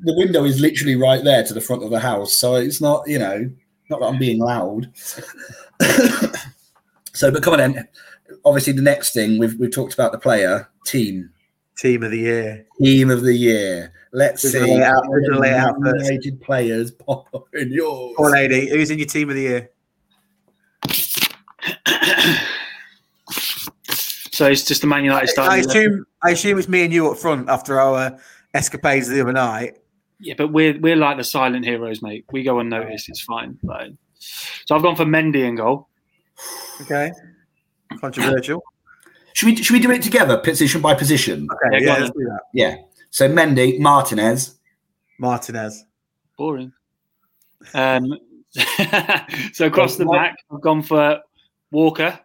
Speaker 3: the window is literally right there to the front of the house, so it's not you know not that I'm being loud. so, but come on then. Obviously, the next thing we've we've talked about the player team
Speaker 1: Team of the year.
Speaker 3: team of the year. Let's
Speaker 1: We're
Speaker 3: see
Speaker 1: gonna lay out- we're gonna lay out first.
Speaker 3: United players pop up in yours.
Speaker 1: Or lady, who's in your team of the year?
Speaker 2: so it's just the Man United
Speaker 1: I
Speaker 2: starting. eleven.
Speaker 1: assume I assume it's me and you up front after our escapades the other night.
Speaker 2: Yeah, but we're we're like the silent heroes, mate. We go unnoticed. It's fine. Like- so I've gone for Mendy and goal.
Speaker 1: Okay. Controversial.
Speaker 3: Should we should we do it together, position by position?
Speaker 1: Okay,
Speaker 2: Yeah, go
Speaker 1: yeah,
Speaker 2: on
Speaker 1: let's do that.
Speaker 3: Yeah. So Mendy, Martinez.
Speaker 1: Martinez.
Speaker 2: Boring. Um, so across the back, I've gone for Walker.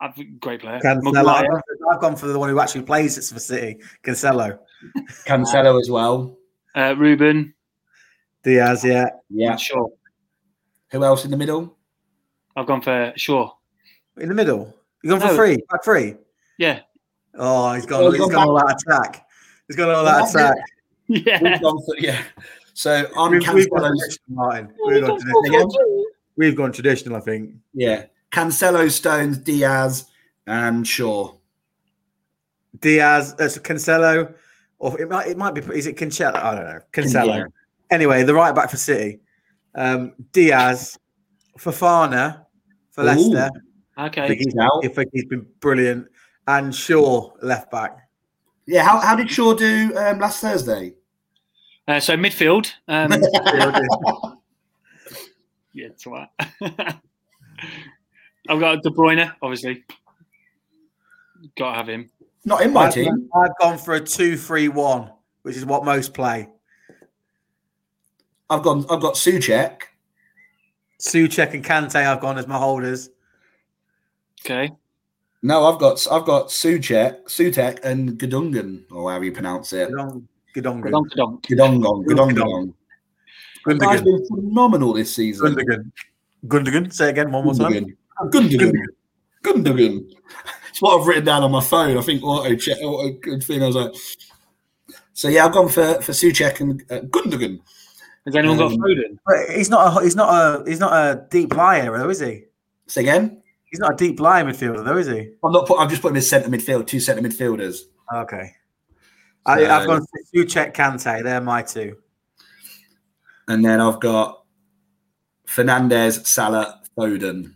Speaker 2: I've great player.
Speaker 1: Cancelo. I've
Speaker 2: Maguire.
Speaker 1: gone, for, I've gone for the one who actually plays it's for City. Cancelo.
Speaker 3: Cancelo as well.
Speaker 2: Uh, Ruben.
Speaker 1: Diaz, yeah.
Speaker 3: Yeah.
Speaker 2: Shaw.
Speaker 3: Who else in the middle?
Speaker 2: I've gone for Shaw.
Speaker 1: In the middle. He's gone for
Speaker 2: No.
Speaker 1: free. Back free.
Speaker 2: Yeah.
Speaker 1: Oh, he's gone.
Speaker 3: Oh,
Speaker 1: he's
Speaker 3: he's
Speaker 1: gone all out attack. He's gone all out
Speaker 3: Well,
Speaker 1: attack.
Speaker 2: Yeah.
Speaker 3: We've gone for- yeah. So I'm
Speaker 1: We've, we've gone
Speaker 3: Cancelo's.
Speaker 1: traditional, Martin. We've gone traditional. We've gone traditional, I think.
Speaker 3: Yeah. Cancelo, Stones, Diaz, and Shaw.
Speaker 1: Diaz, uh, Cancelo, or it might it might be is it Cancelo? I don't know. Cancelo.
Speaker 3: Yeah.
Speaker 1: Anyway, the right back for City, um, Diaz, Fafana for
Speaker 3: Ooh.
Speaker 1: Leicester. I
Speaker 2: Okay.
Speaker 1: think he's-
Speaker 3: Now-
Speaker 1: I think he's been brilliant, and Shaw left back.
Speaker 3: Yeah. How, how did Shaw do um, last Thursday?
Speaker 2: Uh, so midfield. Um,
Speaker 1: I've
Speaker 2: yeah, it's all right. I've got De Bruyne, obviously. Got to have him.
Speaker 3: Not in my team.
Speaker 1: I've gone for a two-three-one, which is what most play.
Speaker 3: I've gone. I've got Suchek.
Speaker 1: Suchek and Kante, I've gone as my holders.
Speaker 2: Okay.
Speaker 3: No, I've got. I've got Suchek, Sutek, and Gudungan, or however you pronounce it.
Speaker 1: Gudong- Gudongan.
Speaker 2: Donk, donk.
Speaker 3: Gudongon. Gudongon. The guy's
Speaker 1: Gundogan.
Speaker 3: been phenomenal this season.
Speaker 1: Gundogan. Gundogan. Say it again one more time.
Speaker 3: Gundogan. Gundogan. Gundogan. It's what I've written down on my phone. I think auto check, auto good thing. I was like, so yeah, I've gone for for Suchek and uh, Gundogan.
Speaker 2: Has anyone got
Speaker 3: Um,
Speaker 2: Foden?
Speaker 1: But he's not a he's not a he's not a deep liar though, is he?
Speaker 3: So again,
Speaker 1: He's not a deep lying midfielder though, is he?
Speaker 3: I'm not. Put, I've just put him as centre midfield, two centre midfielders.
Speaker 1: Okay. I, I've
Speaker 3: So-
Speaker 1: gone Suchek, Kante. They're my two.
Speaker 3: and then I've got Fernandez, Salah, Foden,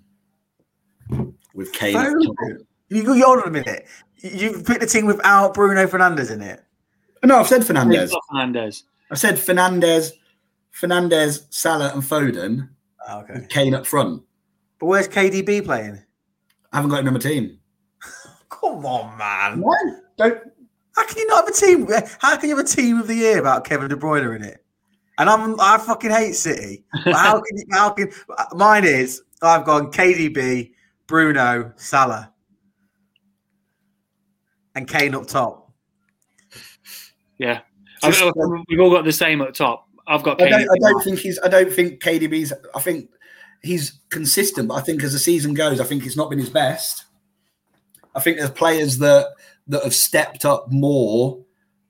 Speaker 3: with Kane. at the top.
Speaker 1: Foden? You go hold on a minute. You've picked a team without Bruno Fernandez in it.
Speaker 3: No, I've said Fernandez.
Speaker 2: Fernandez.
Speaker 3: I've said Fernandez, Fernandez, Salah, and Foden.
Speaker 1: Oh, okay.
Speaker 3: with Kane up front.
Speaker 1: But where's KDB playing?
Speaker 3: I haven't got him on my team.
Speaker 1: Come on, man.
Speaker 3: No, don't.
Speaker 1: How can you not have a team? How can you have a team of the year about Kevin De Bruyne in it? And I'm I fucking hate City. But how can you, how can mine is I've gone KDB, Bruno, Salah, and Kane up top.
Speaker 2: Yeah. I mean, we've all got the same at top. I've got
Speaker 3: I
Speaker 2: Kane.
Speaker 3: don't, I don't think he's. I don't think KDB's. I think he's consistent, but I think as the season goes, I think it's not been his best. I think there's players that that have stepped up more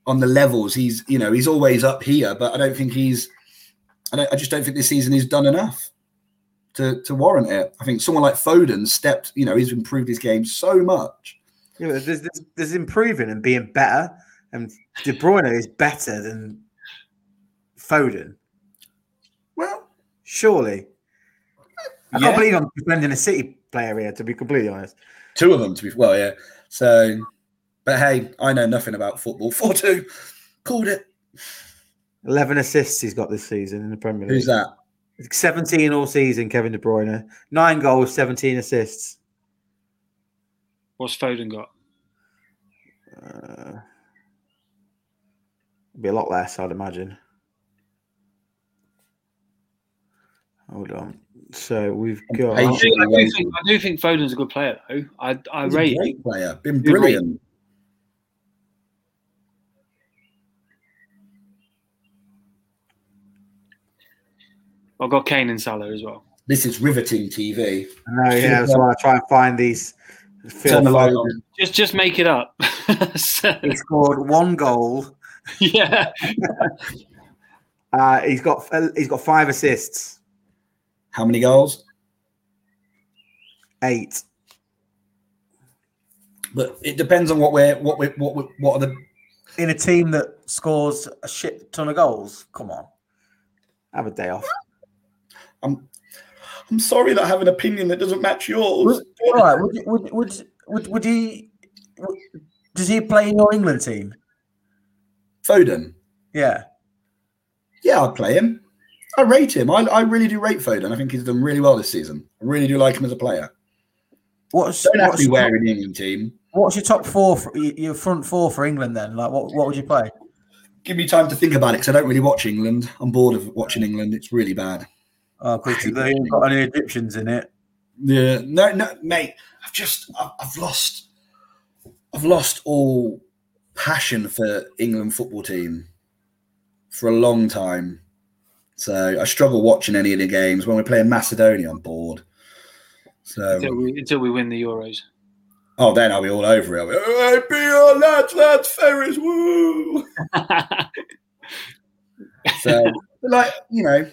Speaker 3: on the levels. He's, you know, he's always up here, but I don't think he's. I, don't, I just don't think this season he's done enough to to warrant it. I think someone like Foden stepped. You know, he's improved his game so much.
Speaker 1: Yeah, but there's, there's, there's improving and being better, and De Bruyne is better than Foden,
Speaker 3: Well,
Speaker 1: surely. I
Speaker 3: yeah.
Speaker 1: can't believe I'm defending a City player here, to be completely honest.
Speaker 3: Two of them, to be well, yeah. So, but hey, I know nothing about football. Four two, called it.
Speaker 1: 11 assists he's got this season in the Premier League.
Speaker 3: Who's that?
Speaker 1: 17 all season, Kevin De Bruyne. Nine goals, 17 assists.
Speaker 2: What's Foden got?
Speaker 1: Uh, be a lot less, I'd imagine. Hold on. So we've got.
Speaker 2: I do, I do think, I do think Foden's a good player, though. I,
Speaker 1: Uh,
Speaker 2: I
Speaker 3: He's a
Speaker 2: rate
Speaker 3: great player, been
Speaker 2: He's
Speaker 3: brilliant.
Speaker 2: I've got Kane and Salah as well.
Speaker 3: This is riveting TV.
Speaker 1: I know, Oh, yeah. So I try and find these. Phil
Speaker 3: Turn the light
Speaker 1: Foden.
Speaker 3: on.
Speaker 2: Just just make it up. So,
Speaker 1: He scored one goal.
Speaker 2: yeah.
Speaker 1: Uh, he's got he's got five assists,
Speaker 3: How many goals?
Speaker 1: eight.
Speaker 3: But it depends on what we're what we are what we are what are the.
Speaker 1: in a team that scores a shit ton of goals. Come on, have a day off.
Speaker 3: I'm I'm sorry that I have an opinion that doesn't match yours.
Speaker 1: All right, would you- would would would, would he? Would, does he play in your England team?
Speaker 3: Foden.
Speaker 1: Yeah,
Speaker 3: Yeah, I'd play him. I rate him. I, I really do rate Foden. I think he's done really well this season. I really do like him as a player.
Speaker 1: what's
Speaker 3: Don't have to
Speaker 1: what's,
Speaker 3: be wearing the England team.
Speaker 1: what's your top four? For, y- your front four for England then? Like, what what would you play?
Speaker 3: Give me time to think about it because I don't really watch England. I'm bored of watching England. It's really bad.
Speaker 1: Oh, because they ain't got any Egyptians in it.
Speaker 3: Yeah, no, no, mate. I've just, I've, I've lost, I've lost all passion for England football team for a long time. So I struggle watching any of the games. When we're playing Macedonia, I'm bored. So
Speaker 2: Until we, until we win the Euros.
Speaker 3: Oh, then I'll be all over it. I'll be, all right, be on, lads, lads, Ferris, woo! So, but like, you know,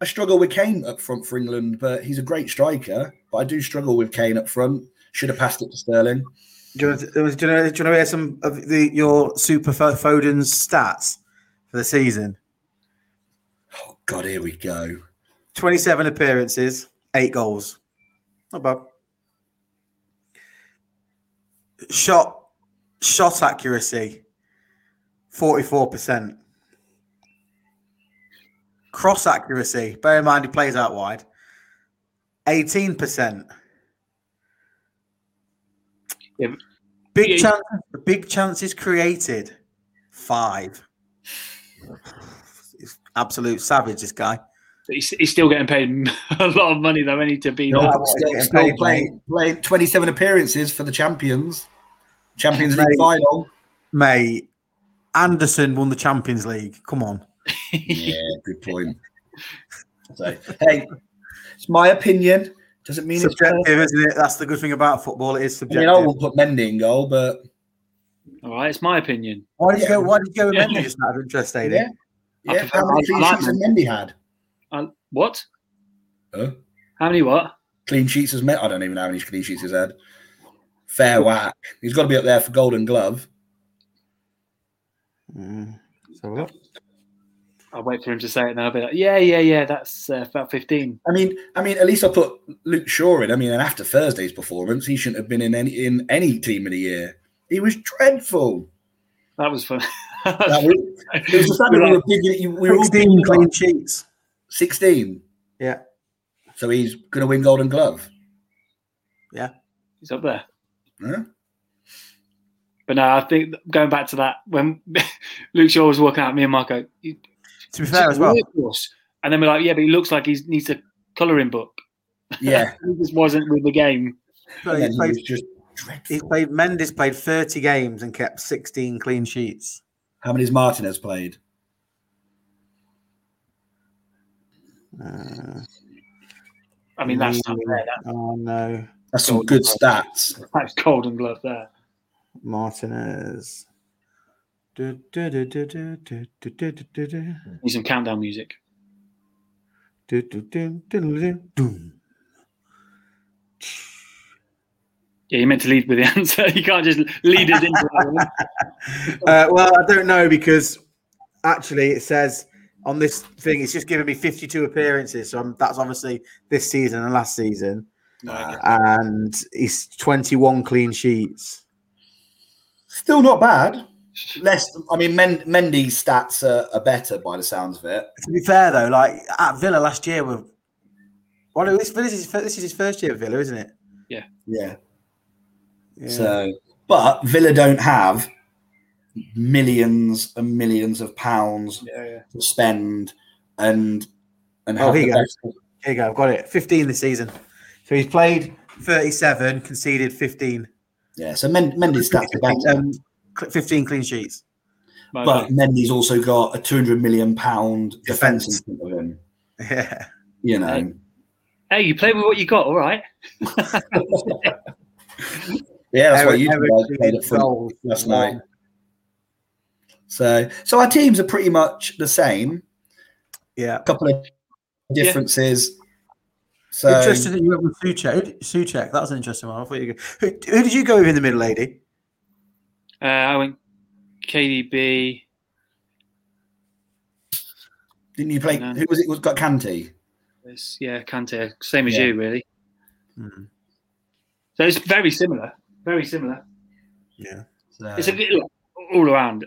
Speaker 3: I struggle with Kane up front for England, but he's a great striker. But I do struggle with Kane up front. Should have passed it to Sterling.
Speaker 1: Do you, want to, do, you want to, do you want to hear some of the, your super Fo- Foden's stats for the season?
Speaker 3: Oh, God, here we go.
Speaker 1: 27 appearances, eight goals. Not bad. Shot shot accuracy, 44%. Cross accuracy, bear in mind he plays out wide, 18%.
Speaker 2: Yeah, but-
Speaker 1: Big
Speaker 2: Yeah.
Speaker 1: chance, big chances created, five. It's absolute savage, this guy.
Speaker 2: he's, he's still getting paid a lot of money though, any to be
Speaker 3: Still,
Speaker 1: Yeah.
Speaker 2: that.
Speaker 3: still,
Speaker 1: Yeah,
Speaker 3: still
Speaker 1: mate.
Speaker 3: playing, playing 27 appearances for the champions. Champions League
Speaker 1: Mate.
Speaker 3: final.
Speaker 1: Mate, Anderson won the Champions League. Come on.
Speaker 3: Yeah, good point. So, hey, it's my opinion. Doesn't mean it's
Speaker 1: Subjective, isn't it? That's the good thing about football. It is
Speaker 3: I mean,
Speaker 1: subjective.
Speaker 3: I will put Mendy in goal, but
Speaker 2: All right, it's my opinion.
Speaker 1: why did you go? Why did you go with
Speaker 2: Yeah.
Speaker 1: Mendy just out of interest, Aidan?
Speaker 3: yeah, yeah.
Speaker 2: prefer-
Speaker 3: How many
Speaker 2: I
Speaker 3: clean
Speaker 2: like
Speaker 3: sheets has Mendy had?
Speaker 2: Um, what?
Speaker 3: Huh?
Speaker 2: How many what?
Speaker 3: Clean sheets has Mendy. I don't even know how many clean sheets he's had. Fair whack. He's got to be up there for Golden Glove.
Speaker 1: Mm. So what?
Speaker 2: I'll wait for him to say it now. I'll be like, yeah, yeah, yeah, that's uh, about 15.
Speaker 3: I mean, I mean, at least I put Luke Shaw in. I mean, and after Thursday's performance, he shouldn't have been in any in any team of the year. He was dreadful.
Speaker 2: That was fun.
Speaker 3: That was, it was just that we were digging. you- We were all
Speaker 1: Sixteen
Speaker 3: digging
Speaker 1: clean sheets.
Speaker 3: 16.
Speaker 1: Yeah.
Speaker 3: So he's going to win Golden Glove.
Speaker 2: He's up there.
Speaker 3: Huh?
Speaker 2: But no, I think going back to that, when Luke Shaw was walking out, me and Marco, "You-
Speaker 1: To be fair,
Speaker 2: He's
Speaker 1: as
Speaker 2: a
Speaker 1: well,
Speaker 2: workhorse. And then we're like, yeah, but he looks like he needs a colouring book.
Speaker 3: Yeah.
Speaker 2: He just wasn't with the game.
Speaker 1: So
Speaker 3: And then
Speaker 1: he's
Speaker 3: he
Speaker 1: played,
Speaker 3: was just
Speaker 1: he's
Speaker 3: dreadful.
Speaker 1: played. Mendy's played thirty games and kept sixteen clean sheets.
Speaker 3: How many's Martinez played?
Speaker 1: Uh,
Speaker 2: I mean, that's not fair. That,
Speaker 1: oh no,
Speaker 3: That's some good stats.
Speaker 2: that's golden glove there.
Speaker 1: Martinez. Du- du- du- du- du- du- du- du- du- du- du.
Speaker 2: Need some countdown music.
Speaker 1: Du- du- du- du- du- du- du.
Speaker 2: Yeah, you meant to lead with the answer. You can't just lead us into that one.
Speaker 1: Uh, well, I don't know because actually it says on this thing it's just given me 52 appearances. So I'm, that's obviously this season and last season,
Speaker 3: Nah.
Speaker 1: and it's 21 clean sheets.
Speaker 3: Still not bad. Less, I mean, Men- Mendy's stats are, are better by the sounds of it.
Speaker 1: To be fair though, like at Villa last year, were well, this, this is this is his first year at Villa, isn't it?
Speaker 3: Yeah.
Speaker 1: Yeah.
Speaker 3: So, but Villa don't have millions and millions of pounds
Speaker 2: Yeah, yeah.
Speaker 3: to spend and and
Speaker 1: Oh,
Speaker 3: have
Speaker 1: here
Speaker 3: the
Speaker 1: you go.
Speaker 3: best-
Speaker 1: Here you go. I've got it. 15 this season. So he's played 37, conceded 15.
Speaker 3: Yeah, so Men- Mendy's stats are better.
Speaker 1: Um, cl- 15 clean sheets.
Speaker 2: My
Speaker 3: But
Speaker 2: bad.
Speaker 3: Mendy's also got a 200 million pound defense in front of him.
Speaker 1: Yeah.
Speaker 3: You know,
Speaker 2: hey, you play with what you got, all right?
Speaker 3: yeah, that's what
Speaker 1: Eric-
Speaker 3: you
Speaker 1: Eric
Speaker 3: guys played
Speaker 1: Dean's
Speaker 3: at front
Speaker 1: goals.
Speaker 3: last night. So, so our teams are pretty much the same.
Speaker 1: Yeah.
Speaker 3: A couple of differences. So,
Speaker 1: Interesting that you went with Suchek. Who did- Suchek, that was an interesting one. I thought you go. Who, who did you go with in the middle, lady?
Speaker 2: Uh, I went KDB.
Speaker 3: didn't you play?
Speaker 2: No.
Speaker 3: Who was it? Was got Canty?
Speaker 2: It's- Yeah, Kante. Same as
Speaker 3: Yeah.
Speaker 2: you, really.
Speaker 1: Hmm.
Speaker 2: So it's very similar. Very similar.
Speaker 1: Yeah.
Speaker 3: So,
Speaker 2: It's a bit like all around.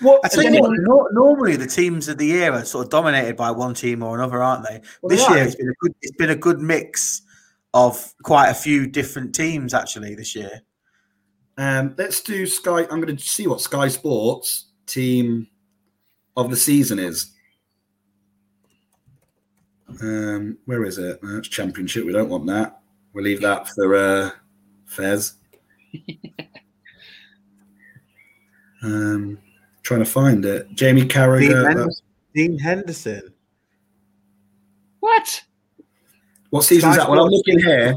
Speaker 3: what?
Speaker 1: I tell you what, nor- normally the teams of the year are sort of dominated by one team or another, aren't they?
Speaker 3: Well,
Speaker 1: this
Speaker 3: they are.
Speaker 1: year it's been a good it's been a good mix of quite a few different teams actually this year.
Speaker 3: Um, let's do Sky. I'm going to see what Sky Sports team of the season is. Um, where is it? That's Championship. We don't want that. We'll leave that for uh, Fez. um, trying to find it. Jamie
Speaker 1: Dean,
Speaker 3: Carragher.
Speaker 1: Hen-
Speaker 3: that's-
Speaker 1: Dean Henderson.
Speaker 2: What?
Speaker 3: What season is
Speaker 1: Sky
Speaker 3: that? Well, I'm
Speaker 1: Sports.
Speaker 3: looking here.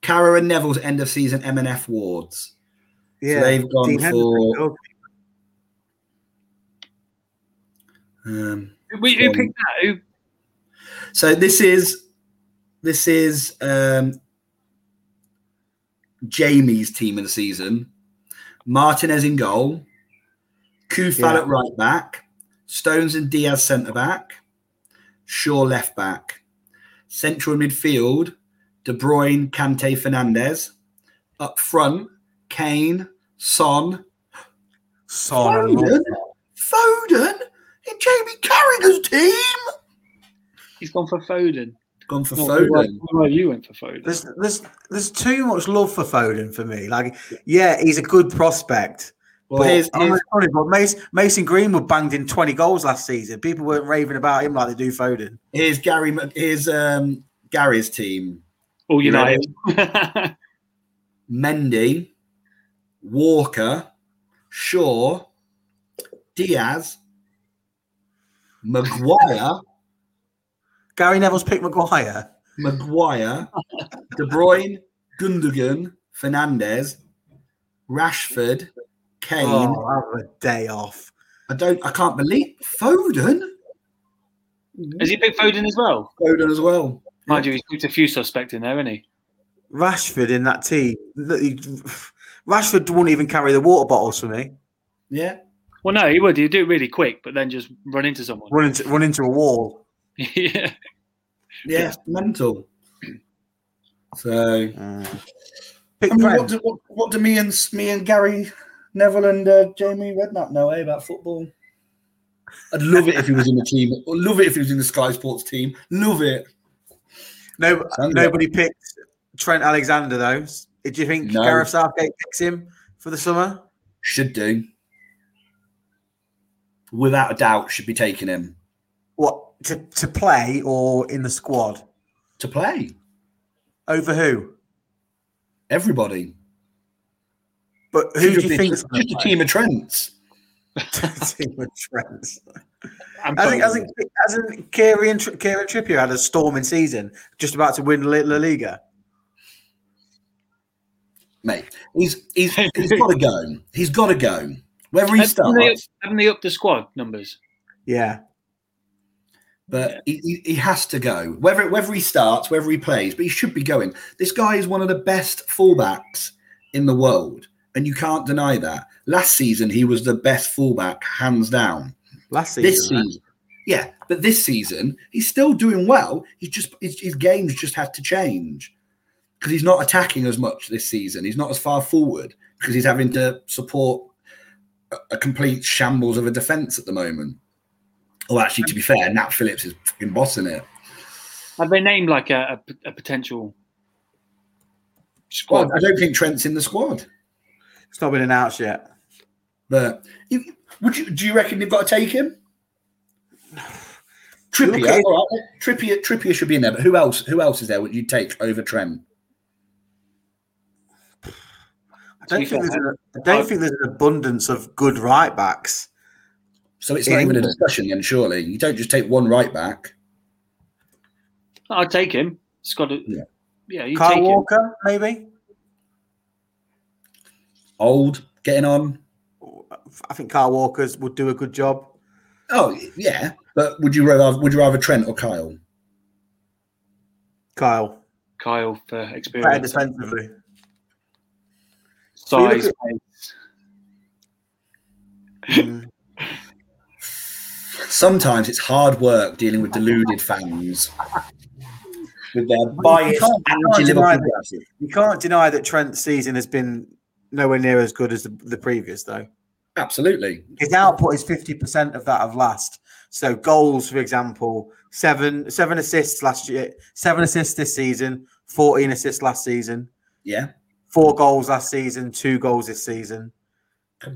Speaker 3: Cara and Neville's end of season M and F wards.
Speaker 1: Yeah,
Speaker 3: So they've gone
Speaker 1: Dean Henderson,
Speaker 3: for.
Speaker 1: okay.
Speaker 3: Um,
Speaker 2: We, who picked that? Who,
Speaker 3: so this is this is um, Jamie's team of the season. Martinez in goal. Kufal
Speaker 1: Yeah.
Speaker 3: at right back. Stones and Diaz centre back. Shaw left back. Central midfield. De Bruyne, Kante, Fernandez. Up front, Kane, Son,
Speaker 1: Son.
Speaker 3: Foden, Foden in Jamie Carragher's team.
Speaker 2: he's gone for Foden.
Speaker 3: Gone for
Speaker 2: No,
Speaker 3: Foden.
Speaker 2: well, you went for Foden.
Speaker 1: There's, there's, there's too much love for Foden for me. Like, yeah, he's a good prospect.
Speaker 3: Well,
Speaker 1: but,
Speaker 3: here's,
Speaker 1: I'm
Speaker 3: here's,
Speaker 1: sorry, but Mason, Mason Greenwood banged in 20 goals last season. People weren't raving about him like they do Foden.
Speaker 3: here's Gary. Mc- Here's um, Gary's team:
Speaker 2: All
Speaker 3: you
Speaker 2: United. That's
Speaker 3: Mendy, Walker, Shaw, Diaz, Maguire,
Speaker 1: Gary Neville's picked Maguire.
Speaker 3: Maguire, De Bruyne, Gundogan, Fernandez, Rashford, Kane.
Speaker 1: Oh, have a day off.
Speaker 3: I don't. I can't believe Foden.
Speaker 2: Has he picked Foden as well?
Speaker 3: Foden as well.
Speaker 2: Mind you, he's picked a few suspect in there, isn't he?
Speaker 1: Rashford in that team. Look, he- Rashford wouldn't even carry the water bottles for me.
Speaker 3: Yeah.
Speaker 2: Well, no, he would. He'd do it really quick, but then just run into someone.
Speaker 1: Run into, run into a wall.
Speaker 2: yeah.
Speaker 3: Yeah, it's mental. So,
Speaker 1: Pick
Speaker 3: Mm. I mean,
Speaker 1: Prem.
Speaker 3: what, do, what, what do me and me and Gary Neville and uh, Jamie Redknapp know eh, about football? I'd love it if he was in the team. I'd love it if he was in the Sky Sports team. Love it.
Speaker 1: No,
Speaker 3: Sounds
Speaker 1: nobody picked Trent Alexander though. S- Do you think
Speaker 3: No.
Speaker 1: Gareth Southgate picks him for the summer?
Speaker 3: Should do. Without a doubt, should be taking him
Speaker 1: What to to play or in the squad?
Speaker 3: to play.
Speaker 1: Over who?
Speaker 3: Everybody.
Speaker 1: But who
Speaker 3: Should
Speaker 1: do you
Speaker 3: be
Speaker 1: think?
Speaker 3: just, just a team of Trents?
Speaker 1: team of Trents?
Speaker 2: I'm
Speaker 1: I think, I
Speaker 2: Foden.
Speaker 1: think, hasn't Kieran, Tri- Kieran Trippier had a storming season, just about to win La La Liga?
Speaker 3: Mate, he's he's he's got to go. He's got to go. Whether he
Speaker 2: Haven't they,
Speaker 3: starts,
Speaker 2: haven't they upped the squad numbers?
Speaker 1: Yeah,
Speaker 3: But he, he, he has to go. Whether whether he starts, whether he plays, but he should be going. This guy is one of the best fullbacks in the world, and you can't deny that. Last season, he was the best fullback, hands down.
Speaker 1: last season.
Speaker 3: This season, yeah, but this season he's still doing well. He's just his, his games just had to change because he's not attacking as much this season. He's not as far forward because he's having to support a, a complete shambles of a defense at the moment. Oh, actually, to be fair, Nat Phillips is fucking bossing it.
Speaker 2: Have they named like a, a, a potential squad?
Speaker 3: Well, I don't think Trent's in the squad,
Speaker 1: it's not been announced yet.
Speaker 3: but you, would you? Do you reckon they've got to take him?
Speaker 1: Look
Speaker 3: Trippier,
Speaker 1: at-
Speaker 3: all right. Trippier, Trippier should be in there. But who else? Who else is there? Would you take over Trent?
Speaker 1: I don't
Speaker 2: be
Speaker 1: think
Speaker 2: fair,
Speaker 1: there's an, I don't
Speaker 2: I-
Speaker 1: think there's an abundance of good right backs.
Speaker 3: So it's
Speaker 1: Yeah,
Speaker 3: not even a
Speaker 1: England.
Speaker 3: discussion then, surely. You don't just take one right back.
Speaker 2: I'll take him. It's got a,
Speaker 3: Yeah.
Speaker 2: yeah. you
Speaker 1: Carl
Speaker 2: take him.
Speaker 1: Walker, maybe.
Speaker 3: Old, getting on.
Speaker 1: I think Carl Walker's would do a good job.
Speaker 3: Oh yeah, but would you rather would you rather Trent or Kyle?
Speaker 1: Kyle,
Speaker 2: Kyle for
Speaker 1: better
Speaker 2: experience.
Speaker 1: defensively. So you look
Speaker 2: Size.
Speaker 1: at-
Speaker 2: pace.
Speaker 1: Mm.
Speaker 3: Sometimes it's hard work dealing with deluded fans with their
Speaker 1: you
Speaker 3: biased
Speaker 1: can't- you can't deny
Speaker 3: anti-Liverpool.
Speaker 1: that.
Speaker 3: attitude.
Speaker 1: You can't deny that Trent's season has been nowhere near as good as the, the previous, though.
Speaker 3: Absolutely.
Speaker 1: His output is fifty percent of that of last. So goals, for example, seven seven assists last year, seven assists this season, fourteen assists last season,
Speaker 3: Yeah.
Speaker 1: four goals last season, two goals this season.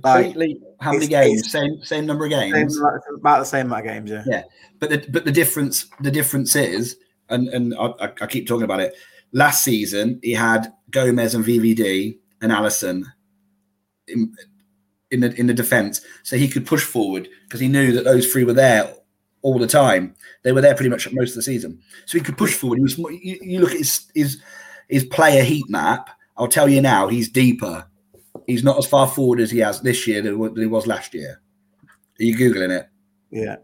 Speaker 1: Like,
Speaker 3: completely how many
Speaker 1: it's-
Speaker 3: games? Same same number of
Speaker 1: same,
Speaker 3: games.
Speaker 1: about the same amount of games, yeah.
Speaker 3: Yeah. But the but the difference the difference is, and and I, I- I keep talking about it. Last season he had Gomez and VVD and Allison in in the in the defense, so he could push forward because he knew that those three were there all the time. They were there pretty much most of the season, so he could push forward. He was more, you, you look at his his his player heat map, I'll tell you now, he's deeper. He's not as far forward as he has this year than what- than he was last year. Are you googling it?
Speaker 1: Yeah.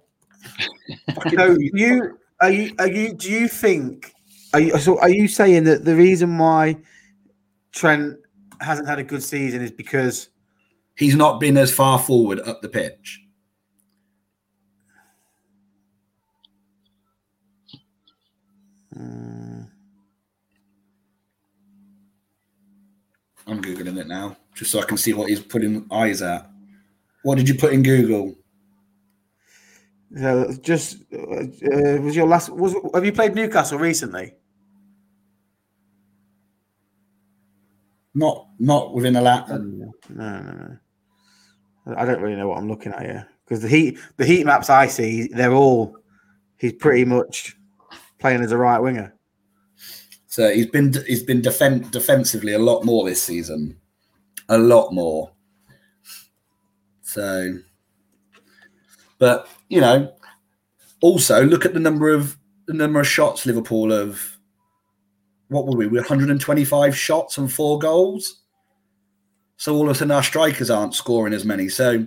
Speaker 3: Fucking-
Speaker 1: So you are you are you do you think are you so are you saying that the reason why Trent hasn't had a good season is because
Speaker 3: he's not been as far forward up the pitch.
Speaker 1: Mm,
Speaker 3: I'm googling it now, just so I can see what he's putting eyes at. What did you put in Google?
Speaker 1: so just uh, uh, was your last was have you played Newcastle recently?
Speaker 3: Not not within the lap.
Speaker 1: No, Um, no, no. no. I don't really know what I'm looking at here because the heat the heat maps I see they're all he's pretty much playing as a right winger.
Speaker 3: So he's been he's been defend, defensively a lot more this season, a lot more. So, but you know, also look at the number of the number of shots Liverpool have. What were we? We were 125 shots and four goals. So all of a sudden our strikers aren't scoring as many. So,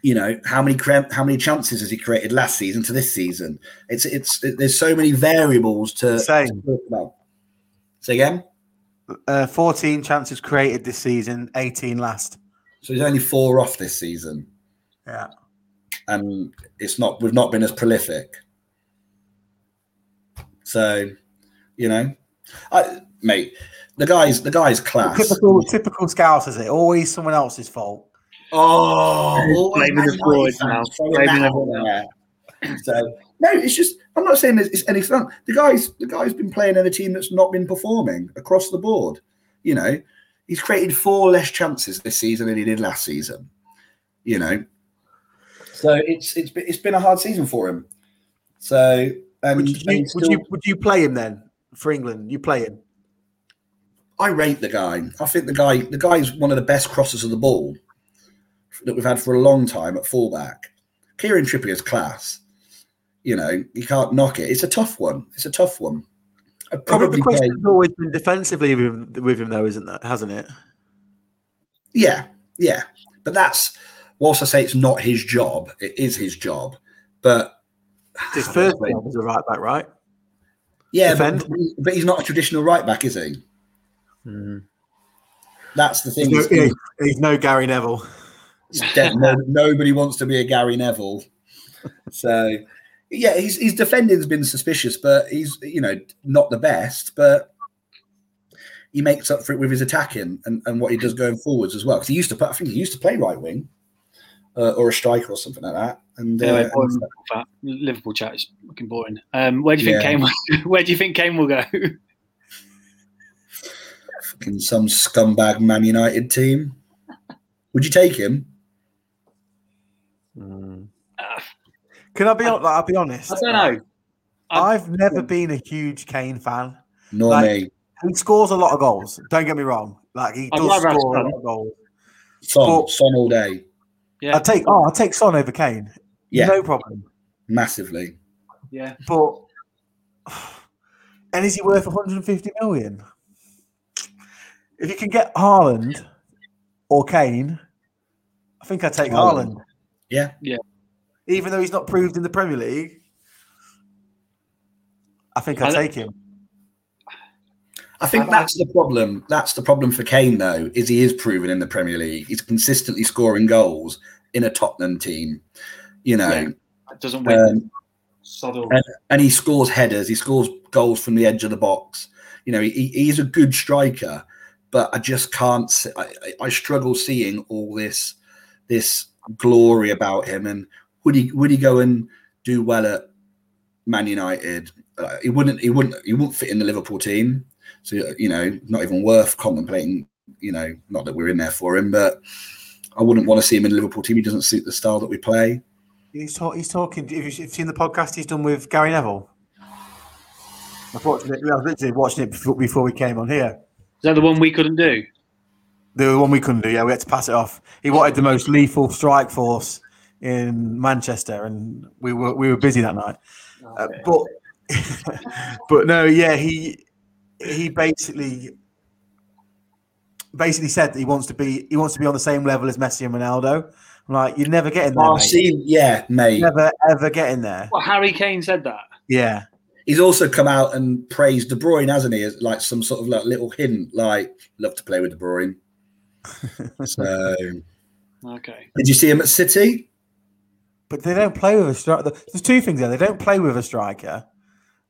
Speaker 3: you know, how many cre- how many chances has he created last season to this season? It's it's it, there's so many variables to,
Speaker 1: Same.
Speaker 3: to talk about. Say again.
Speaker 1: Uh, 14 chances created this season, 18 last.
Speaker 3: So he's only four off this season,
Speaker 1: Yeah.
Speaker 3: and it's not we've not been as prolific. So, you know, I, mate, the guys the guys class.
Speaker 1: Typical, typical Scouse, is it? Always someone else's fault.
Speaker 3: Oh, always
Speaker 2: Blaming the
Speaker 3: nice
Speaker 2: boys
Speaker 3: fans
Speaker 2: now.
Speaker 3: throwing
Speaker 2: Blaming
Speaker 3: that
Speaker 2: everyone
Speaker 3: out there. So no, it's just I'm not saying it's, it's any fun. The guys, the guy's been playing in a team that's not been performing across the board. You know, he's created four less chances this season than he did last season. You know, so it's it's been, it's been a hard season for him. So um,
Speaker 1: Would you,
Speaker 3: and
Speaker 1: would,
Speaker 3: he's
Speaker 1: you,
Speaker 3: still-
Speaker 1: would you play him then for England? You play him?
Speaker 3: I rate the guy. I think the guy the guy is one of the best crosses of the ball that we've had for a long time at fullback. Kieran Trippier's class. You know, you can't knock it. It's a tough one. It's a tough one. I'd
Speaker 1: Probably
Speaker 3: probably
Speaker 1: the
Speaker 3: play,
Speaker 1: question's always been defensively with him, with him, though, isn't that? Hasn't it?
Speaker 3: yeah, yeah. But that's whilst I say it's not his job, it is his job. But
Speaker 1: It's His first job as a right back, right?
Speaker 3: yeah, but,
Speaker 1: defend.
Speaker 3: but he's not a traditional right back, is he?
Speaker 1: Mm.
Speaker 3: That's the thing.
Speaker 1: He's
Speaker 3: is
Speaker 1: no, he's no Gary Neville.
Speaker 3: It's dead. No, nobody wants to be a Gary Neville. So, yeah, his his defending's been suspicious, but he's you know not the best, but he makes up for it with his attacking and, and what he does going forwards as well. Because he used to, put, I think he used to play right wing uh, or a striker or something like that. And, uh,
Speaker 2: Anyway, boring
Speaker 3: and-
Speaker 2: that. Liverpool chat is fucking boring. Um, where do you think
Speaker 3: Yeah.
Speaker 2: Kane? Will, where do you think Kane will go?
Speaker 3: fucking some scumbag Man United team. Would you take him?
Speaker 1: Can I be? hon- I'll be honest.
Speaker 2: Hmm. I don't know.
Speaker 1: I've never been a huge Kane fan.
Speaker 3: Nor
Speaker 1: Like-
Speaker 3: me.
Speaker 1: He scores a lot of goals. Don't get me wrong. Like he
Speaker 2: I'd
Speaker 1: does
Speaker 2: rather have
Speaker 1: score a
Speaker 2: Son.
Speaker 1: lot of goals.
Speaker 3: Son,
Speaker 1: but-
Speaker 3: Son all day.
Speaker 2: Yeah.
Speaker 1: I take. Oh, I take Son over Kane.
Speaker 3: Yeah,
Speaker 1: No problem.
Speaker 3: massively.
Speaker 2: Yeah,
Speaker 1: But and is he worth 150 million? If you can get Haaland or Kane, I think I take Haaland.
Speaker 3: Haaland. Yeah.
Speaker 2: Yeah.
Speaker 1: Even though he's not proved in the Premier League, I think I
Speaker 2: I-
Speaker 1: take him.
Speaker 3: I think
Speaker 2: I-
Speaker 3: that's the problem. That's the problem for Kane, though, is he is proven in the Premier League. He's consistently scoring goals in a Tottenham team, you know,
Speaker 2: that doesn't win.
Speaker 3: um,
Speaker 2: Sod all.
Speaker 3: and he scores headers. He scores goals from the edge of the box. You know, he, he's a good striker, but I just can't. s- I, I- I struggle seeing all this this glory about him. And would he would he go and do well at Man United? Uh, he wouldn't. He wouldn't. He wouldn't fit in the Liverpool team. So you know, not even worth contemplating. You know, not that we're in there for him, but I wouldn't want to see him in the Liverpool team. He doesn't suit the style that we play.
Speaker 1: He's, ta- he's talking. If you've seen the podcast he's done with Gary Neville, I've watched it. I was literally watching it before, before we came on here.
Speaker 2: Is that the one we couldn't do?
Speaker 1: The one we couldn't do, yeah, we had to pass it off. He wanted the most lethal strike force in Manchester, and we
Speaker 2: Oh,
Speaker 1: were we were busy that night. Uh, but but no, yeah, he he basically basically said that he wants to be he wants to be on the same level as Messi and Ronaldo. I'm like you're never getting there.
Speaker 3: Oh,
Speaker 1: mate.
Speaker 3: see, yeah, mate.
Speaker 1: You're never ever getting there.
Speaker 2: Well, Harry Kane said that.
Speaker 1: Yeah.
Speaker 3: He's also come out and praised De Bruyne, hasn't he? As like some sort of like little hint, like love to play with De Bruyne. so,
Speaker 2: Okay.
Speaker 3: did you see him at City?
Speaker 1: But they don't play with a striker. There's two things there. They don't play with a striker,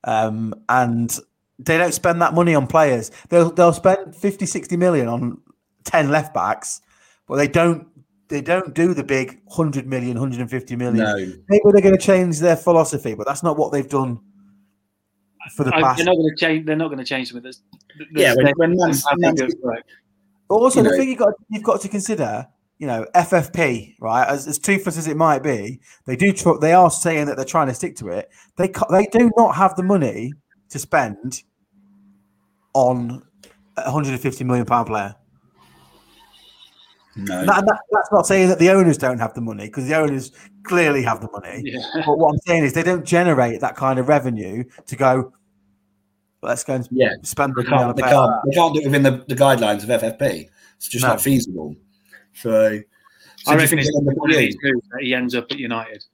Speaker 1: um, and they don't spend that money on players. They'll they'll spend 50, 60 million on ten left backs, but they don't they don't do the big 100 million, 150 million.
Speaker 3: No.
Speaker 1: Maybe they're going to change their philosophy, but that's not what they've done for the
Speaker 2: I-
Speaker 1: past.
Speaker 2: they're not going to change. They're not going to change something that's. that's
Speaker 3: Yeah, when-
Speaker 2: that's-
Speaker 3: when Man-
Speaker 2: that's how
Speaker 3: Man-
Speaker 2: good work.
Speaker 1: But also,
Speaker 3: you
Speaker 1: the
Speaker 3: know.
Speaker 1: thing you got you've got to consider, you know, FFP, right? As, as toothless as it might be, they do tr- they are saying that they're trying to stick to it. They ca- they do not have the money to spend on a 150 million pound player.
Speaker 3: No.
Speaker 1: And that- that- that's not saying that the owners don't have the money because the owners clearly have the money.
Speaker 2: Yeah.
Speaker 1: But what I'm saying is they don't generate that kind of revenue to go. Let's go and
Speaker 3: Yeah.
Speaker 1: spend
Speaker 3: They
Speaker 1: the money on a
Speaker 3: can't, they,
Speaker 1: player."
Speaker 3: can't, they can't do it within the, the guidelines of FFP. It's just
Speaker 1: No.
Speaker 3: not feasible. So, so
Speaker 2: I
Speaker 3: do you
Speaker 2: reckon
Speaker 3: think
Speaker 2: it's
Speaker 3: he'll end up
Speaker 2: one of
Speaker 3: leaving?
Speaker 2: these moves that he ends up at United.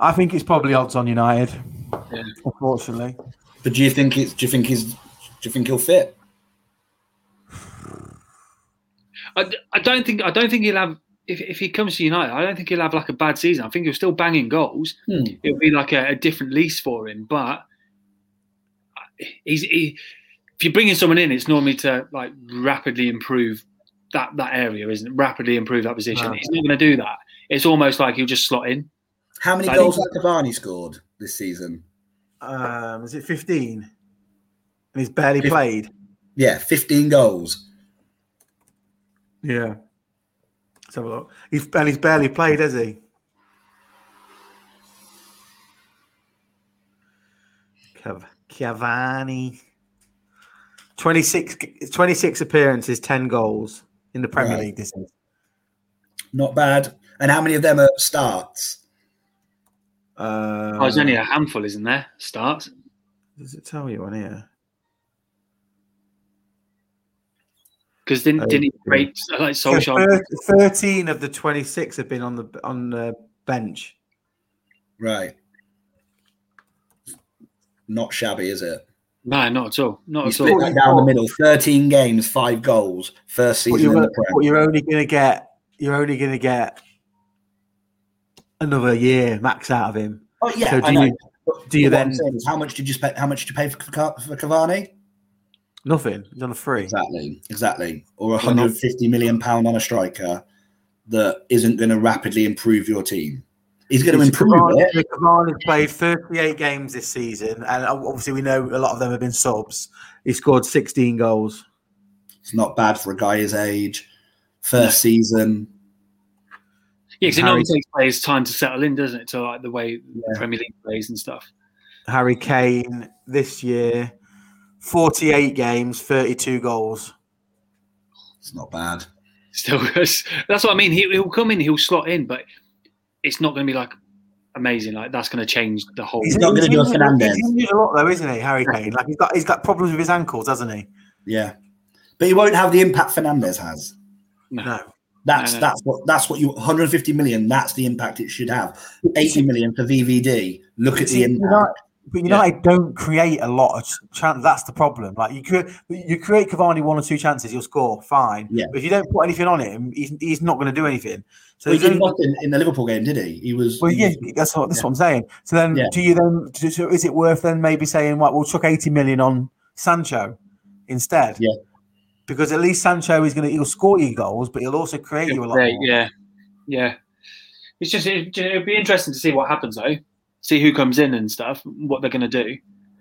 Speaker 1: I think it's probably odds on United,
Speaker 2: Yeah.
Speaker 1: unfortunately.
Speaker 3: But do you think it's? Do you think he's? Do you think he'll fit?
Speaker 2: I, d- I don't think I don't think he'll have if, if he comes to United. I don't think he'll have like a bad season. I think he'll still bang in goals.
Speaker 3: Hmm.
Speaker 2: It'll be like a, a different lease for him. But uh, he's he, if you're bringing someone in, it's normally to like rapidly improve that that area, isn't it? Rapidly improve that position.
Speaker 1: Yeah.
Speaker 2: He's not going to do that. It's almost like he'll just slot in.
Speaker 3: How many
Speaker 2: I
Speaker 3: goals has Cavani scored this season?
Speaker 1: um, is it 15? And he's barely
Speaker 3: Fif-
Speaker 1: played.
Speaker 3: Yeah, fifteen goals.
Speaker 1: Yeah. Let's have a look. He's, and he's barely played, has he? Cav- Cavani. 26, g- 26 appearances, 10 goals in the Premier
Speaker 3: Right.
Speaker 1: League this season.
Speaker 3: Not bad. And how many of them are starts?
Speaker 1: Uh,
Speaker 2: Oh, there's only a handful, isn't there? Starts.
Speaker 1: does it tell you on here?
Speaker 2: Because didn't,
Speaker 1: Oh,
Speaker 2: didn't he
Speaker 1: yeah.
Speaker 2: break like
Speaker 1: Yeah,
Speaker 2: Solskjaer?
Speaker 1: thir- 13 of the 26 have been on the on the bench.
Speaker 3: Right. Not shabby, is it?
Speaker 2: No, not at all. Not
Speaker 3: You
Speaker 2: at all.
Speaker 3: split that down the middle. Thirteen games, five goals. First
Speaker 1: But
Speaker 3: season
Speaker 1: you're,
Speaker 3: in the
Speaker 1: o- but
Speaker 3: Prem.
Speaker 1: you're only going to get you're only going to get another year max out of him.
Speaker 3: Oh yeah,
Speaker 1: so
Speaker 3: I
Speaker 1: do
Speaker 3: know.
Speaker 1: you
Speaker 3: But-
Speaker 1: do you
Speaker 3: but what I'm
Speaker 1: then-
Speaker 3: saying is How much did you spend? How much did you pay for, Ca- for Cavani?
Speaker 1: nothing? He's on a free.
Speaker 3: Exactly, exactly. Or
Speaker 1: not-
Speaker 3: 150 million pound on a striker that isn't going to rapidly improve your team. He's going to
Speaker 1: He's-
Speaker 3: improve
Speaker 1: Cavani-
Speaker 3: it.
Speaker 1: Cavani's played 38 games this season, and o- obviously we know a lot of them have been subs. He scored 16 goals.
Speaker 3: It's not bad for a guy his age. First season,
Speaker 2: Yeah, because it
Speaker 1: Harry-
Speaker 2: normally takes players time to settle in, doesn't it? To like the way the Premier League plays and stuff.
Speaker 1: Harry Kane this year, 48 games, 32 goals.
Speaker 3: it's not bad.
Speaker 2: Still, that's what I mean. He, he'll come in, he'll slot in, but it's not going to be like amazing. Like that's going to change the whole.
Speaker 3: He's not gonna do a
Speaker 1: injured-
Speaker 3: Fernandes.
Speaker 1: He's injured a lot though, isn't he, Harry Kane? Like he's got he's got problems with his ankles, hasn't he?
Speaker 3: Yeah, but he won't have the impact Fernandez has.
Speaker 1: No.
Speaker 3: That's
Speaker 2: No, no.
Speaker 3: that's what that's what you 150 million. That's the impact it should have. 80 million for VVD. Look at
Speaker 1: See,
Speaker 3: the
Speaker 1: United,
Speaker 3: impact.
Speaker 1: but United don't create a lot of ch- chance. That's the problem. Like you create, you create Cavani one or two chances, you'll score fine.
Speaker 3: Yeah.
Speaker 1: But if you don't put anything on him, he's, he's not going to do anything. So
Speaker 3: Well, he
Speaker 1: there's
Speaker 3: did
Speaker 1: only-
Speaker 3: nothing in the Liverpool game, did he? He was.
Speaker 1: well,
Speaker 3: he
Speaker 1: yeah,
Speaker 3: was-
Speaker 1: that's what that's what I'm saying. So then,
Speaker 3: Yeah.
Speaker 1: do you then? do- so is it worth then maybe saying, right, we'll chuck 80 million on Sancho instead?
Speaker 3: Yeah.
Speaker 1: Because at least Sancho is going to he'll score you goals, but he'll also create you a lot.
Speaker 2: Yeah,
Speaker 1: more.
Speaker 2: yeah, yeah. It's just it, it'll be interesting to see what happens though. See who comes in and stuff. What they're going to do.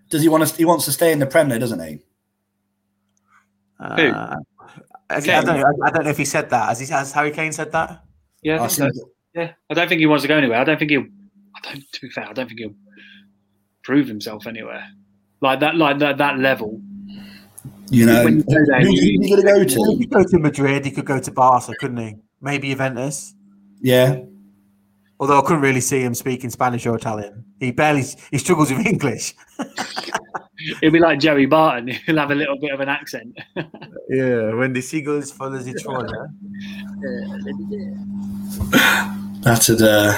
Speaker 3: Does he want to? He wants to stay in the Premier, doesn't he?
Speaker 2: Who?
Speaker 1: Uh, I, I don't know, I, I don't know if he said that. Has, he, has Harry Kane said that?
Speaker 2: Yeah, I
Speaker 3: I
Speaker 2: think so.
Speaker 3: think
Speaker 2: yeah. I don't think he wants to go anywhere. I don't think he'll. I don't. To be fair, I don't think he'll prove himself anywhere. Like that, like that, that level.
Speaker 3: you know.
Speaker 2: When you go there,
Speaker 3: Who's
Speaker 2: you-
Speaker 3: he going to go
Speaker 1: Well, he
Speaker 3: to?
Speaker 1: could go to Madrid. He could go to Barca, couldn't he? Maybe Juventus.
Speaker 3: Yeah,
Speaker 1: Although I couldn't really see him speaking Spanish or Italian. He barely he struggles with English.
Speaker 2: He'll be like Jerry Barton. He'll have a little bit of an accent.
Speaker 1: Yeah, when the seagull is full as each one.
Speaker 3: That'd, uh,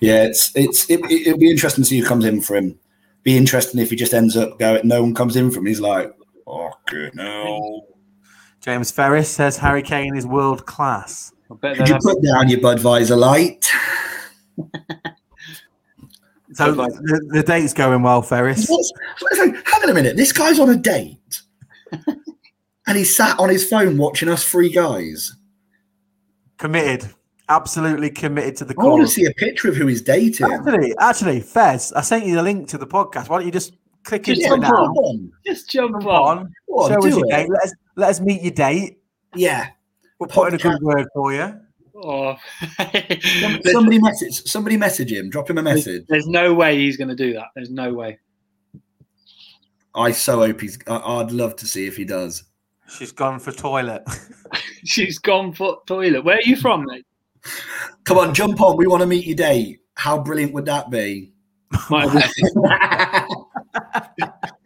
Speaker 3: yeah, it's it's it, it, it'll be interesting to see who comes in for him. Be interesting if he just ends up going, no one comes in for him. He's like, oh, good, no.
Speaker 1: James Ferris says Harry Kane is world class.
Speaker 2: I bet
Speaker 3: Could
Speaker 2: they'll
Speaker 3: you
Speaker 2: have-
Speaker 3: put down your Budweiser light?
Speaker 1: So
Speaker 2: Good
Speaker 1: the, the date's going well, Ferris.
Speaker 3: What's, what's- hang on a minute. This guy's on a date, and he sat on his phone watching us three guys.
Speaker 1: Committed, absolutely committed to the
Speaker 3: I want to
Speaker 1: cause.
Speaker 3: see a picture of who he's dating.
Speaker 1: Actually, actually, Fez, I sent you the link to the podcast. Why don't you just click
Speaker 2: Just
Speaker 1: into it
Speaker 2: jump
Speaker 1: now?
Speaker 3: Come on,
Speaker 2: just jump
Speaker 1: Come on,
Speaker 2: on.
Speaker 3: come on,
Speaker 1: show us
Speaker 3: do
Speaker 1: your
Speaker 3: it.
Speaker 1: date. Let us, let us meet your date.
Speaker 3: Yeah.
Speaker 1: We'll put in a good word for you.
Speaker 2: Oh.
Speaker 3: Some- Somebody message. Somebody message him. Drop him a message.
Speaker 2: There's no way he's going to do that. There's no way.
Speaker 3: I so hope he's. I, I'd love to see if he does.
Speaker 1: She's gone for toilet.
Speaker 2: She's gone for toilet. Where are you from, mate?
Speaker 3: Come on, jump on. We want to meet your date. How brilliant would that be?
Speaker 2: Might have been-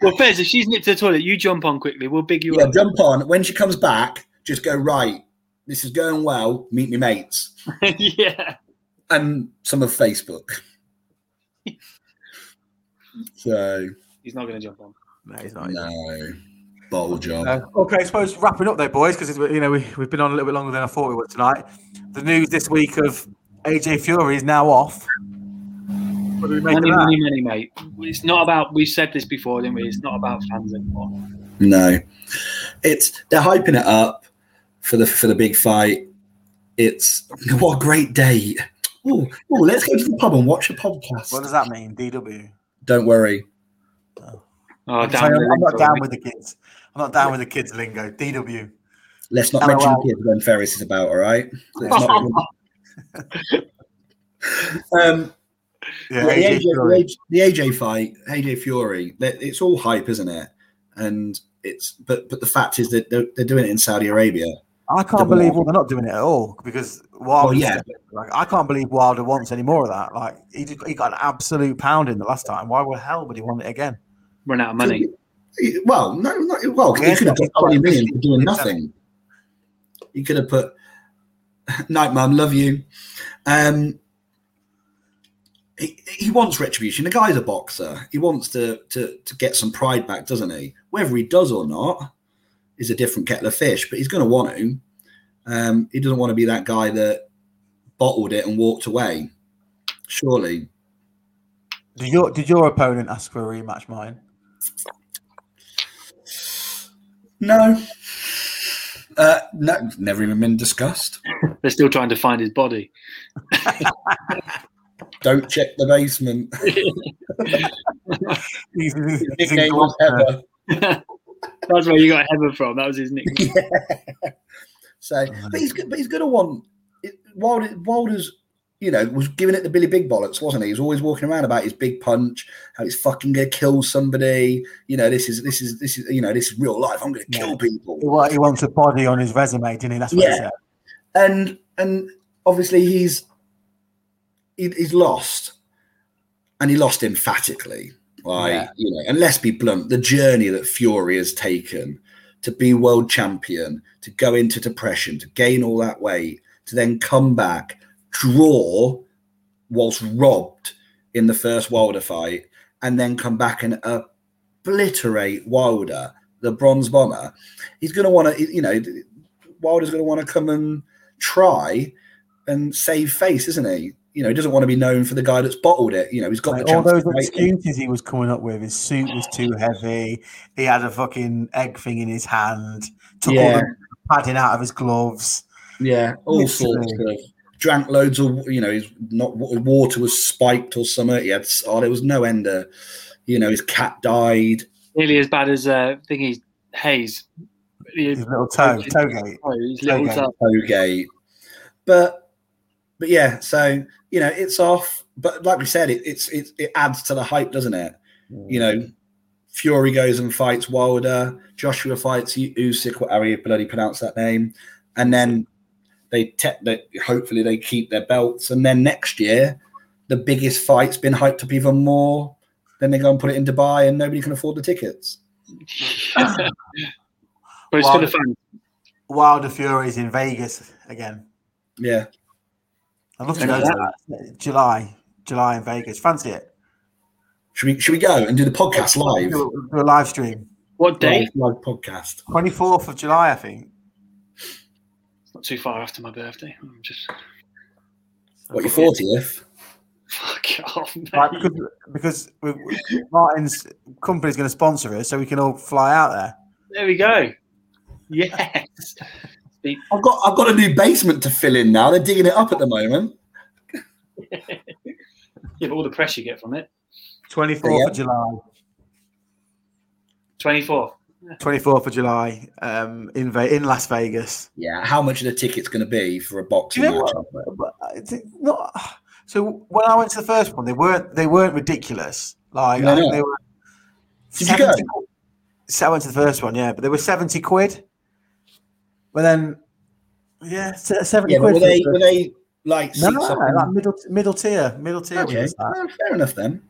Speaker 2: well, Fez, if she's nipped to the toilet, you jump on quickly. We'll big you
Speaker 3: yeah,
Speaker 2: up.
Speaker 3: jump on. When she comes back, just go right. This is going well. Meet me mates
Speaker 2: yeah.
Speaker 3: and some of Facebook. so
Speaker 2: He's not going to jump on.
Speaker 1: no, he's not.
Speaker 3: no, bowl job.
Speaker 1: Uh, okay, I suppose wrapping up though, boys, because you know we, we've been on a little bit longer than I thought we would tonight. The news this week of AJ Fury is now off. What do we make of
Speaker 2: Money,
Speaker 1: that?
Speaker 2: money, money, mate. It's not about, we said this before, didn't we? It's not about fans anymore.
Speaker 3: No, it's they're hyping it up for the for the big fight. It's what a great date. Oh, let's go to the pub and watch a podcast.
Speaker 1: What does that mean? DW.
Speaker 3: Don't worry.
Speaker 2: Oh,
Speaker 1: I'm,
Speaker 2: damn.
Speaker 1: sorry, I'm-
Speaker 2: the
Speaker 1: I'm not
Speaker 2: lingo,
Speaker 1: down
Speaker 2: mate.
Speaker 1: with the kids. I'm not down with the kids lingo. DW.
Speaker 3: Let's not
Speaker 1: Oh,
Speaker 3: mention
Speaker 1: wow.
Speaker 3: kids when Ferris is about, all right? Let's not- um,
Speaker 1: Yeah,
Speaker 3: the,
Speaker 1: AJ
Speaker 3: AJ,
Speaker 1: Fury.
Speaker 3: the AJ the AJ fight, AJ Fury, that- it's all hype, isn't it? And it's but but the fact is that they're, they're doing it in Saudi Arabia.
Speaker 1: I can't believe well, they're not doing it at all because Wilder.
Speaker 3: Well, yeah.
Speaker 1: like, I can't believe Wilder wants any more of that. Like he, just, he got an absolute pound in the last time. Why the hell would he want it again?
Speaker 2: Run out of money.
Speaker 3: eh, Well, no, not, well,
Speaker 1: Yeah,
Speaker 3: he could have
Speaker 1: it's
Speaker 3: got twenty
Speaker 1: like
Speaker 3: million for
Speaker 1: 50,
Speaker 3: doing
Speaker 1: exactly.
Speaker 3: nothing. He could have put night, mum, love you. Um, he, he wants retribution. The guy's a boxer. He wants to, to to get some pride back, doesn't he? Whether he does or not is a different kettle of fish, but he's going to want to. Um, he doesn't want to be that guy that bottled it and walked away. Surely,
Speaker 1: Did your did your opponent ask for a rematch? Mine.
Speaker 3: no. Uh, no, never even been discussed.
Speaker 2: They're still trying to find his body.
Speaker 3: Don't check the basement.
Speaker 1: He's- he's- he's in
Speaker 3: Nickname was
Speaker 1: Gloucester.
Speaker 3: Heather.
Speaker 2: That's where you got Heather from. That was his nickname.
Speaker 3: So,
Speaker 1: Oh,
Speaker 3: but he's go- but he's going to want it- Wilder. Wilder's, you know, was giving it the Billy Big Bollocks, wasn't he? He was always walking around about his big punch, how he's fucking going to kill somebody. You know, this is this is this is you know this is real life. I'm going to
Speaker 1: Yeah.
Speaker 3: kill people.
Speaker 1: He wa- he wants a body on his resume, didn't he? That's what he
Speaker 3: Yeah.
Speaker 1: said.
Speaker 3: and and obviously he's he, he's lost, and he lost emphatically. Like
Speaker 1: Yeah.
Speaker 3: you know, and let's be blunt, the journey that Fury has taken to be world champion, to go into depression, to gain all that weight, to then come back, draw, whilst robbed in the first Wilder fight, and then come back and obliterate Wilder, the Bronze Bomber. He's going to want to, you know, Wilder's going to want to come and try and save face, isn't he? You know, he doesn't want to be known for the guy that's bottled it. You know, he's got
Speaker 1: Like,
Speaker 3: the
Speaker 1: all
Speaker 3: chance.
Speaker 1: those
Speaker 3: to break it.
Speaker 1: excuses he was coming up with, his suit was too heavy, he had a fucking egg thing in his hand, took all
Speaker 3: Yeah.
Speaker 1: the padding out of his gloves.
Speaker 3: Yeah, all
Speaker 1: Literally.
Speaker 3: sorts of. Drank loads of, you know, his not wa- water was spiked or something. He had, s- oh, there was no ender. You know, his cat died.
Speaker 2: Nearly as bad as uh, thingy Hayes.
Speaker 1: His little toe, toegate.
Speaker 2: Oh, his little
Speaker 1: Okay.
Speaker 2: toe.
Speaker 3: Hogate. But but yeah, so you know, it's off. But like we said, it, it's it, it adds to the hype, doesn't it? You know, Fury goes and fights Wilder, Joshua fights U- Usyk, whatever you bloody pronounce that name, and then they, te- they hopefully they keep their belts, and then next year the biggest fight's been hyped up even more. Then they go and put it in Dubai, and nobody can afford the tickets.
Speaker 2: but it's for the fans.
Speaker 1: Wilder Furies in Vegas again.
Speaker 3: Yeah,
Speaker 1: I'd love to go to that. July, July in Vegas. Fancy it?
Speaker 3: should we should we go and do the podcast live?
Speaker 1: Do a, do a live stream.
Speaker 2: What day?
Speaker 3: Live, live podcast.
Speaker 1: Twenty fourth of July, I think.
Speaker 2: It's not too far after my birthday. I'm just
Speaker 3: What your fortieth?
Speaker 2: fuck off. mate.
Speaker 1: Right, because because we, we- Martin's company's going to sponsor us, so we can all fly out there.
Speaker 2: There we go. Yes.
Speaker 3: I've got I've got a new basement to fill in now. They're digging it up at the moment.
Speaker 2: Give all the press you get from it.
Speaker 1: Twenty fourth of July.
Speaker 2: 24th.
Speaker 1: Twenty fourth of July. Um, in Ve- in Las Vegas.
Speaker 3: Yeah, how much are the tickets going to be for a boxing
Speaker 1: Do you know
Speaker 3: match?
Speaker 1: But uh, it's not. So when I went to the first one, they weren't they weren't ridiculous. Like
Speaker 3: No,
Speaker 1: I think
Speaker 3: no.
Speaker 1: they were.
Speaker 3: Did you go?
Speaker 1: quid. So I went to the first one, yeah, but they were seventy quid. But then, yeah, se- seventy
Speaker 3: Yeah, but
Speaker 1: quid.
Speaker 3: were
Speaker 1: for the
Speaker 3: they
Speaker 1: first-
Speaker 3: were they like
Speaker 1: no,
Speaker 3: seats
Speaker 1: no,
Speaker 3: up
Speaker 1: no,
Speaker 3: in-
Speaker 1: like middle middle tier, middle tier.
Speaker 3: Okay,
Speaker 1: was that.
Speaker 3: well, fair enough then.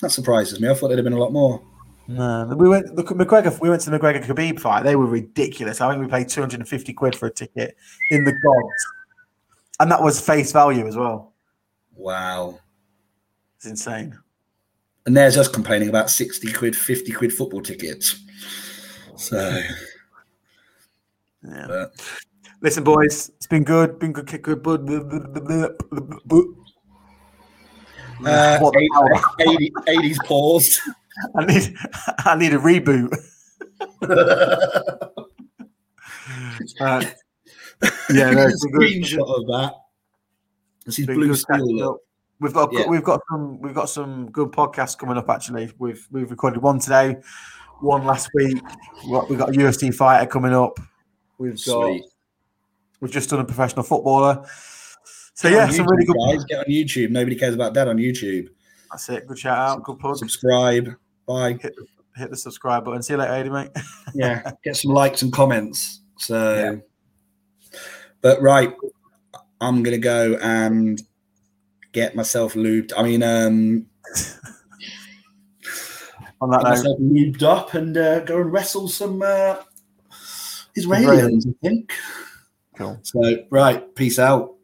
Speaker 3: That surprises me. I thought there'd have been a lot more.
Speaker 1: No, we went the McGregor. We went to the McGregor Khabib fight. They were ridiculous. I think we paid two hundred and fifty quid for a ticket in the gods, and that was face value as well.
Speaker 3: Wow.
Speaker 1: It's insane.
Speaker 3: And there's us complaining about 60 quid, 50 quid football tickets. So,
Speaker 1: Yeah.
Speaker 3: but
Speaker 1: Listen, boys, it's been good. Been good. Kick good. Blah, blah, blah, blah, blah, blah, blah.
Speaker 3: uh,
Speaker 1: What the hell?
Speaker 3: 80, 80s paused.
Speaker 1: I need, I need a reboot. Uh, yeah, no, it's been good.
Speaker 3: screenshot of that. This is
Speaker 1: Been
Speaker 3: blue
Speaker 1: good catching
Speaker 3: steel.
Speaker 1: up. We've got
Speaker 3: Yeah.
Speaker 1: we've got some we've got some good podcasts coming up. Actually, we've we've recorded one today, one last week. We've got, we've got a UFC fighter coming up. We've got
Speaker 3: Sweet.
Speaker 1: we've just done a professional footballer. So
Speaker 3: Get
Speaker 1: yeah,
Speaker 3: on
Speaker 1: some really
Speaker 3: YouTube,
Speaker 1: good.
Speaker 3: guys. Get on YouTube. Nobody cares about that on YouTube.
Speaker 1: That's it. Good shout out. Good plug.
Speaker 3: Subscribe. Bye.
Speaker 1: Hit the subscribe button. See you later, Adi, mate.
Speaker 3: yeah, get some likes and comments. So, but right, I'm gonna go and get myself lubed. I mean, um,
Speaker 1: On that note,
Speaker 3: get myself lubed up and uh, go and wrestle some uh, Israelis,
Speaker 1: Israelis.
Speaker 3: I think.
Speaker 1: cool.
Speaker 3: So, right, peace out.